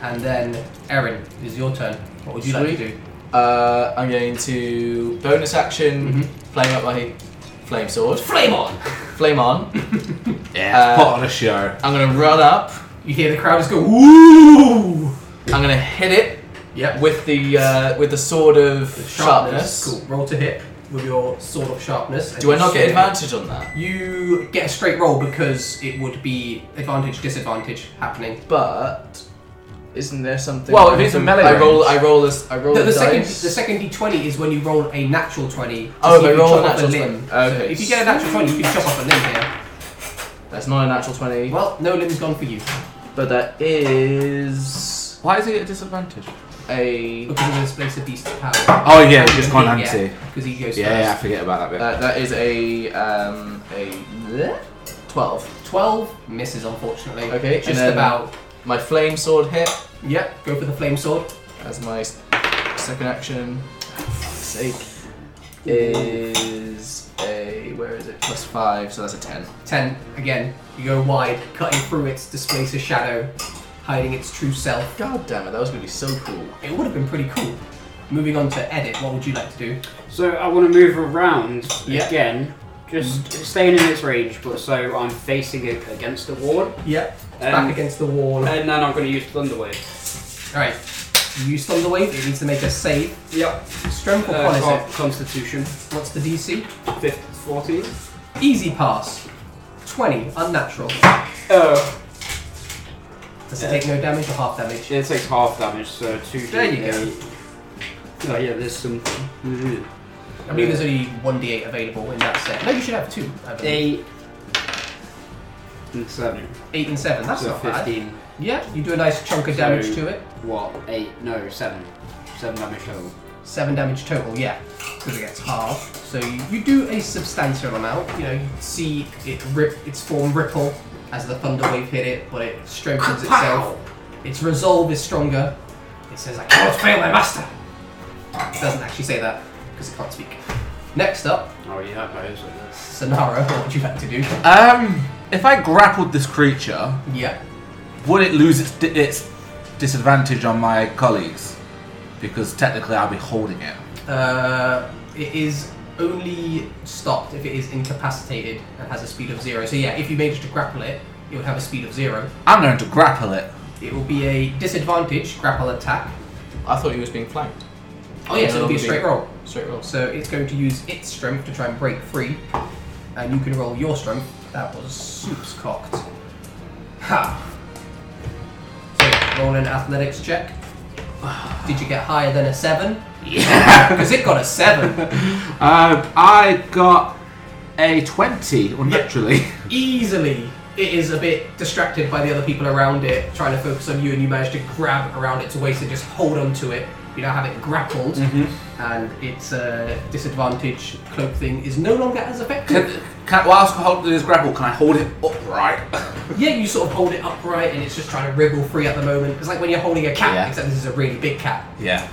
[SPEAKER 1] And then, Erin, it is your turn. What would you like to
[SPEAKER 2] Sweet.
[SPEAKER 1] do?
[SPEAKER 2] Uh, I'm going to bonus action, flame up my flame sword.
[SPEAKER 1] Flame on!
[SPEAKER 2] Flame on.
[SPEAKER 4] Yeah,
[SPEAKER 2] Uh,
[SPEAKER 4] it's part of the show.
[SPEAKER 2] I'm going to run up.
[SPEAKER 1] You hear the crowd just go, woo!
[SPEAKER 2] I'm going to hit it
[SPEAKER 1] Yep.
[SPEAKER 2] with the uh, with the sword of sharpness.
[SPEAKER 1] Cool. Roll to hit with your sword of sharpness. and
[SPEAKER 2] Do I not get
[SPEAKER 1] you-
[SPEAKER 2] advantage on that?
[SPEAKER 1] You get a straight roll because it would be advantage disadvantage happening.
[SPEAKER 2] But isn't there something?
[SPEAKER 4] Well, if it's a melee
[SPEAKER 2] I roll.
[SPEAKER 4] range.
[SPEAKER 2] I roll this. I roll
[SPEAKER 1] The, the
[SPEAKER 2] the
[SPEAKER 1] second the
[SPEAKER 2] dice.
[SPEAKER 1] second d20 is when you roll a natural 20. To
[SPEAKER 2] Oh,
[SPEAKER 1] see if
[SPEAKER 2] if I
[SPEAKER 1] you
[SPEAKER 2] roll a
[SPEAKER 1] chop off
[SPEAKER 2] natural
[SPEAKER 1] limb.
[SPEAKER 2] 20. Okay.
[SPEAKER 1] So if you get a natural 20, you can chop off a limb here.
[SPEAKER 2] That's not a natural twenty.
[SPEAKER 1] Well, no limb's gone for you
[SPEAKER 2] But that is
[SPEAKER 4] Why is it a disadvantage?
[SPEAKER 2] a
[SPEAKER 1] because of this place of beast power.
[SPEAKER 4] Oh, yeah, we just
[SPEAKER 1] gone
[SPEAKER 4] gone anti.
[SPEAKER 1] Because he goes
[SPEAKER 4] Yeah, yeah, I
[SPEAKER 1] first.
[SPEAKER 4] forget about that bit.
[SPEAKER 2] that, that is a um a bleh? twelve.
[SPEAKER 1] 12 misses, unfortunately.
[SPEAKER 2] Okay, and
[SPEAKER 1] Just
[SPEAKER 2] then-
[SPEAKER 1] about.
[SPEAKER 2] My flame sword hit
[SPEAKER 1] Yep, go for the flame sword.
[SPEAKER 2] as my s- second action. For fuck's sake is a where is it plus five so that's a ten.
[SPEAKER 1] 10 again you go wide cutting through its displacer shadow hiding its true self
[SPEAKER 2] God damn it! That was gonna be so cool.
[SPEAKER 1] it would have been pretty cool moving on to edit what would you like to do
[SPEAKER 3] So I want to move around
[SPEAKER 1] Yeah.
[SPEAKER 3] again, just staying in its range, but so I'm facing it against the wall,
[SPEAKER 1] yep
[SPEAKER 3] Um,
[SPEAKER 1] back against the wall all
[SPEAKER 3] and then I'm going to use Thunderwave.
[SPEAKER 1] right you stun the wave it needs to make a save
[SPEAKER 3] Yep.
[SPEAKER 1] strength or con
[SPEAKER 3] Uh,
[SPEAKER 1] is
[SPEAKER 3] con-
[SPEAKER 1] it
[SPEAKER 3] Constitution,
[SPEAKER 1] what's the dc
[SPEAKER 3] 15, 14.
[SPEAKER 1] easy pass 20 unnatural
[SPEAKER 3] Oh,
[SPEAKER 1] does it take no damage or half damage
[SPEAKER 3] it takes half damage, so two.
[SPEAKER 1] There you go.
[SPEAKER 3] Oh yeah, there's some.
[SPEAKER 1] Mm-hmm. i believe there's only 1d8 available in that set no you should have two I believe.
[SPEAKER 3] Eight and seven.
[SPEAKER 1] 8 and 7 that's
[SPEAKER 3] so
[SPEAKER 1] not bad
[SPEAKER 3] fifteen.
[SPEAKER 1] yeah you do a nice chunk of
[SPEAKER 3] So-
[SPEAKER 1] damage to it
[SPEAKER 3] What? Eight? No, seven. Seven damage total.
[SPEAKER 1] Seven damage total, yeah, because it gets halved. So you, you do a substantial amount. You know, you see it rip its form ripple as the thunder wave hit it, but it strengthens itself. Its resolve is stronger. It says, "I cannot fail my master." It doesn't actually say that because it can't speak. Next up,
[SPEAKER 3] Oh yeah, I suppose it is.
[SPEAKER 1] Sonara. What would you like to do?
[SPEAKER 4] Um, if I grappled this creature,
[SPEAKER 1] Yeah.
[SPEAKER 4] would it lose its, di- its disadvantage on my colleagues? Because technically, I'll be holding it.
[SPEAKER 1] Uh, it is only stopped if it is incapacitated and has a speed of zero. So yeah, if you manage to grapple it, it would have a speed of zero.
[SPEAKER 4] I'm going to grapple it.
[SPEAKER 1] It will be a disadvantage grapple attack.
[SPEAKER 2] I thought he was being flanked.
[SPEAKER 1] Oh yes, it'll be a straight roll.
[SPEAKER 2] Straight rolls.
[SPEAKER 1] So it's going to use its strength to try and break free, and you can roll your strength. That was soups cocked. Ha! So roll an athletics check. Did you get higher than a seven? Yeah, because it got a seven.
[SPEAKER 4] Um, I got a 20, or naturally.
[SPEAKER 1] Easily, it is a bit distracted by the other people around it, trying to focus on you, and you manage to grab around its waist and just hold onto it. You now have it grappled, and its uh, disadvantage cloak thing is no longer as effective.
[SPEAKER 4] Can, can, whilst I hold this grapple, can I hold it upright?
[SPEAKER 1] yeah, you sort of hold it upright, and it's just trying to wriggle free at the moment. It's like when you're holding a cat,
[SPEAKER 4] Yeah.
[SPEAKER 1] except this is a really big cat.
[SPEAKER 4] yeah.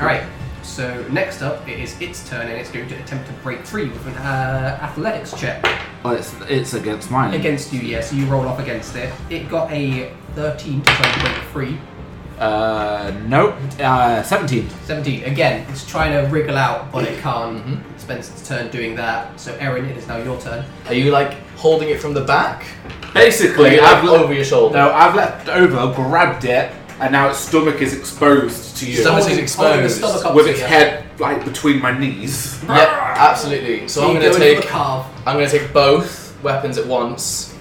[SPEAKER 1] All right. So next up, it is its turn, and it's going to attempt to break free with an uh, athletics check
[SPEAKER 4] Well, Oh, it's, it's against mine.
[SPEAKER 1] against you. Yes, you roll off against it. It got a 13 to try and break free.
[SPEAKER 4] Uh, nope. Uh, 17.
[SPEAKER 1] 17. Again, it's trying to wriggle out, but it can't.
[SPEAKER 2] Mm-hmm.
[SPEAKER 1] Spends its turn doing that. So, Erin, it is now your turn.
[SPEAKER 2] Are you like holding it from the back? Or are
[SPEAKER 4] Basically,
[SPEAKER 2] you like,
[SPEAKER 4] I've
[SPEAKER 2] over your shoulder?
[SPEAKER 4] no, I've leapt over, grabbed it, and now its stomach is exposed to you.
[SPEAKER 2] Stomach is
[SPEAKER 1] Holding the
[SPEAKER 2] exposed.
[SPEAKER 1] stomach up
[SPEAKER 4] with
[SPEAKER 1] to
[SPEAKER 4] its
[SPEAKER 1] you.
[SPEAKER 4] head like between my knees.
[SPEAKER 2] Yep, absolutely. So
[SPEAKER 1] you
[SPEAKER 2] I'm gonna
[SPEAKER 1] go in for
[SPEAKER 2] take
[SPEAKER 1] the carve.
[SPEAKER 2] I'm gonna take both weapons at once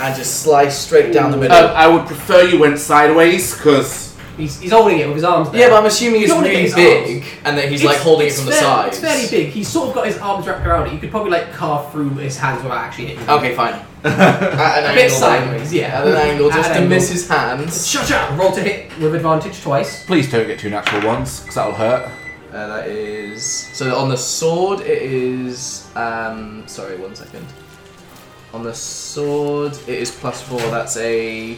[SPEAKER 2] and just slice straight down the middle.
[SPEAKER 4] Uh, I would prefer you went sideways because
[SPEAKER 1] He's, he's holding it with his arms. There.
[SPEAKER 2] yeah, but I'm assuming it's
[SPEAKER 1] don't wanna
[SPEAKER 2] really
[SPEAKER 1] get his
[SPEAKER 2] big and that he's
[SPEAKER 1] It's-
[SPEAKER 2] like holding it
[SPEAKER 1] it's
[SPEAKER 2] from the
[SPEAKER 1] fair-
[SPEAKER 2] sides.
[SPEAKER 1] It's fairly big. He's sort of got his arms wrapped around it. You could probably like carve through his hands without actually hitting. him.
[SPEAKER 2] Okay, fine. At an
[SPEAKER 1] A
[SPEAKER 2] angle,
[SPEAKER 1] bit sideways, yeah.
[SPEAKER 2] At an angle,
[SPEAKER 1] At
[SPEAKER 2] just
[SPEAKER 1] an
[SPEAKER 2] to
[SPEAKER 1] angle.
[SPEAKER 2] miss his hands.
[SPEAKER 1] Shut up. Roll to hit with advantage twice.
[SPEAKER 4] please don't get two natural ones because that'll hurt.
[SPEAKER 2] Uh, that is so on the sword. It is um sorry, one second. On the sword, it is plus four. That's a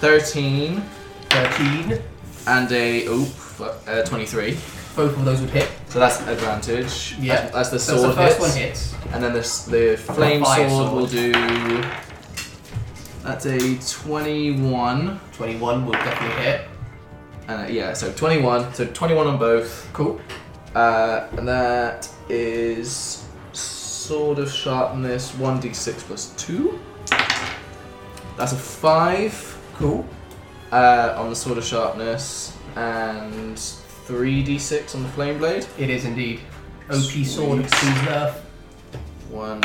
[SPEAKER 2] thirteen
[SPEAKER 1] Thirteen.
[SPEAKER 2] and a oop fuck, uh, twenty-three.
[SPEAKER 1] Both of those would hit.
[SPEAKER 2] So that's advantage.
[SPEAKER 1] Yeah.
[SPEAKER 2] That's, that's the
[SPEAKER 1] So
[SPEAKER 2] sword
[SPEAKER 1] the first
[SPEAKER 2] hits.
[SPEAKER 1] one hits.
[SPEAKER 2] And then this, the flame
[SPEAKER 1] Fire
[SPEAKER 2] sword,
[SPEAKER 1] sword.
[SPEAKER 2] will do. That's a 21.
[SPEAKER 1] Twenty-one will definitely hit.
[SPEAKER 2] And uh, yeah, so 21. So 21 on both.
[SPEAKER 1] Cool.
[SPEAKER 2] Uh, and that is sword of sharpness 1d6 plus 2. That's a 5
[SPEAKER 1] Cool.
[SPEAKER 2] uh, on the sword of sharpness and 3d6 on the flame blade.
[SPEAKER 1] It is indeed. OP sword of
[SPEAKER 2] Sweet.
[SPEAKER 1] Season's Earth.
[SPEAKER 2] One,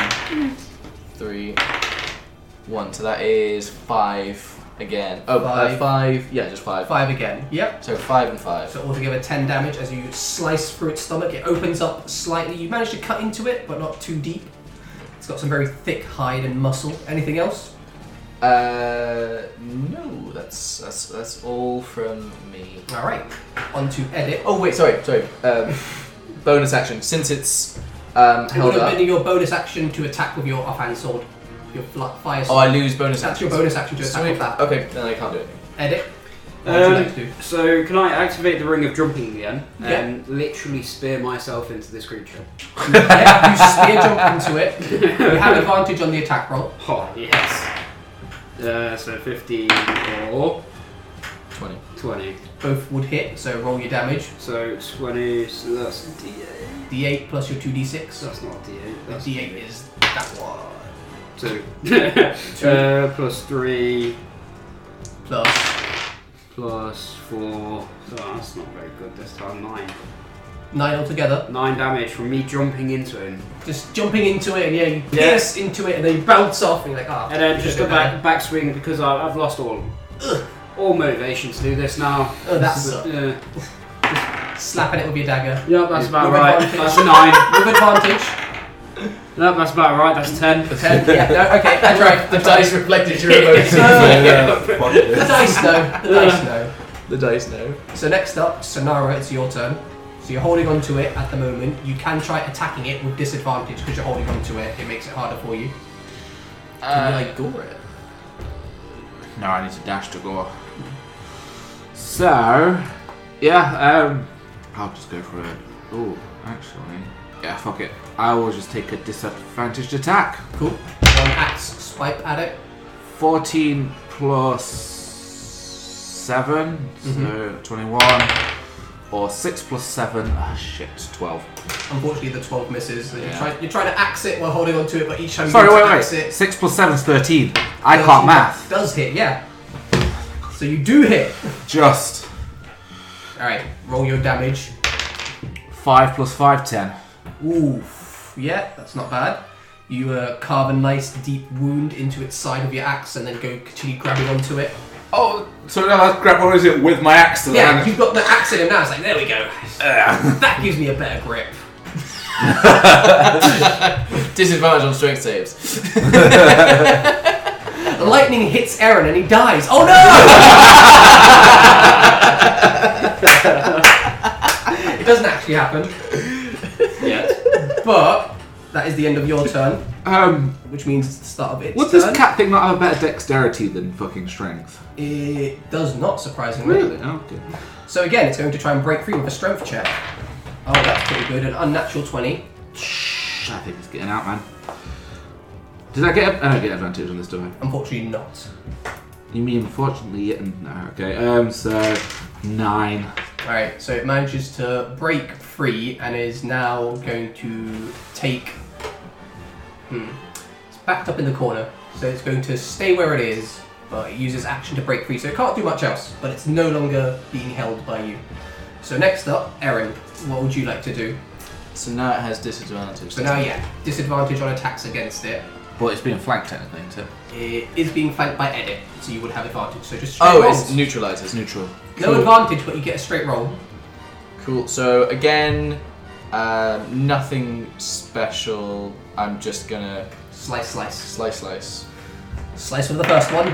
[SPEAKER 2] three, one. So that is five again. Oh, five.
[SPEAKER 1] Five.
[SPEAKER 2] Uh, five. Yeah, just five.
[SPEAKER 1] Five again. Yep.
[SPEAKER 2] So five and five.
[SPEAKER 1] So altogether 10 damage as you slice through its stomach. It opens up slightly. You manage to cut into it, but not too deep. It's got some very thick hide and muscle. Anything else?
[SPEAKER 2] uh, no, that's that's that's all from me.
[SPEAKER 1] All right. On to edit.
[SPEAKER 2] Oh wait, sorry, sorry. Um, bonus action since it's um,
[SPEAKER 1] It would
[SPEAKER 2] held
[SPEAKER 1] have been
[SPEAKER 2] up.
[SPEAKER 1] your bonus action to attack with your offhand sword, your fl- fire
[SPEAKER 2] Oh,
[SPEAKER 1] sword.
[SPEAKER 2] I lose bonus
[SPEAKER 1] That's
[SPEAKER 2] action.
[SPEAKER 1] your bonus action to attack
[SPEAKER 2] Sweet. Oh.
[SPEAKER 1] with that.
[SPEAKER 2] Okay, then I can't do it.
[SPEAKER 1] Edit. What would you like
[SPEAKER 3] Um,
[SPEAKER 1] to do?
[SPEAKER 3] so can I activate the ring of jumping again
[SPEAKER 1] Yeah.
[SPEAKER 3] and literally spear myself into this creature?
[SPEAKER 1] Yeah, you spear jump into it. You have advantage on the attack roll.
[SPEAKER 3] Oh yes. Uh, so 50 or
[SPEAKER 2] Twenty.
[SPEAKER 3] 20.
[SPEAKER 1] Both would hit, so roll your damage.
[SPEAKER 3] So 20. So that's d8.
[SPEAKER 1] D8 plus your 2d6.
[SPEAKER 3] That's not d8. That's
[SPEAKER 1] D8 is that one.
[SPEAKER 3] two.
[SPEAKER 1] Two.
[SPEAKER 3] uh, plus three.
[SPEAKER 1] Plus
[SPEAKER 3] Plus four. So that's not very good this time. Nine.
[SPEAKER 1] 9 altogether.
[SPEAKER 3] Nine damage from me jumping into him.
[SPEAKER 1] just jumping into it and yeah, you
[SPEAKER 3] Yeah.
[SPEAKER 1] pierce into it and then you bounce off and you're like, ah.
[SPEAKER 3] And then
[SPEAKER 1] should've
[SPEAKER 3] just a
[SPEAKER 1] done
[SPEAKER 3] back backswing because I, I've lost all all motivation to do this now.
[SPEAKER 1] Oh, that
[SPEAKER 3] This is-
[SPEAKER 1] sucked.
[SPEAKER 3] yeah.
[SPEAKER 1] that. Slapping it with your dagger.
[SPEAKER 3] Yeah, that's about
[SPEAKER 1] Your
[SPEAKER 3] right.
[SPEAKER 1] advantage.
[SPEAKER 3] That's a nine.
[SPEAKER 1] With advantage.
[SPEAKER 3] No, that's about right. That's ten.
[SPEAKER 1] Ten. Yeah, no, okay, that's right.
[SPEAKER 2] The dice reflected your emotions.
[SPEAKER 1] The dice know. The dice know.
[SPEAKER 2] the dice know.
[SPEAKER 1] So next up, Sonara, it's your turn. So you're holding on to it at the moment. You can try attacking it with disadvantage because you're holding on to it. It makes it harder for you. Can you like gore it?
[SPEAKER 4] No, I need to dash to go. So, yeah, um, I'll just go for it. Oh, actually, yeah, fuck it. I will just take a disadvantaged attack.
[SPEAKER 1] Cool. One axe swipe at it.
[SPEAKER 4] 14 plus 7, so 21. Or 6 plus 7, ah shit, 12.
[SPEAKER 1] Unfortunately, the 12 misses. You're,
[SPEAKER 4] Yeah.
[SPEAKER 1] trying, you're trying to axe it while holding on to it, but each time you
[SPEAKER 4] Sorry,
[SPEAKER 1] go to
[SPEAKER 4] wait,
[SPEAKER 1] axe
[SPEAKER 4] wait.
[SPEAKER 1] it,
[SPEAKER 4] 6 plus 7 is 13. I
[SPEAKER 1] Does
[SPEAKER 4] can't
[SPEAKER 1] hit-
[SPEAKER 4] math.
[SPEAKER 1] Does hit, yeah. So you do hit.
[SPEAKER 4] Just.
[SPEAKER 1] All right, roll your damage.
[SPEAKER 4] 5 plus 5, 10.
[SPEAKER 1] Oof, yeah, that's not bad. You uh, carve a nice deep wound into its side with your axe, and then go continue grabbing onto it.
[SPEAKER 4] Oh, so now I grab what is it with my axe to the
[SPEAKER 1] Yeah,
[SPEAKER 4] hand.
[SPEAKER 1] you've got the axe in him now. It's like there we go. that gives me a better grip.
[SPEAKER 2] Disadvantage on strength saves.
[SPEAKER 1] The lightning hits Aaron, and he dies. Oh no! it doesn't actually happen,
[SPEAKER 3] Yes.
[SPEAKER 1] but that is the end of your turn,
[SPEAKER 4] Um,
[SPEAKER 1] which means it's the start of its
[SPEAKER 4] would
[SPEAKER 1] turn.
[SPEAKER 4] this cat thing not have better dexterity than fucking strength?
[SPEAKER 1] It does not, surprisingly.
[SPEAKER 4] Really? Oh, Okay.
[SPEAKER 1] So again, it's going to try and break through with a strength check. Oh, that's pretty good. An unnatural 20.
[SPEAKER 4] Shh, I think it's getting out, man. Did I get? A, I don't get advantage on this, do I?
[SPEAKER 1] Unfortunately, not.
[SPEAKER 4] You mean unfortunately? yeah, No. Okay. Um. So Nine.
[SPEAKER 1] Alright, so it manages to break free and is now going to take. Hmm. It's backed up in the corner, so it's going to stay where it is, but it uses action to break free, so it can't do much else, but it's no longer being held by you. So next up, Erin, what would you like to do?
[SPEAKER 2] So now it has disadvantage.
[SPEAKER 1] So now, yeah, disadvantage on attacks against it.
[SPEAKER 4] Well, it's being flanked technically, isn't it?
[SPEAKER 1] It is being flanked by Edit, so you would have advantage. So just straight
[SPEAKER 2] Oh,
[SPEAKER 1] rolls.
[SPEAKER 2] it's neutralizes.
[SPEAKER 4] It's neutral.
[SPEAKER 1] no advantage, but you get a straight roll.
[SPEAKER 2] Cool. So again, um, nothing special. I'm just gonna
[SPEAKER 1] Slice, slice.
[SPEAKER 2] slice, slice.
[SPEAKER 1] Slice with the first one.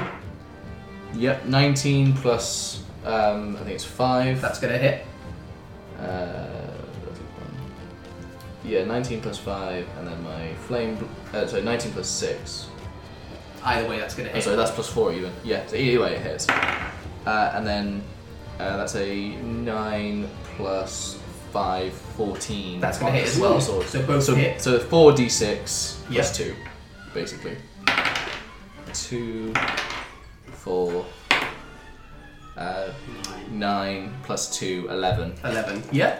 [SPEAKER 2] Yep, 19 plus. Um, I think it's five.
[SPEAKER 1] That's gonna hit.
[SPEAKER 2] Uh, yeah, 19 plus 5, and then my flame. Bl- uh, sorry, 19 plus 6.
[SPEAKER 1] Either way, that's gonna
[SPEAKER 2] Oh,
[SPEAKER 1] hit.
[SPEAKER 2] sorry, that's plus 4 even. Yeah, so either way it hits. Uh, and then uh, that's a 9 plus 5, 14.
[SPEAKER 1] That's gonna hit as well.
[SPEAKER 2] Sword.
[SPEAKER 1] So both
[SPEAKER 2] so,
[SPEAKER 1] hit.
[SPEAKER 2] So 4d6
[SPEAKER 1] Yeah.
[SPEAKER 2] plus 2, basically. 2, 4, uh, 9 plus 2, 11.
[SPEAKER 1] 11. Yeah.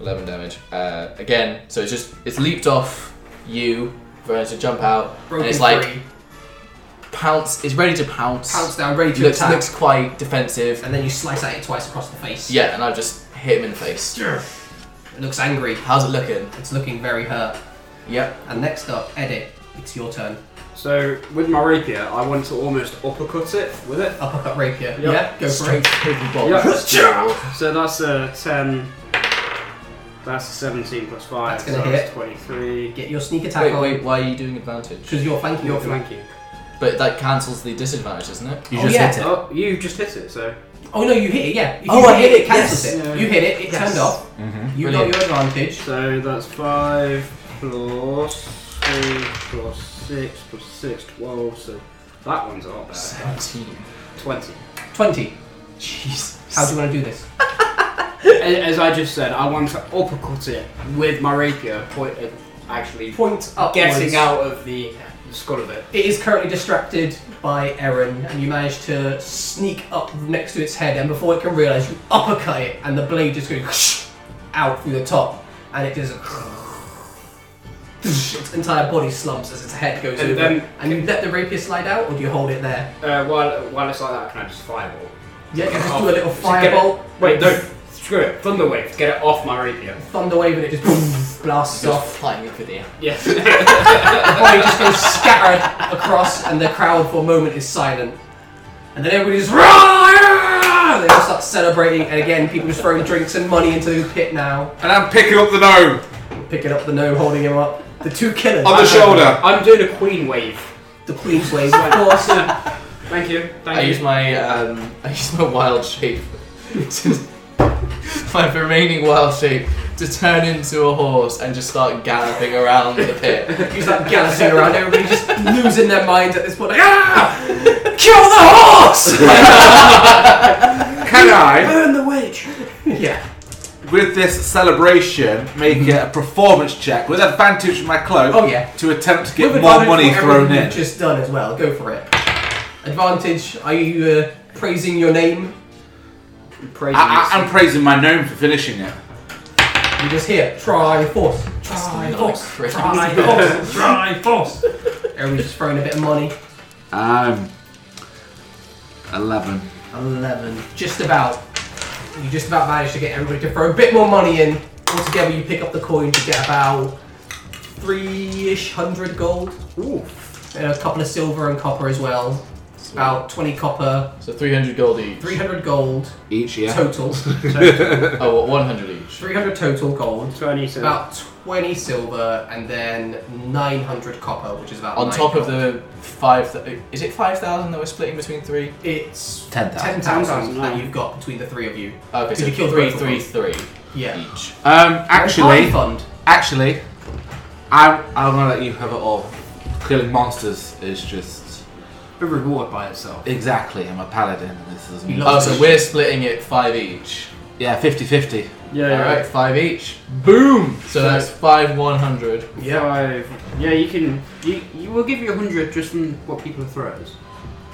[SPEAKER 2] 11 damage. Uh, again, so it's just, it's leaped off you, ready to jump out, and
[SPEAKER 1] Broken
[SPEAKER 2] it's like,
[SPEAKER 1] three.
[SPEAKER 2] pounce, it's ready to pounce.
[SPEAKER 1] Pounce down, ready to
[SPEAKER 2] looks,
[SPEAKER 1] attack.
[SPEAKER 2] looks quite defensive.
[SPEAKER 1] And then you slice at it twice across the face.
[SPEAKER 2] Yeah, and I just hit him in the face.
[SPEAKER 1] It looks angry.
[SPEAKER 2] How's it looking?
[SPEAKER 1] It's looking very hurt.
[SPEAKER 2] Yep.
[SPEAKER 1] And next up, Edit, it's your turn.
[SPEAKER 3] So with my rapier, I want to almost uppercut it with it.
[SPEAKER 1] Uppercut rapier.
[SPEAKER 3] Yeah.
[SPEAKER 1] Yeah, go for it.
[SPEAKER 2] Heavy bomb.
[SPEAKER 3] Yeah.
[SPEAKER 2] Still.
[SPEAKER 3] So that's a ten. That's a seventeen plus five.
[SPEAKER 1] That's gonna
[SPEAKER 3] so
[SPEAKER 1] hit.
[SPEAKER 3] That's Twenty-three.
[SPEAKER 1] Get your sneak attack
[SPEAKER 2] Wait,
[SPEAKER 1] on.
[SPEAKER 2] wait, why are you doing advantage?
[SPEAKER 1] Because you're flanking.
[SPEAKER 3] You're
[SPEAKER 1] with them.
[SPEAKER 3] flanking.
[SPEAKER 2] But that cancels the disadvantage, doesn't it?
[SPEAKER 4] You
[SPEAKER 1] Oh,
[SPEAKER 4] just
[SPEAKER 1] yeah.
[SPEAKER 4] hit it.
[SPEAKER 3] Oh, you just hit it. So
[SPEAKER 1] Oh no, you hit it, yeah. If
[SPEAKER 2] Oh,
[SPEAKER 1] you
[SPEAKER 2] I hit
[SPEAKER 1] it,
[SPEAKER 2] it,
[SPEAKER 1] cancels
[SPEAKER 2] yes.
[SPEAKER 1] it.
[SPEAKER 3] Yeah.
[SPEAKER 1] You hit it, it
[SPEAKER 3] Yes.
[SPEAKER 1] turned off.
[SPEAKER 4] Mm-hmm.
[SPEAKER 1] You
[SPEAKER 2] Brilliant.
[SPEAKER 1] got your advantage.
[SPEAKER 3] so that's five plus three plus six plus six twelve. So that one's a
[SPEAKER 1] Oh.
[SPEAKER 3] lot better.
[SPEAKER 2] 17.
[SPEAKER 3] Twenty.
[SPEAKER 1] 20.
[SPEAKER 2] Jesus.
[SPEAKER 1] How do you want to do this?
[SPEAKER 3] A- As I just said, I want to uppercut it with my rapier, point, uh, actually
[SPEAKER 1] Point up.
[SPEAKER 3] getting out of the skull of it.
[SPEAKER 1] It is currently distracted by Eren, and you manage to sneak up next to its head, and before it can realise, you uppercut it, and the blade just goes out through the top, and it just. Its entire body slumps as its head goes
[SPEAKER 3] And
[SPEAKER 1] over.
[SPEAKER 3] then-
[SPEAKER 1] and you let the rapier slide out, or do you hold it there?
[SPEAKER 3] Uh, while, while it's like that, can I just fireball?
[SPEAKER 1] Yeah, you just
[SPEAKER 3] Oh,
[SPEAKER 1] do a little
[SPEAKER 3] just get it-
[SPEAKER 1] fireball.
[SPEAKER 3] Wait, no, screw it. Thunder wave, get it off my rapier.
[SPEAKER 1] Thunder wave, and it just blasts
[SPEAKER 2] Just
[SPEAKER 1] off.
[SPEAKER 2] flying up in the air.
[SPEAKER 3] Yes.
[SPEAKER 1] The body just goes scattered across, and the crowd for a moment is silent. And then everybody just roar! They all start celebrating, and again, people just throwing drinks and money into the pit now,
[SPEAKER 4] And I'm picking up the gnome
[SPEAKER 1] picking up the gnome, holding him up. The two killers.
[SPEAKER 4] on the shoulder.
[SPEAKER 3] I'm doing a queen wave.
[SPEAKER 1] The Queen's Ways, of course.
[SPEAKER 3] Thank you. Thank
[SPEAKER 2] I
[SPEAKER 3] you.
[SPEAKER 2] use my um, I use my wild shape, to, my remaining wild shape, to turn into a horse and just start galloping around the pit.
[SPEAKER 1] You start galloping around, everybody just losing their minds at this point. Like, ah! Kill the horse!
[SPEAKER 4] Can I,
[SPEAKER 1] Burn the witch! Yeah.
[SPEAKER 4] with this celebration, make it a performance check with advantage from my cloak
[SPEAKER 1] Mm-hmm. Oh, yeah.
[SPEAKER 4] to attempt to get
[SPEAKER 1] With
[SPEAKER 4] more
[SPEAKER 1] advantage
[SPEAKER 4] money
[SPEAKER 1] for
[SPEAKER 4] thrown
[SPEAKER 1] everything
[SPEAKER 4] in?
[SPEAKER 1] you've Just done as well. Go for it. Advantage. Are you uh, praising your name?
[SPEAKER 3] praising
[SPEAKER 4] I, I, Ah, I'm praising my gnome for finishing it.
[SPEAKER 1] You just hear try force, try
[SPEAKER 2] not
[SPEAKER 1] force,
[SPEAKER 2] crazy.
[SPEAKER 1] try force, try force. Everyone's just throwing a bit of money.
[SPEAKER 4] Um, eleven.
[SPEAKER 1] Eleven, just about. You just about managed to get everybody to throw a bit more money in. Altogether, you pick up the coin to get about three-ish hundred gold,
[SPEAKER 3] Ooh.
[SPEAKER 1] and a couple of silver and copper as well. It's about twenty copper,
[SPEAKER 2] So 300 gold each.
[SPEAKER 1] three hundred gold
[SPEAKER 4] Each year.
[SPEAKER 1] total.
[SPEAKER 2] Oh, well, 100 each.
[SPEAKER 1] three hundred total gold.
[SPEAKER 3] Twenty. So
[SPEAKER 1] About twenty silver, and then nine hundred copper, which is about
[SPEAKER 2] On
[SPEAKER 1] nine
[SPEAKER 2] top of
[SPEAKER 1] gold.
[SPEAKER 2] the five, th- is it 5,000 that we're splitting between three?
[SPEAKER 1] It's
[SPEAKER 4] 10,000.
[SPEAKER 1] 10,000 that
[SPEAKER 3] Wow.
[SPEAKER 1] you've got between the three of you.
[SPEAKER 2] Oh, Okay,
[SPEAKER 1] Did
[SPEAKER 2] so
[SPEAKER 1] you kill
[SPEAKER 2] three,
[SPEAKER 1] the
[SPEAKER 2] three,
[SPEAKER 1] rifle?
[SPEAKER 2] three
[SPEAKER 1] Yeah.
[SPEAKER 2] each.
[SPEAKER 4] Um,
[SPEAKER 1] Oh, Party
[SPEAKER 4] actually,
[SPEAKER 1] fund.
[SPEAKER 4] actually, I'm, I'm gonna let you have it all. Killing monsters is just
[SPEAKER 3] a reward by itself.
[SPEAKER 4] exactly. I'm a paladin. This is
[SPEAKER 1] You
[SPEAKER 2] Oh,
[SPEAKER 1] love
[SPEAKER 2] so we're splitting it five each.
[SPEAKER 4] yeah, 50-50.
[SPEAKER 3] Yeah.
[SPEAKER 2] All right, five each. Boom. So that's five 100.
[SPEAKER 1] Yeah.
[SPEAKER 3] Five. Yeah, you can. You, you will give you a hundred just from what people throws.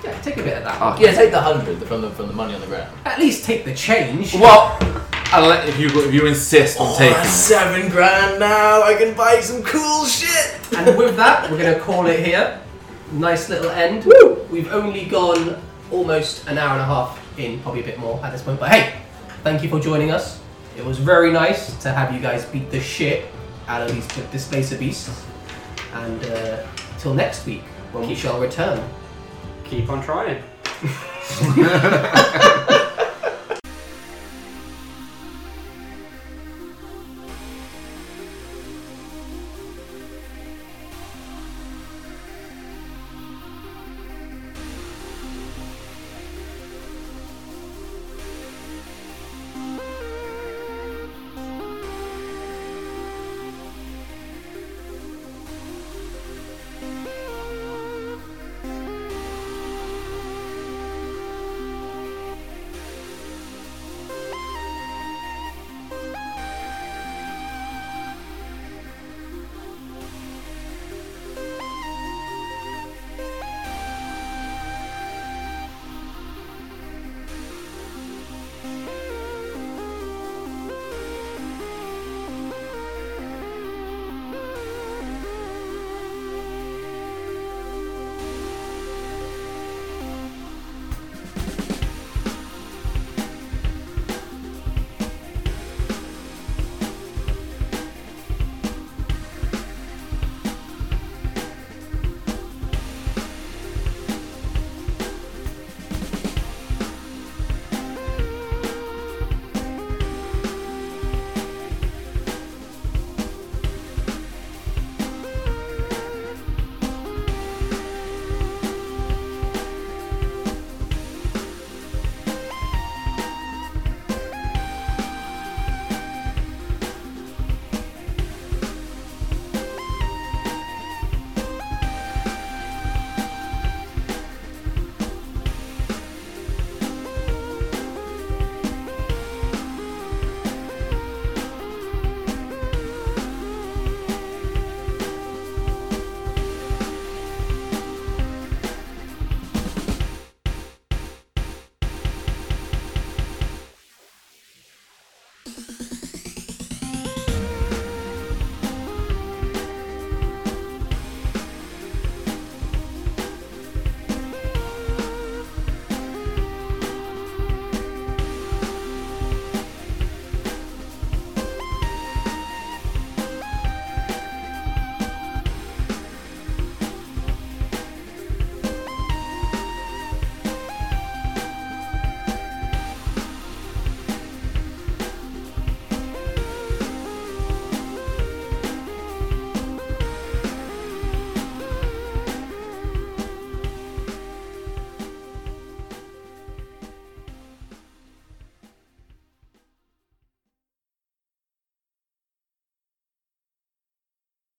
[SPEAKER 1] Yeah, take a bit of that.
[SPEAKER 4] Ah.
[SPEAKER 2] Yeah, take the hundred from the from the money on the ground.
[SPEAKER 1] At least take the change.
[SPEAKER 4] Well, I'll let, if you if you insist
[SPEAKER 1] Oh,
[SPEAKER 4] on taking it.
[SPEAKER 2] seven grand now. I can buy some cool shit.
[SPEAKER 1] And with that, we're going to call it here. Nice little end. We've only gone almost an hour and a half in, probably a bit more at this point. But hey, thank you for joining us. It was very nice to have you guys beat the shit out of these displacer beasts. And uh, till next week, when we shall return.
[SPEAKER 3] Keep on trying.